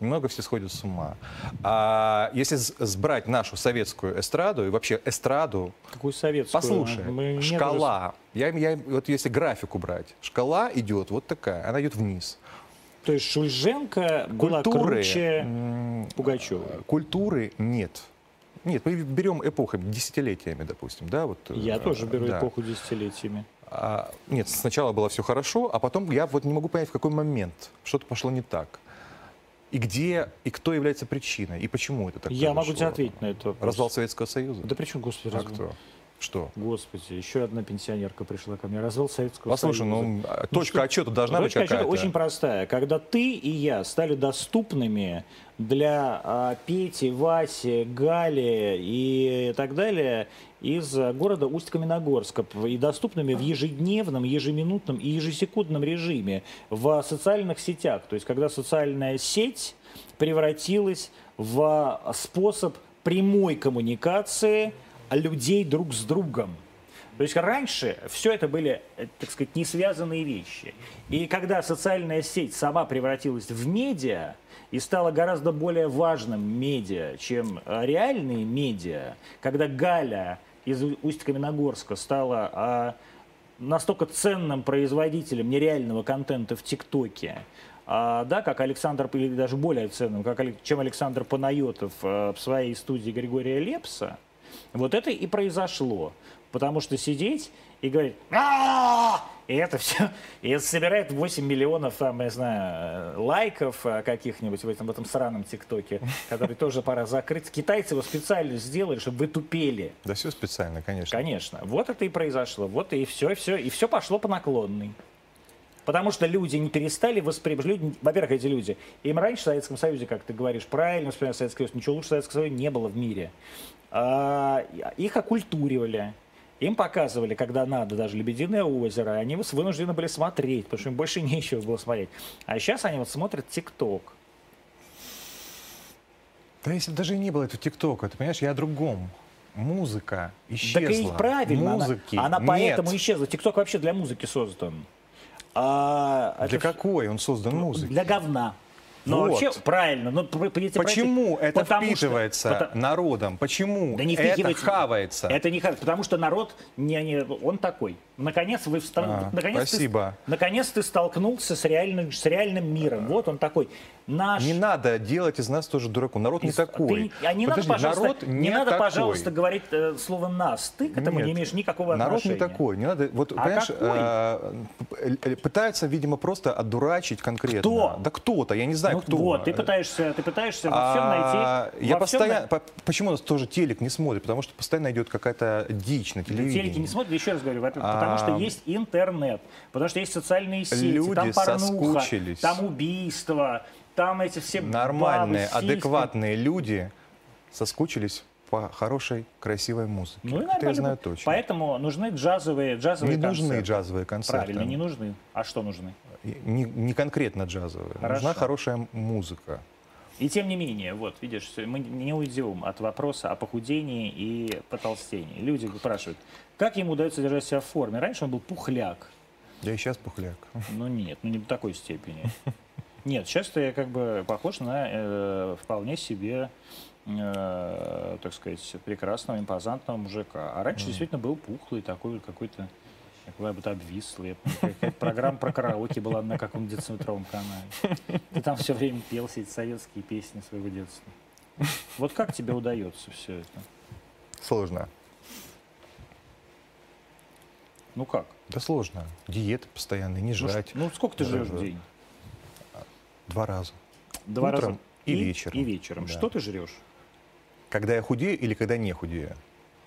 [SPEAKER 2] Немного все сходят с ума. А если с- сбрать нашу советскую эстраду и вообще эстраду,
[SPEAKER 1] Какую советскую?
[SPEAKER 2] послушай,
[SPEAKER 1] Мы- мне
[SPEAKER 2] шкала. Я, я- вот если графику брать, шкала идет вот такая, она идет вниз.
[SPEAKER 1] кажется, То есть Шульженко была
[SPEAKER 2] Культуры,
[SPEAKER 1] круче
[SPEAKER 2] м,
[SPEAKER 1] Пугачева.
[SPEAKER 2] культуры нет. Нет, мы берем эпохами, десятилетиями, допустим, да, вот. э,
[SPEAKER 1] Я тоже беру
[SPEAKER 2] да.
[SPEAKER 1] эпоху десятилетиями.
[SPEAKER 2] А, нет, сначала было все хорошо, а потом я вот не могу понять, в какой момент что-то пошло не так. И где, и кто является причиной, и почему это так
[SPEAKER 1] Я могу
[SPEAKER 2] произошло?
[SPEAKER 1] тебе ответить на это. вопрос.
[SPEAKER 2] Развал Советского Союза?
[SPEAKER 1] Да при чем, господи,
[SPEAKER 2] а
[SPEAKER 1] развал?
[SPEAKER 2] кто? Что?
[SPEAKER 1] Господи, еще одна пенсионерка пришла ко мне. Развал Советского
[SPEAKER 2] Послушай,
[SPEAKER 1] Союза.
[SPEAKER 2] ну, а, точка
[SPEAKER 1] что-
[SPEAKER 2] отчета должна
[SPEAKER 1] Точка
[SPEAKER 2] быть
[SPEAKER 1] отчета
[SPEAKER 2] какая-то.
[SPEAKER 1] очень простая. Когда ты и я стали доступными для а, Пети, Васи, Гали и так далее из а, города Усть-Каменогорска п- и доступными в ежедневном, ежеминутном и ежесекундном режиме в социальных сетях. То есть когда социальная сеть превратилась в а, способ прямой коммуникации людей друг с другом. То есть раньше все это были, э, так сказать, не связанные вещи. И когда социальная сеть сама превратилась в медиа и стала гораздо более важным медиа, чем э, реальные медиа, когда Галя из У- Усть-Каменогорска стала а, настолько ценным производителем нереального контента в ТикТоке, а, да, как Александр, или даже более ценным, как, Алек- чем Александр Панайотов э, в своей студии Григория Лепса, вот это и произошло. Потому что сидеть и говорить «А-а-а!» и это все, и это собирает 8 миллионов, там, я знаю, э, лайков э, каких-нибудь в этом, в этом сраном ТикТоке, который тоже пора закрыть. Китайцы его специально сделали, чтобы вы тупели.
[SPEAKER 2] Да все специально, конечно.
[SPEAKER 1] Конечно. Вот это и произошло. Вот и все, все, и все пошло по наклонной. Потому что люди не перестали воспринимать... Во-первых, эти люди, им раньше в Советском Союзе, как ты говоришь, правильно вспоминаю Советский Союз, ничего лучше Советского Союза не было в мире. А, их окультуривали. Им показывали, когда надо, даже «Лебединое озеро», они выс- вынуждены были смотреть, потому что им больше нечего было смотреть. А сейчас они вот смотрят ТикТок.
[SPEAKER 2] Да если бы даже и не было этого ТикТока, ты понимаешь, я о другом. Музыка исчезла.
[SPEAKER 1] Так и правильно. она-
[SPEAKER 2] Музыки
[SPEAKER 1] Она,
[SPEAKER 2] нет.
[SPEAKER 1] поэтому исчезла. Тикток вообще для музыки создан. А, это
[SPEAKER 2] Для
[SPEAKER 1] всё-
[SPEAKER 2] какой он создан музыки?
[SPEAKER 1] Для говна. Ну,
[SPEAKER 2] Вот.
[SPEAKER 1] вообще, правильно. Ну, п- п- если
[SPEAKER 2] Почему
[SPEAKER 1] пройти-
[SPEAKER 2] это
[SPEAKER 1] потому что-
[SPEAKER 2] впитывается
[SPEAKER 1] пота-
[SPEAKER 2] народом? Почему
[SPEAKER 1] Да не
[SPEAKER 2] это
[SPEAKER 1] впихивайте.
[SPEAKER 2] хавается?
[SPEAKER 1] Это не хак, потому что народ, не, не, он такой. Наконец вы встан-
[SPEAKER 2] А,
[SPEAKER 1] наконец
[SPEAKER 2] спасибо.
[SPEAKER 1] Ты, наконец ты столкнулся с реальным, с реальным миром. Вот он такой. Наш...
[SPEAKER 2] Не надо делать из нас тоже дураку. Народ не
[SPEAKER 1] Ты-
[SPEAKER 2] такой.
[SPEAKER 1] а не надо,
[SPEAKER 2] Подожди,
[SPEAKER 1] пожалуйста,
[SPEAKER 2] народ
[SPEAKER 1] не,
[SPEAKER 2] не
[SPEAKER 1] надо,
[SPEAKER 2] такой.
[SPEAKER 1] пожалуйста, говорить э, слово нас. Ты к этому не
[SPEAKER 2] Нет.
[SPEAKER 1] имеешь никакого
[SPEAKER 2] Народ
[SPEAKER 1] отношения.
[SPEAKER 2] не такой. Не надо. Вот, понимаешь,
[SPEAKER 1] какой?
[SPEAKER 2] а, п- э, пытаются, видимо, просто отдурачить конкретно.
[SPEAKER 1] Кто?
[SPEAKER 2] Да кто-то, я не знаю,
[SPEAKER 1] Ну,
[SPEAKER 2] кто.
[SPEAKER 1] вот, ты пытаешься, ты пытаешься во всем
[SPEAKER 2] А,
[SPEAKER 1] найти.
[SPEAKER 2] Я
[SPEAKER 1] во всем
[SPEAKER 2] постоянно. по- Почему нас тоже телек не смотрит? Потому что постоянно идет какая-то дичь на
[SPEAKER 1] на-
[SPEAKER 2] телевидении.
[SPEAKER 1] Телеки не смотрят, еще раз говорю, во-первых, потому что
[SPEAKER 2] А.
[SPEAKER 1] есть интернет, потому что есть социальные сети,
[SPEAKER 2] Люди
[SPEAKER 1] там порнуха,
[SPEAKER 2] соскучились.
[SPEAKER 1] там убийства, там эти все бабы,
[SPEAKER 2] Нормальные,
[SPEAKER 1] сиськи.
[SPEAKER 2] адекватные люди соскучились по хорошей, красивой музыке.
[SPEAKER 1] Ну и
[SPEAKER 2] Это я
[SPEAKER 1] нормально.
[SPEAKER 2] знаю точно.
[SPEAKER 1] Поэтому нужны джазовые, джазовые
[SPEAKER 2] Не нужны
[SPEAKER 1] концерты.
[SPEAKER 2] джазовые концерты.
[SPEAKER 1] Правильно, не нужны. А что нужны?
[SPEAKER 2] И не, не конкретно джазовые. Нужна
[SPEAKER 1] Хорошо.
[SPEAKER 2] хорошая музыка.
[SPEAKER 1] И тем не менее, вот, видишь, всё, мы не уйдем от вопроса о похудении и потолстении. Люди спрашивают, как ему удается держать себя в форме? Раньше он был пухляк.
[SPEAKER 2] Я и сейчас пухляк.
[SPEAKER 1] Ну нет, ну не до такой степени. Нет, сейчас ты как бы похож на э, вполне себе, э, так сказать, прекрасного, импозантного мужика. А раньше действительно был пухлый такой вот какой-то, как бы будто обвислый. Какая-то Программа про караоке была на каком-то детсоветровом канале. Ты там все время пел все эти советские песни своего детства. Вот как тебе удается все это?
[SPEAKER 2] Сложно.
[SPEAKER 1] Ну как?
[SPEAKER 2] Да сложно. Диета постоянная, не
[SPEAKER 1] Ну, ш-
[SPEAKER 2] жрать.
[SPEAKER 1] Ну, сколько ты жрешь в день?
[SPEAKER 2] Два раза.
[SPEAKER 1] Два
[SPEAKER 2] Утром
[SPEAKER 1] раза.
[SPEAKER 2] и вечером.
[SPEAKER 1] И вечером.
[SPEAKER 2] Да.
[SPEAKER 1] Что ты жрешь?
[SPEAKER 2] Когда я худею или когда не худею.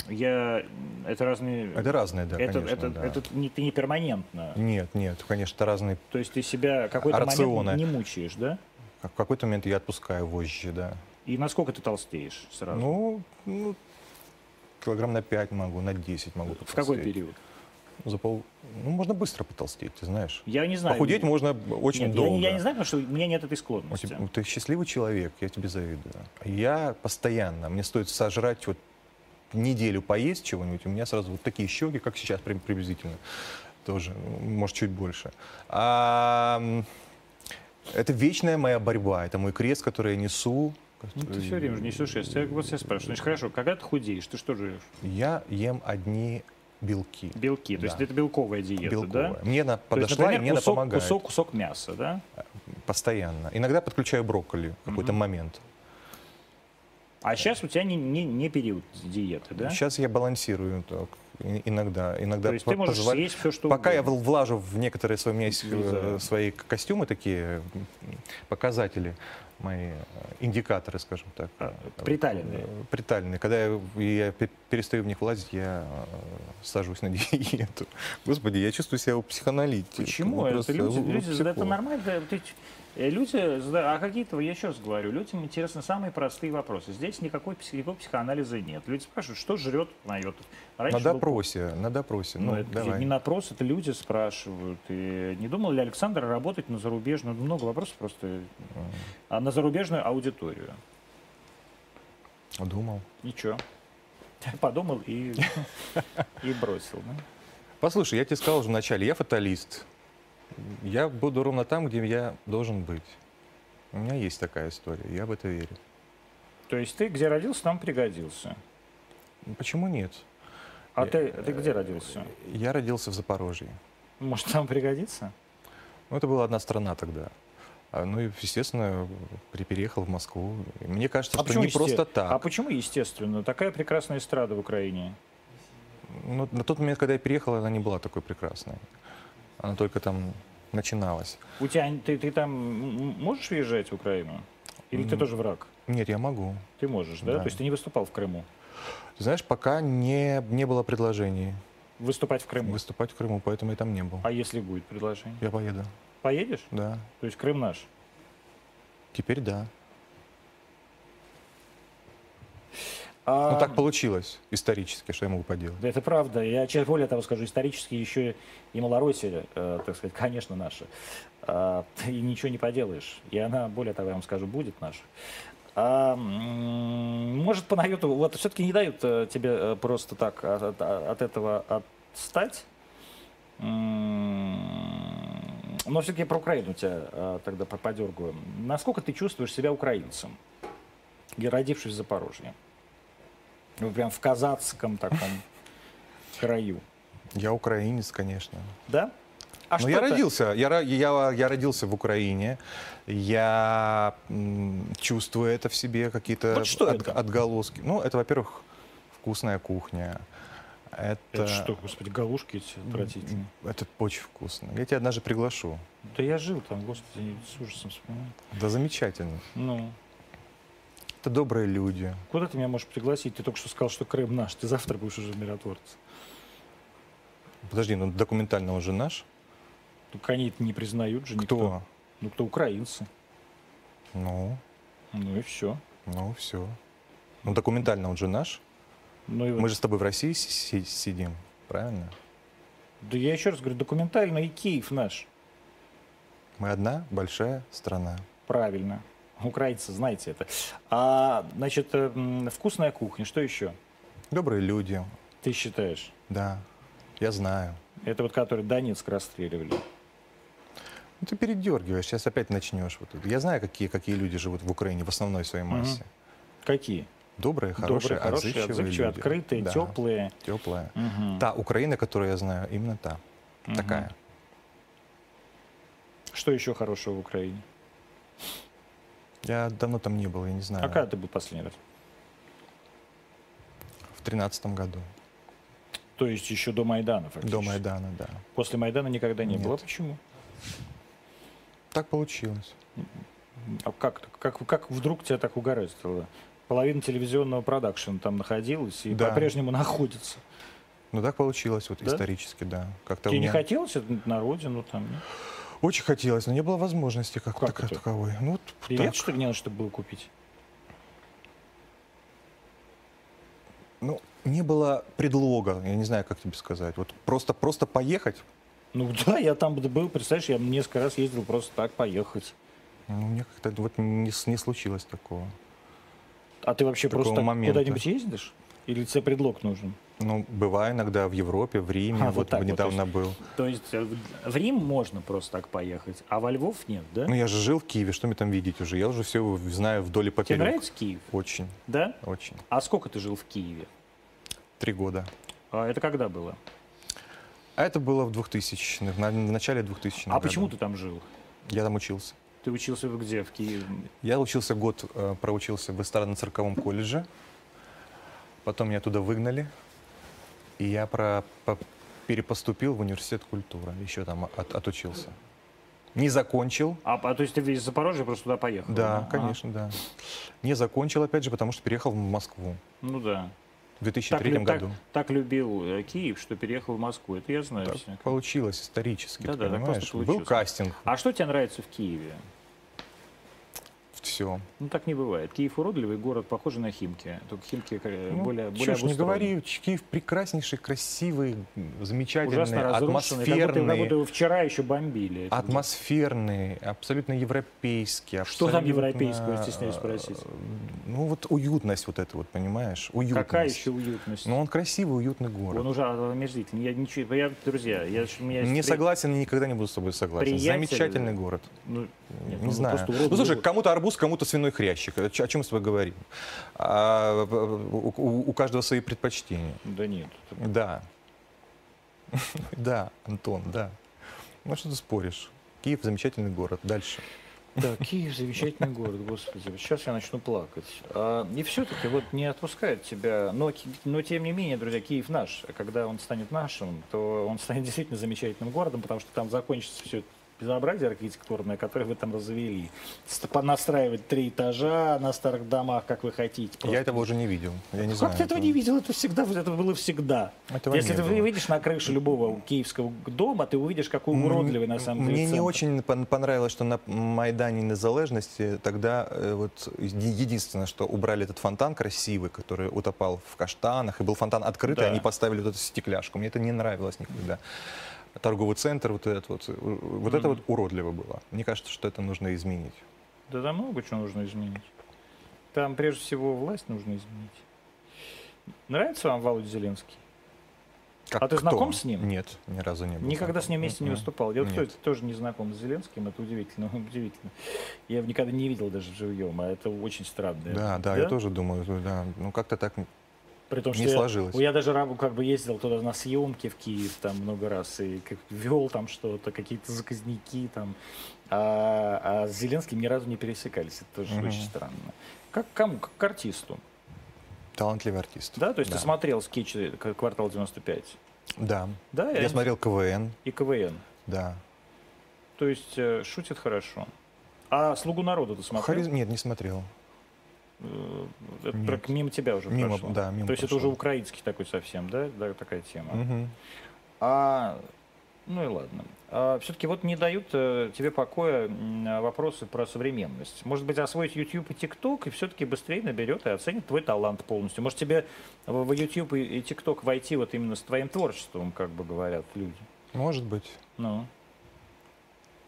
[SPEAKER 1] Я это разные.
[SPEAKER 2] Это разное, да,
[SPEAKER 1] это,
[SPEAKER 2] конечно.
[SPEAKER 1] это,
[SPEAKER 2] да.
[SPEAKER 1] это не, ты не перманентно.
[SPEAKER 2] Нет, нет, конечно, это разные.
[SPEAKER 1] То есть ты себя какой-то
[SPEAKER 2] Рационы.
[SPEAKER 1] момент не мучаешь, да?
[SPEAKER 2] В какой-то момент я отпускаю вожжи, да.
[SPEAKER 1] И насколько ты толстеешь сразу?
[SPEAKER 2] Ну, ну, килограмм на 5 могу, на 10 могу
[SPEAKER 1] в какой
[SPEAKER 2] потолстеть.
[SPEAKER 1] период?
[SPEAKER 2] За пол... Ну, можно быстро потолстеть, ты знаешь.
[SPEAKER 1] Я не знаю.
[SPEAKER 2] Похудеть можно
[SPEAKER 1] Нет, я
[SPEAKER 2] очень
[SPEAKER 1] не-
[SPEAKER 2] долго.
[SPEAKER 1] Я, не знаю, потому что у меня нет этой
[SPEAKER 2] У
[SPEAKER 1] склонности.
[SPEAKER 2] тебя- ну, ты счастливый человек, я тебе завидую. Я постоянно, мне стоит сожрать вот неделю поесть чего-нибудь, у меня сразу вот такие щеки, как сейчас прим- приблизительно, тоже, ну, может, чуть больше. А, м, это вечная моя борьба, это мой крест, который я несу.
[SPEAKER 1] Ну, ты все время же несешь, я тебя, вот я спрашиваю. Значит, хорошо, когда ты худеешь, ты что жрешь?
[SPEAKER 2] Я ем одни белки.
[SPEAKER 1] Белки. То есть
[SPEAKER 2] Да.
[SPEAKER 1] это белковая диета,
[SPEAKER 2] белковая.
[SPEAKER 1] да?
[SPEAKER 2] Мне она
[SPEAKER 1] То есть,
[SPEAKER 2] подошла и
[SPEAKER 1] например,
[SPEAKER 2] мне она
[SPEAKER 1] кусок,
[SPEAKER 2] помогает
[SPEAKER 1] кусок, кусок мяса, да?
[SPEAKER 2] постоянно. Иногда подключаю брокколи в какой-то момент.
[SPEAKER 1] А сейчас у тебя не, не, не период диеты, да?
[SPEAKER 2] Сейчас я балансирую так, и- иногда. иногда
[SPEAKER 1] То есть ты
[SPEAKER 2] по-
[SPEAKER 1] можешь
[SPEAKER 2] позволя-
[SPEAKER 1] съесть все, что
[SPEAKER 2] Пока я
[SPEAKER 1] угодно.
[SPEAKER 2] вл- влажу в некоторые свои, у меня есть э,
[SPEAKER 1] Видаю.
[SPEAKER 2] свои к- костюмы такие, м, показатели мои, э, индикаторы, скажем так.
[SPEAKER 1] А, приталенные.
[SPEAKER 2] Э, Приталенные. Когда я, я пе- перестаю в них лазить, я э, сажусь на диету. Господи, я чувствую себя у психоаналитика.
[SPEAKER 1] Почему?
[SPEAKER 2] Ну,
[SPEAKER 1] это
[SPEAKER 2] просто
[SPEAKER 1] люди,
[SPEAKER 2] у- у
[SPEAKER 1] люди зада- это
[SPEAKER 2] психолога.
[SPEAKER 1] нормально. да, ты ч- э, люди, зада- а какие-то, я еще раз говорю, людям интересны самые простые вопросы. Здесь никакой псих- никакого психоанализа нет. Люди спрашивают, что жрет Майотов.
[SPEAKER 2] На
[SPEAKER 1] Раньше был-
[SPEAKER 2] допросе, на допросе.
[SPEAKER 1] Ну,
[SPEAKER 2] Ну,
[SPEAKER 1] это
[SPEAKER 2] давай.
[SPEAKER 1] не напрос, это люди спрашивают. И не думал ли Александр работать на зарубежную? ну, Много вопросов просто. А на зарубежную аудиторию.
[SPEAKER 2] Думал.
[SPEAKER 1] Ничего. Подумал и, и бросил. да?
[SPEAKER 2] Послушай, я тебе сказал уже вначале, я фаталист. Я буду ровно там, где я должен быть. У меня есть такая история, я в это верю.
[SPEAKER 1] То есть ты где родился, там пригодился.
[SPEAKER 2] Ну, Почему нет?
[SPEAKER 1] А
[SPEAKER 2] Я- э,
[SPEAKER 1] ты, ты где родился?
[SPEAKER 2] Я родился в Запорожье.
[SPEAKER 1] Может, там пригодится?
[SPEAKER 2] Ну, это была одна страна тогда. А, Ну и, естественно, при- переехал в Москву. И Мне кажется, что не
[SPEAKER 1] есте-
[SPEAKER 2] просто
[SPEAKER 1] А
[SPEAKER 2] так.
[SPEAKER 1] почему, естественно, такая прекрасная эстрада в Украине?
[SPEAKER 2] Ну, на тот момент, когда я переехал, она не была такой прекрасной. Она только там начиналась.
[SPEAKER 1] У тебя ты, ты там м, можешь въезжать в Украину? Или ты
[SPEAKER 2] М.
[SPEAKER 1] тоже враг?
[SPEAKER 2] Нет, я могу.
[SPEAKER 1] Ты можешь, да?
[SPEAKER 2] Да.
[SPEAKER 1] То есть ты не выступал в Крыму.
[SPEAKER 2] Ты знаешь, пока не, не было предложений
[SPEAKER 1] Выступать в Крыму.
[SPEAKER 2] выступать в Крыму, поэтому я там не был.
[SPEAKER 1] А если будет предложение?
[SPEAKER 2] Я поеду.
[SPEAKER 1] Поедешь?
[SPEAKER 2] Да.
[SPEAKER 1] То есть Крым наш.
[SPEAKER 2] Теперь да.
[SPEAKER 1] А,
[SPEAKER 2] Ну так получилось исторически, что я могу поделать.
[SPEAKER 1] Да это правда. Я честно, более того скажу, исторически еще и Малороссия, э, так сказать, конечно, наша. А, и ничего не поделаешь. И она, более того, я вам скажу, будет наша. А, м, может, по наюту, вот все-таки не дают э, тебе э, просто так от, от- от этого отстать. М, но все-таки про Украину тебя а, тогда по- подергаю. Насколько ты чувствуешь себя украинцем, и родившись в Запорожье? Ну, прям в казацком таком краю.
[SPEAKER 2] Я украинец, конечно.
[SPEAKER 1] Да? А
[SPEAKER 2] Но Ну, я
[SPEAKER 1] это?
[SPEAKER 2] родился, я, ро- я, я родился в Украине, я м, чувствую это в себе, какие-то
[SPEAKER 1] Вот что это?
[SPEAKER 2] отголоски. Ну, это, во-первых, вкусная кухня. Это,
[SPEAKER 1] Это что, господи, галушки эти отвратительные.
[SPEAKER 2] Это очень вкусно. Я тебя однажды приглашу.
[SPEAKER 1] Да я жил там, господи, с ужасом вспоминаю.
[SPEAKER 2] Да замечательно.
[SPEAKER 1] Ну,
[SPEAKER 2] Это добрые люди.
[SPEAKER 1] куда ты меня можешь пригласить? Ты только что сказал, что Крым наш, ты завтра будешь уже миротворцем.
[SPEAKER 2] Подожди, ну документально он же наш?
[SPEAKER 1] Ну, они это не признают же никто.
[SPEAKER 2] Кто?
[SPEAKER 1] Ну, кто украинцы.
[SPEAKER 2] Ну,
[SPEAKER 1] Ну и все.
[SPEAKER 2] ну все. Ну документально он же наш.
[SPEAKER 1] Ну, и вот-
[SPEAKER 2] Мы же с тобой в России си- си- сидим, правильно?
[SPEAKER 1] Да я еще раз говорю, документально и Киев наш.
[SPEAKER 2] Мы одна большая страна.
[SPEAKER 1] Правильно. Украинцы, знаете это. А, значит, э, м, вкусная кухня, что еще
[SPEAKER 2] Добрые люди,
[SPEAKER 1] ты считаешь?
[SPEAKER 2] да. Я знаю.
[SPEAKER 1] Это вот который Донецк расстреливали.
[SPEAKER 2] Ну, ты передергиваешь, сейчас опять начнешь. Вот это. Я знаю, какие, какие люди живут в Украине в основной своей
[SPEAKER 1] Мгм.
[SPEAKER 2] массе.
[SPEAKER 1] Какие?
[SPEAKER 2] Добрые, хорошие,
[SPEAKER 1] Добрые, хорошие,
[SPEAKER 2] отзывчивые,
[SPEAKER 1] отзывчивые,
[SPEAKER 2] люди.
[SPEAKER 1] открытые,
[SPEAKER 2] Да,
[SPEAKER 1] теплые.
[SPEAKER 2] теплая.
[SPEAKER 1] Мгм.
[SPEAKER 2] Та Украина, которую я знаю, именно та.
[SPEAKER 1] Мгм.
[SPEAKER 2] Такая.
[SPEAKER 1] Что еще хорошего в Украине?
[SPEAKER 2] Я давно там не был, я не знаю.
[SPEAKER 1] А когда ты был последний раз?
[SPEAKER 2] В тринадцатом году.
[SPEAKER 1] То есть еще до Майдана фактически.
[SPEAKER 2] До Майдана, да.
[SPEAKER 1] После Майдана никогда не
[SPEAKER 2] Нет.
[SPEAKER 1] было. Почему?
[SPEAKER 2] Так получилось.
[SPEAKER 1] А как, так? как, как вдруг тебя так угораздило? Половина телевизионного продакшена там находилась и
[SPEAKER 2] Да.
[SPEAKER 1] по-прежнему находится.
[SPEAKER 2] Ну так получилось вот
[SPEAKER 1] Да?
[SPEAKER 2] исторически, да. Как-то у
[SPEAKER 1] Тебе не
[SPEAKER 2] меня
[SPEAKER 1] хотелось это на родину там? нет?
[SPEAKER 2] очень хотелось, но не было возможности как,
[SPEAKER 1] Как
[SPEAKER 2] така-
[SPEAKER 1] это?
[SPEAKER 2] таковой. Ну, вот
[SPEAKER 1] Билет,
[SPEAKER 2] так.
[SPEAKER 1] что ли, не надо, чтобы было купить?
[SPEAKER 2] ну, не было предлога, я не знаю, как тебе сказать. Вот просто, просто поехать,
[SPEAKER 1] Ну да, я там был, представляешь, я несколько раз ездил просто так поехать.
[SPEAKER 2] ну, мне как-то вот не, с- не случилось такого.
[SPEAKER 1] А ты вообще
[SPEAKER 2] Такого
[SPEAKER 1] просто так
[SPEAKER 2] момента.
[SPEAKER 1] куда-нибудь ездишь? Или тебе предлог нужен?
[SPEAKER 2] Ну, бываю иногда в Европе, в Риме,
[SPEAKER 1] А, вот
[SPEAKER 2] вот,
[SPEAKER 1] так вот,
[SPEAKER 2] недавно был.
[SPEAKER 1] То есть э, в в Рим можно просто так поехать, а во Львов нет, да?
[SPEAKER 2] Ну, я же жил в Киеве, что мне там видеть уже? Я уже все знаю вдоль и
[SPEAKER 1] Тебе
[SPEAKER 2] поперек.
[SPEAKER 1] нравится Киев?
[SPEAKER 2] Очень,
[SPEAKER 1] Да?
[SPEAKER 2] очень.
[SPEAKER 1] А сколько ты жил в Киеве?
[SPEAKER 2] Три года.
[SPEAKER 1] А это когда было?
[SPEAKER 2] А это было в 2000-х, на- в начале 2000-х.
[SPEAKER 1] А почему
[SPEAKER 2] годов.
[SPEAKER 1] ты там жил?
[SPEAKER 2] Я там учился.
[SPEAKER 1] Ты учился в- где? В Киеве?
[SPEAKER 2] Я учился год, э, проучился в эстрадно-цирковом колледже. Потом меня туда выгнали. И я про, по- перепоступил в университет культуры. Еще там от- отучился. Не закончил.
[SPEAKER 1] А, а то есть ты из Запорожья просто туда поехал? А,
[SPEAKER 2] Да,
[SPEAKER 1] Ага.
[SPEAKER 2] конечно, да. Не закончил, опять же, потому что переехал в Москву
[SPEAKER 1] Ну да.
[SPEAKER 2] в
[SPEAKER 1] Так,
[SPEAKER 2] 2003
[SPEAKER 1] лю- так-
[SPEAKER 2] году.
[SPEAKER 1] так любил э, Киев, что переехал в Москву. Это я знаю.
[SPEAKER 2] Так
[SPEAKER 1] всё.
[SPEAKER 2] получилось исторически,
[SPEAKER 1] Да-да,
[SPEAKER 2] ты
[SPEAKER 1] так просто
[SPEAKER 2] понимаешь? Был
[SPEAKER 1] получилось.
[SPEAKER 2] кастинг,
[SPEAKER 1] А что тебе нравится в Киеве?
[SPEAKER 2] все.
[SPEAKER 1] Ну так не бывает. Киев уродливый город, похожий на Химки. Только Химки э, более, более
[SPEAKER 2] Чушь, Ну, не
[SPEAKER 1] обустроенный.
[SPEAKER 2] говори, Киев прекраснейший, красивый, замечательный,
[SPEAKER 1] Ужасно разрушенный. Как будто, как
[SPEAKER 2] атмосферный.
[SPEAKER 1] будто его вчера еще бомбили. Это
[SPEAKER 2] атмосферный, абсолютно европейский.
[SPEAKER 1] Что там
[SPEAKER 2] абсолютно,
[SPEAKER 1] европейского, стесняюсь спросить?
[SPEAKER 2] э, Ну вот уютность вот эта вот, понимаешь?
[SPEAKER 1] вот.
[SPEAKER 2] Уютность.
[SPEAKER 1] Какая еще уютность?
[SPEAKER 2] Ну он красивый, уютный
[SPEAKER 1] Он
[SPEAKER 2] город.
[SPEAKER 1] уже а, омерзительный. Я ничего, я, друзья, я, у меня есть
[SPEAKER 2] Не
[SPEAKER 1] при-
[SPEAKER 2] согласен, никогда не буду с тобой согласен.
[SPEAKER 1] приятель-
[SPEAKER 2] Замечательный город.
[SPEAKER 1] Ну, нет, ну,
[SPEAKER 2] не знаю.
[SPEAKER 1] просто уродливый
[SPEAKER 2] Ну слушай,
[SPEAKER 1] город.
[SPEAKER 2] кому-то арбуз, кому-то свиной хрящик. О ч- о чем мы с тобой говорим? А, у, у- у каждого свои предпочтения.
[SPEAKER 1] Да нет. это-
[SPEAKER 2] Да. Да, Антон, да. Ну что ты споришь? Киев замечательный город. Дальше.
[SPEAKER 1] Да, Киев замечательный город, господи. Вот Сейчас я начну плакать. А, и все-таки вот не отпускает тебя. Но, Ки- но тем не менее, друзья, Киев наш. А Когда он станет нашим, то он станет действительно замечательным городом, потому что там закончится все безобразие архитектурное, которое вы там развели. Ст- Понастраивать три этажа на старых домах, как вы хотите.
[SPEAKER 2] Я
[SPEAKER 1] просто.
[SPEAKER 2] этого уже не видел. Я не
[SPEAKER 1] Как
[SPEAKER 2] знаю.
[SPEAKER 1] ты этого не видел? Это всегда, вот это было всегда.
[SPEAKER 2] Этого
[SPEAKER 1] Если
[SPEAKER 2] не
[SPEAKER 1] ты
[SPEAKER 2] было.
[SPEAKER 1] выйдешь на крышу любого киевского дома, ты увидишь, какой
[SPEAKER 2] М,
[SPEAKER 1] уродливый на самом деле
[SPEAKER 2] Мне не
[SPEAKER 1] центр.
[SPEAKER 2] очень пон- понравилось, что на Майдане Незалежности тогда э, вот е- единственное, что убрали этот фонтан красивый, который утопал в каштанах, и был фонтан открытый,
[SPEAKER 1] Да.
[SPEAKER 2] они поставили вот эту стекляшку. Мне это не нравилось никогда. Торговый центр, вот этот вот, э, вот это
[SPEAKER 1] Мгм.
[SPEAKER 2] вот уродливо было. Мне кажется, что это нужно изменить.
[SPEAKER 1] Да там много чего нужно изменить. Там прежде всего власть нужно изменить. Нравится вам Володя Зеленский?
[SPEAKER 2] Как
[SPEAKER 1] А ты
[SPEAKER 2] кто?
[SPEAKER 1] знаком с ним?
[SPEAKER 2] Нет, ни разу не был.
[SPEAKER 1] Никогда
[SPEAKER 2] знаком.
[SPEAKER 1] с ним вместе не
[SPEAKER 2] Мгм.
[SPEAKER 1] выступал. Я вот
[SPEAKER 2] М-м-м. Нет.
[SPEAKER 1] тоже- тоже не знаком с Зеленским, это удивительно, удивительно. Я его никогда не видел даже живьем, а это очень странно.
[SPEAKER 2] Да, да, я тоже думаю, ну да, ну как-то так.
[SPEAKER 1] При том,
[SPEAKER 2] не
[SPEAKER 1] что я-
[SPEAKER 2] сложилось.
[SPEAKER 1] Я, даже рабу как бы ездил туда на съемки в Киев там много раз и как вел там что-то, какие-то заказники там. А, а с Зеленским ни разу не пересекались. Это тоже
[SPEAKER 2] Мгм.
[SPEAKER 1] очень странно. Как к кому? Как к артисту.
[SPEAKER 2] Талантливый артист.
[SPEAKER 1] Да, то есть
[SPEAKER 2] Да.
[SPEAKER 1] ты смотрел скетчи э, к- «Квартал 95».
[SPEAKER 2] Да.
[SPEAKER 1] Да, и
[SPEAKER 2] Я
[SPEAKER 1] они-
[SPEAKER 2] смотрел КВН,
[SPEAKER 1] и КВН.
[SPEAKER 2] да.
[SPEAKER 1] То есть э, шутит хорошо. А «Слугу народа» ты смотрел?
[SPEAKER 2] Хариз- Нет, не смотрел.
[SPEAKER 1] Э, Это
[SPEAKER 2] Нет.
[SPEAKER 1] про- мимо тебя уже
[SPEAKER 2] Мимо,
[SPEAKER 1] прошло.
[SPEAKER 2] да, мимо
[SPEAKER 1] То есть это уже
[SPEAKER 2] прошло.
[SPEAKER 1] украинский такой совсем, да? Да, такая тема.
[SPEAKER 2] Мгм.
[SPEAKER 1] А, ну и ладно. все-таки вот не дают э, тебе покоя м, а, вопросы про современность. Может быть, освоить YouTube и TikTok и все-таки быстрее наберет и оценит твой талант полностью. Может, тебе в в YouTube и и TikTok войти вот именно с твоим творчеством, как бы говорят люди.
[SPEAKER 2] Может быть.
[SPEAKER 1] Ну,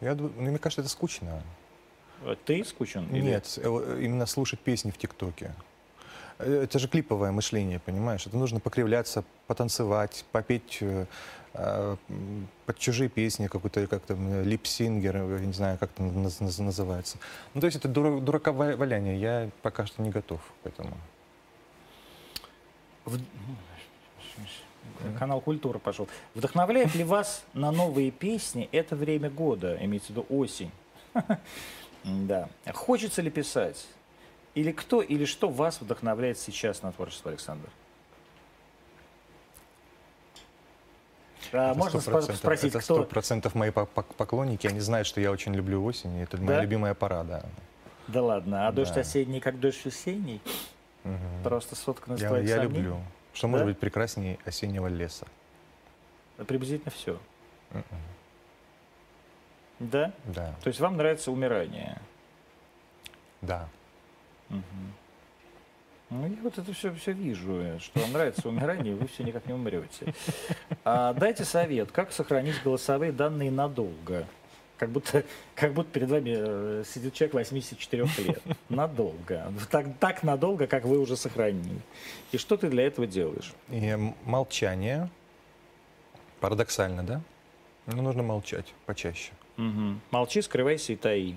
[SPEAKER 2] Я, ду- ну, мне кажется, это скучно.
[SPEAKER 1] э, ты скучен? или-
[SPEAKER 2] Нет, э, вот, э, именно слушать песни в ТикТоке. Э, Это же клиповое мышление, понимаешь? Это нужно покривляться, потанцевать, попеть э, э, м, под чужие песни, какой-то как там э, липсингер, э, я не знаю, как это наз- наз- называется. Ну, то есть это дура- дураковое валяние, я пока что не готов к этому.
[SPEAKER 1] В- Канал Культура пошел. Вдохновляет ли вас на новые песни это время года, имеется в виду осень? Да. Хочется ли писать? Или кто, или что вас вдохновляет сейчас на творчество, Александр? А,
[SPEAKER 2] Это
[SPEAKER 1] можно
[SPEAKER 2] 100%,
[SPEAKER 1] спа- спросить,
[SPEAKER 2] это
[SPEAKER 1] кто?
[SPEAKER 2] процентов мои по- по- поклонники, они знают, что я очень люблю осень, и это
[SPEAKER 1] Да?
[SPEAKER 2] моя любимая пора, да.
[SPEAKER 1] Да ладно, а дождь
[SPEAKER 2] Да.
[SPEAKER 1] осенний, как дождь осенний?
[SPEAKER 2] Мгм.
[SPEAKER 1] Просто соткано из
[SPEAKER 2] Я,
[SPEAKER 1] твоих
[SPEAKER 2] я
[SPEAKER 1] сомнений?
[SPEAKER 2] люблю. Что может
[SPEAKER 1] Да?
[SPEAKER 2] быть прекраснее осеннего леса?
[SPEAKER 1] Приблизительно все.
[SPEAKER 2] Мгм.
[SPEAKER 1] Да?
[SPEAKER 2] Да,
[SPEAKER 1] То есть вам нравится умирание?
[SPEAKER 2] да.
[SPEAKER 1] Мгм. Ну, я вот это все, все вижу, э, что вам нравится умирание, и вы все никак не умрете. А, дайте совет, как сохранить голосовые данные надолго? Как будто, как будто перед вами э, сидит человек 84 лет. Надолго. Так, так надолго, как вы уже сохранили. И что ты для этого делаешь?
[SPEAKER 2] И м- молчание. Парадоксально, да? Но нужно молчать почаще.
[SPEAKER 1] Мгм. Молчи, скрывайся и таи.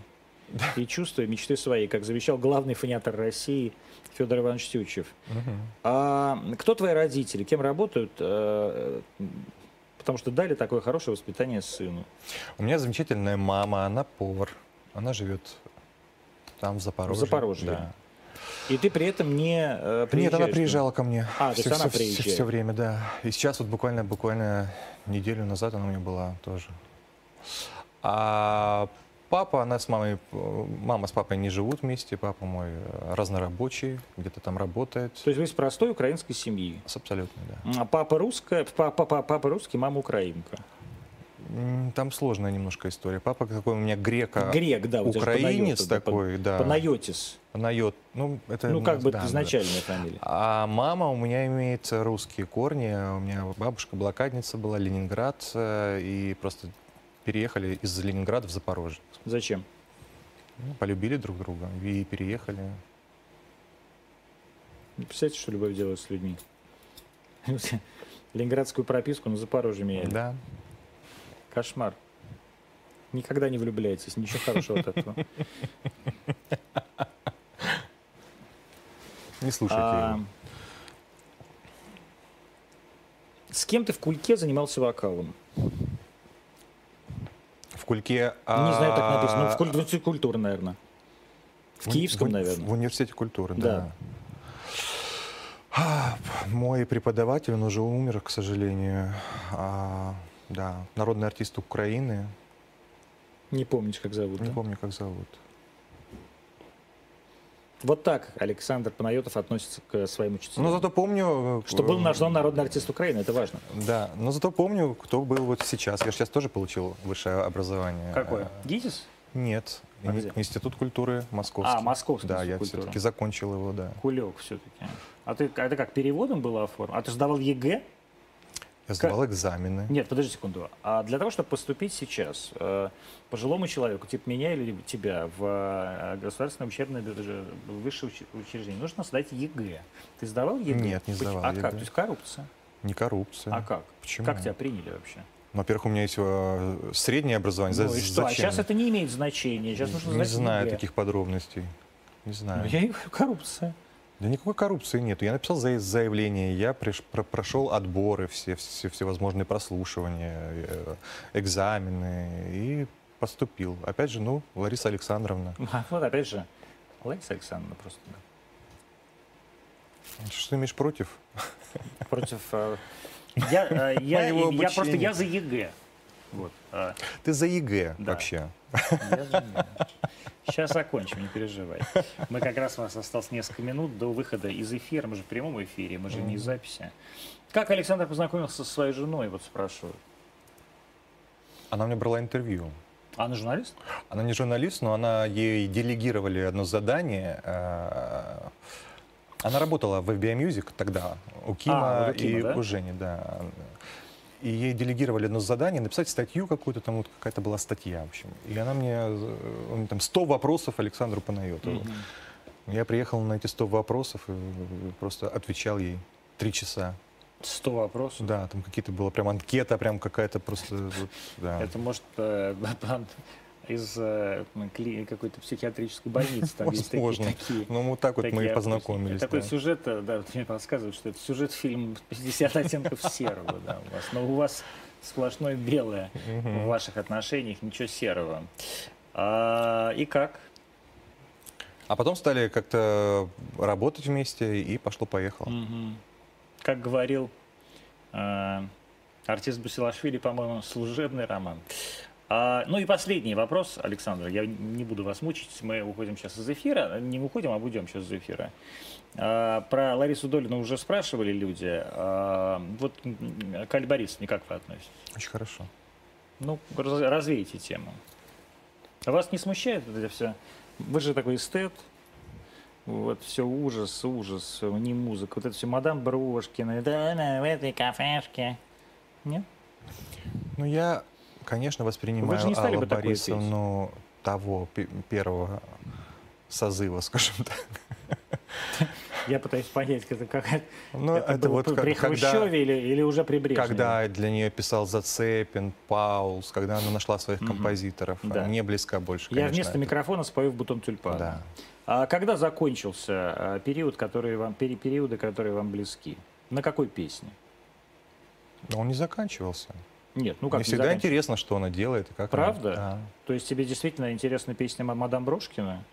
[SPEAKER 1] И чувствуй мечты свои, как завещал главный фониатор России Федор Иванович Тючев. А кто твои родители? Кем работают? Э, Потому что дали такое хорошее воспитание сыну.
[SPEAKER 2] У меня замечательная мама, она повар. Она живет там, в Запорожье.
[SPEAKER 1] Запорожье.
[SPEAKER 2] Да.
[SPEAKER 1] И ты при этом не э,
[SPEAKER 2] Нет, она
[SPEAKER 1] приезжаешь.
[SPEAKER 2] приезжала ко мне.
[SPEAKER 1] А, то есть она приезжает.
[SPEAKER 2] все время, да. И сейчас вот буквально, буквально неделю назад она у меня была тоже. А папа, она с мамой, э, мама с папой не живут вместе. Папа мой э, разнорабочий, где-то там работает.
[SPEAKER 1] То есть вы из простой украинской семьи.
[SPEAKER 2] С абсолютно, да.
[SPEAKER 1] А Папа русская, папа, папа, папа русский, мама украинка.
[SPEAKER 2] М, Там сложная немножко история. Папа какой у меня грека.
[SPEAKER 1] Грек, да, вот здесь
[SPEAKER 2] Украинец
[SPEAKER 1] Панайотис, да,
[SPEAKER 2] такой, да.
[SPEAKER 1] Пан- Панайотис.
[SPEAKER 2] Панайот. Ну, это,
[SPEAKER 1] Ну, как бы
[SPEAKER 2] да,
[SPEAKER 1] это
[SPEAKER 2] да.
[SPEAKER 1] изначальная фамилия.
[SPEAKER 2] А мама у меня имеет э, русские корни. У меня бабушка блокадница была, Ленинград. э, И просто переехали из Ленинграда в Запорожье.
[SPEAKER 1] Зачем?
[SPEAKER 2] Ну, полюбили друг друга и переехали.
[SPEAKER 1] Ну, Представляете, что любовь делает с людьми? Ленинградскую прописку на Запорожье меняли.
[SPEAKER 2] Да.
[SPEAKER 1] Кошмар. Никогда не влюбляйтесь, ничего хорошего от этого.
[SPEAKER 2] Не слушайте
[SPEAKER 1] А,
[SPEAKER 2] его.
[SPEAKER 1] С кем ты в кульке занимался вокалом?
[SPEAKER 2] В Кульке...
[SPEAKER 1] Не знаю, так написано. Ну, в
[SPEAKER 2] а,
[SPEAKER 1] куль- в институте культуры, наверное. В
[SPEAKER 2] уни-
[SPEAKER 1] Киевском,
[SPEAKER 2] уни- В
[SPEAKER 1] наверное.
[SPEAKER 2] университете культуры, да.
[SPEAKER 1] Да.
[SPEAKER 2] А, Мой преподаватель, он уже умер, к сожалению. А, да, народный артист Украины.
[SPEAKER 1] Не помнишь, как зовут.
[SPEAKER 2] Не
[SPEAKER 1] да?
[SPEAKER 2] помню, как зовут.
[SPEAKER 1] Вот так Александр Панайотов относится к своим учителям.
[SPEAKER 2] Но зато помню... э,
[SPEAKER 1] Что был
[SPEAKER 2] э,
[SPEAKER 1] назван народный артист Украины, это важно.
[SPEAKER 2] Да, но зато помню, кто был вот сейчас. Я же сейчас тоже получил высшее образование.
[SPEAKER 1] Какое?
[SPEAKER 2] Э,
[SPEAKER 1] ГИТИС?
[SPEAKER 2] Нет.
[SPEAKER 1] А где?
[SPEAKER 2] Институт культуры Московский.
[SPEAKER 1] А, Московский
[SPEAKER 2] Да,
[SPEAKER 1] институт
[SPEAKER 2] я
[SPEAKER 1] культуры.
[SPEAKER 2] все-таки закончил его, да.
[SPEAKER 1] Кулек все-таки. А ты, а это как, переводом было оформлено? А ты сдавал ЕГЭ?
[SPEAKER 2] Я сдавал экзамены.
[SPEAKER 1] Нет, подожди секунду. А для того, чтобы поступить сейчас э, пожилому человеку, типа меня или тебя, в э, государственное учебное бюджет- высшее уч- учреждение, нужно сдать ЕГЭ. Ты сдавал ЕГЭ?
[SPEAKER 2] Нет, не
[SPEAKER 1] Поч-
[SPEAKER 2] сдавал
[SPEAKER 1] А
[SPEAKER 2] ЕГЭ.
[SPEAKER 1] как? То есть коррупция.
[SPEAKER 2] Не коррупция.
[SPEAKER 1] А как?
[SPEAKER 2] Почему?
[SPEAKER 1] Как тебя приняли вообще?
[SPEAKER 2] Ну, Во-первых, у меня есть э, среднее образование. За-
[SPEAKER 1] Ну и что? А
[SPEAKER 2] зачем?
[SPEAKER 1] сейчас это не имеет значения. Сейчас нужно
[SPEAKER 2] не
[SPEAKER 1] знать
[SPEAKER 2] знаю
[SPEAKER 1] многое.
[SPEAKER 2] таких подробностей. Не знаю.
[SPEAKER 1] Ну, я и говорю, коррупция.
[SPEAKER 2] Да никакой коррупции нет. Я написал за- заявление, я приш- про- прошел отборы, все, все всевозможные прослушивания, э, экзамены и поступил. Опять же, ну, Лариса Александровна.
[SPEAKER 1] А Вот опять же, Лариса Александровна просто
[SPEAKER 2] Что ты имеешь против?
[SPEAKER 1] против... э, Я, э, я,
[SPEAKER 2] Моего
[SPEAKER 1] я просто
[SPEAKER 2] обучения.
[SPEAKER 1] я за ЕГЭ. Вот. э,
[SPEAKER 2] Ты за ЕГЭ
[SPEAKER 1] Да.
[SPEAKER 2] вообще.
[SPEAKER 1] Сейчас закончим, не переживай. Мы как раз у нас осталось несколько минут до выхода из эфира. Мы же в прямом эфире, мы же не из записи. Как Александр познакомился со своей женой, вот спрашиваю.
[SPEAKER 2] Она мне брала интервью.
[SPEAKER 1] Она журналист?
[SPEAKER 2] Она не журналист, но она ей делегировали одно задание. э, Она работала в FBI Music тогда у Кима,
[SPEAKER 1] А, вот у Кима,
[SPEAKER 2] и
[SPEAKER 1] да?
[SPEAKER 2] у Жени, да. И ей делегировали одно задание написать статью какую-то, там вот какая-то была статья, в общем. И она мне, э, он там 100 вопросов Александру Панайотову. Я приехал на эти 100 вопросов и э, просто отвечал ей три часа.
[SPEAKER 1] Сто вопросов.
[SPEAKER 2] Да, там какие-то была прям анкета, прям какая-то просто... вот, да.
[SPEAKER 1] Это может э, бан- из э, кли- какой-то психиатрической больницы. Там есть такие-
[SPEAKER 2] Возможно.
[SPEAKER 1] такие.
[SPEAKER 2] Ну, вот так вот мы
[SPEAKER 1] такие
[SPEAKER 2] и
[SPEAKER 1] опросы.
[SPEAKER 2] познакомились.
[SPEAKER 1] Такой
[SPEAKER 2] да.
[SPEAKER 1] сюжет, э, да, вот мне подсказывают, что это сюжет фильма «50 оттенков серого». Да, у вас. Но у вас сплошное белое в ваших отношениях, ничего серого. А, и как?
[SPEAKER 2] А потом стали как-то работать вместе, и пошло-поехало.
[SPEAKER 1] Как говорил э, артист Басилашвили, по-моему, служебный роман. А, ну и последний вопрос, Александр. Я не буду вас мучить. Мы уходим сейчас из эфира. Не уходим, а будем сейчас из эфира. А, про Ларису Долину уже спрашивали люди. А, вот м, к Али Борисовне как вы относитесь?
[SPEAKER 2] Очень хорошо.
[SPEAKER 1] Ну, раз- развейте тему. А вас не смущает вот это все? Вы же такой эстет. Вот все ужас, ужас, не музыка. Вот это все мадам Брошкина. Да, она в этой кафешке. Нет?
[SPEAKER 2] Ну, я, конечно, воспринимаю
[SPEAKER 1] Вы же не стали
[SPEAKER 2] Алла
[SPEAKER 1] бы такое петь?
[SPEAKER 2] Борисовну того пе- первого созыва, скажем так.
[SPEAKER 1] Я пытаюсь понять, это как
[SPEAKER 2] Ну,
[SPEAKER 1] это,
[SPEAKER 2] это,
[SPEAKER 1] было
[SPEAKER 2] вот
[SPEAKER 1] при
[SPEAKER 2] как-
[SPEAKER 1] при
[SPEAKER 2] когда,
[SPEAKER 1] Хрущеве или, или уже при Брежневе?
[SPEAKER 2] когда для нее писал Зацепин, Паулс, когда она нашла своих композиторов.
[SPEAKER 1] Да.
[SPEAKER 2] Мне близка больше,
[SPEAKER 1] Я
[SPEAKER 2] конечно,
[SPEAKER 1] вместо
[SPEAKER 2] это.
[SPEAKER 1] микрофона спою в бутон тюльпана.
[SPEAKER 2] Да.
[SPEAKER 1] А когда закончился а, период, который вам, пери- периоды, которые вам близки? На какой песне?
[SPEAKER 2] Но он не заканчивался.
[SPEAKER 1] Нет, ну как
[SPEAKER 2] Мне
[SPEAKER 1] не
[SPEAKER 2] всегда
[SPEAKER 1] заканчивался?
[SPEAKER 2] интересно, что она делает и как она-
[SPEAKER 1] Правда? То есть тебе действительно интересна песня ма- мадам Брошкина?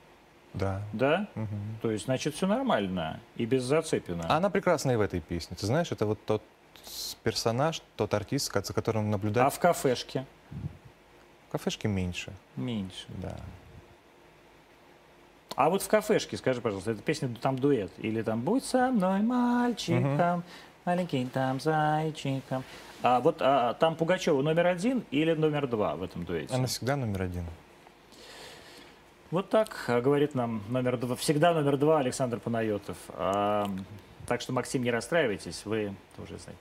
[SPEAKER 2] Да. да.
[SPEAKER 1] Да?
[SPEAKER 2] Мгм.
[SPEAKER 1] То есть, значит, все нормально и без Зацепина.
[SPEAKER 2] А Она прекрасна и в этой песне. Ты знаешь, это вот тот с- персонаж, тот артист, ка- за которым
[SPEAKER 1] А
[SPEAKER 2] наблюдать
[SPEAKER 1] в кафешке?
[SPEAKER 2] в кафешке меньше.
[SPEAKER 1] Меньше.
[SPEAKER 2] Да.
[SPEAKER 1] А вот в кафешке, скажи, пожалуйста, эта песня там дуэт? Или там «Будь со мной мальчиком, маленьким там зайчиком». А вот а, там Пугачева номер один или номер два в этом дуэте?
[SPEAKER 2] Она всегда номер один.
[SPEAKER 1] Вот так а, говорит нам номер два, всегда номер два Александр Панайотов. А, так что, Максим, не расстраивайтесь, вы тоже знаете.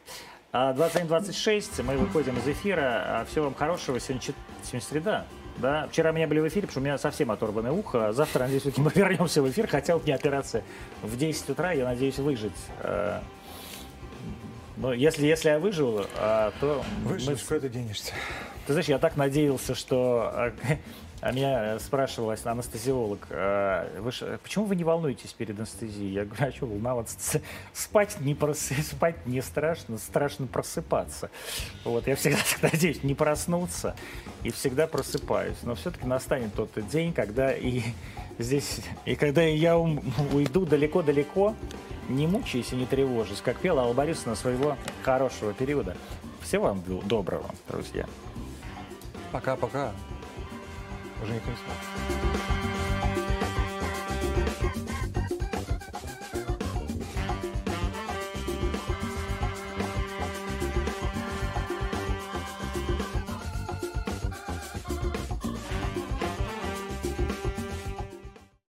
[SPEAKER 1] А, 21.26, мы выходим из эфира. А, Всего вам хорошего. Сегодня, чет- сегодня среда. Да, вчера меня были в эфире, потому что у меня совсем оторванное ухо. А Завтра, надеюсь, все-таки мы вернемся в эфир. Хотя у меня операция в 10 утра, я надеюсь выжить. А, Но если, если я выживу, а, то мы с-
[SPEAKER 2] куда ты денешься?
[SPEAKER 1] ты знаешь, я так надеялся, что э, а меня э, спрашивал ас- анестезиолог, э, вы ж- э, почему вы не волнуетесь перед анестезией? Я говорю, а что волноваться? Ц- Спать не, прос- спать не страшно, страшно просыпаться. Вот, я всегда так надеюсь не проснуться и всегда просыпаюсь. Но все-таки настанет тот день, когда и здесь, и когда я ум- уйду далеко-далеко, не мучаясь и не тревожусь, как пела Алла Борисовна своего хорошего периода. Всего вам ду- доброго, друзья.
[SPEAKER 2] Пока-пока. Уже никто не смотрит.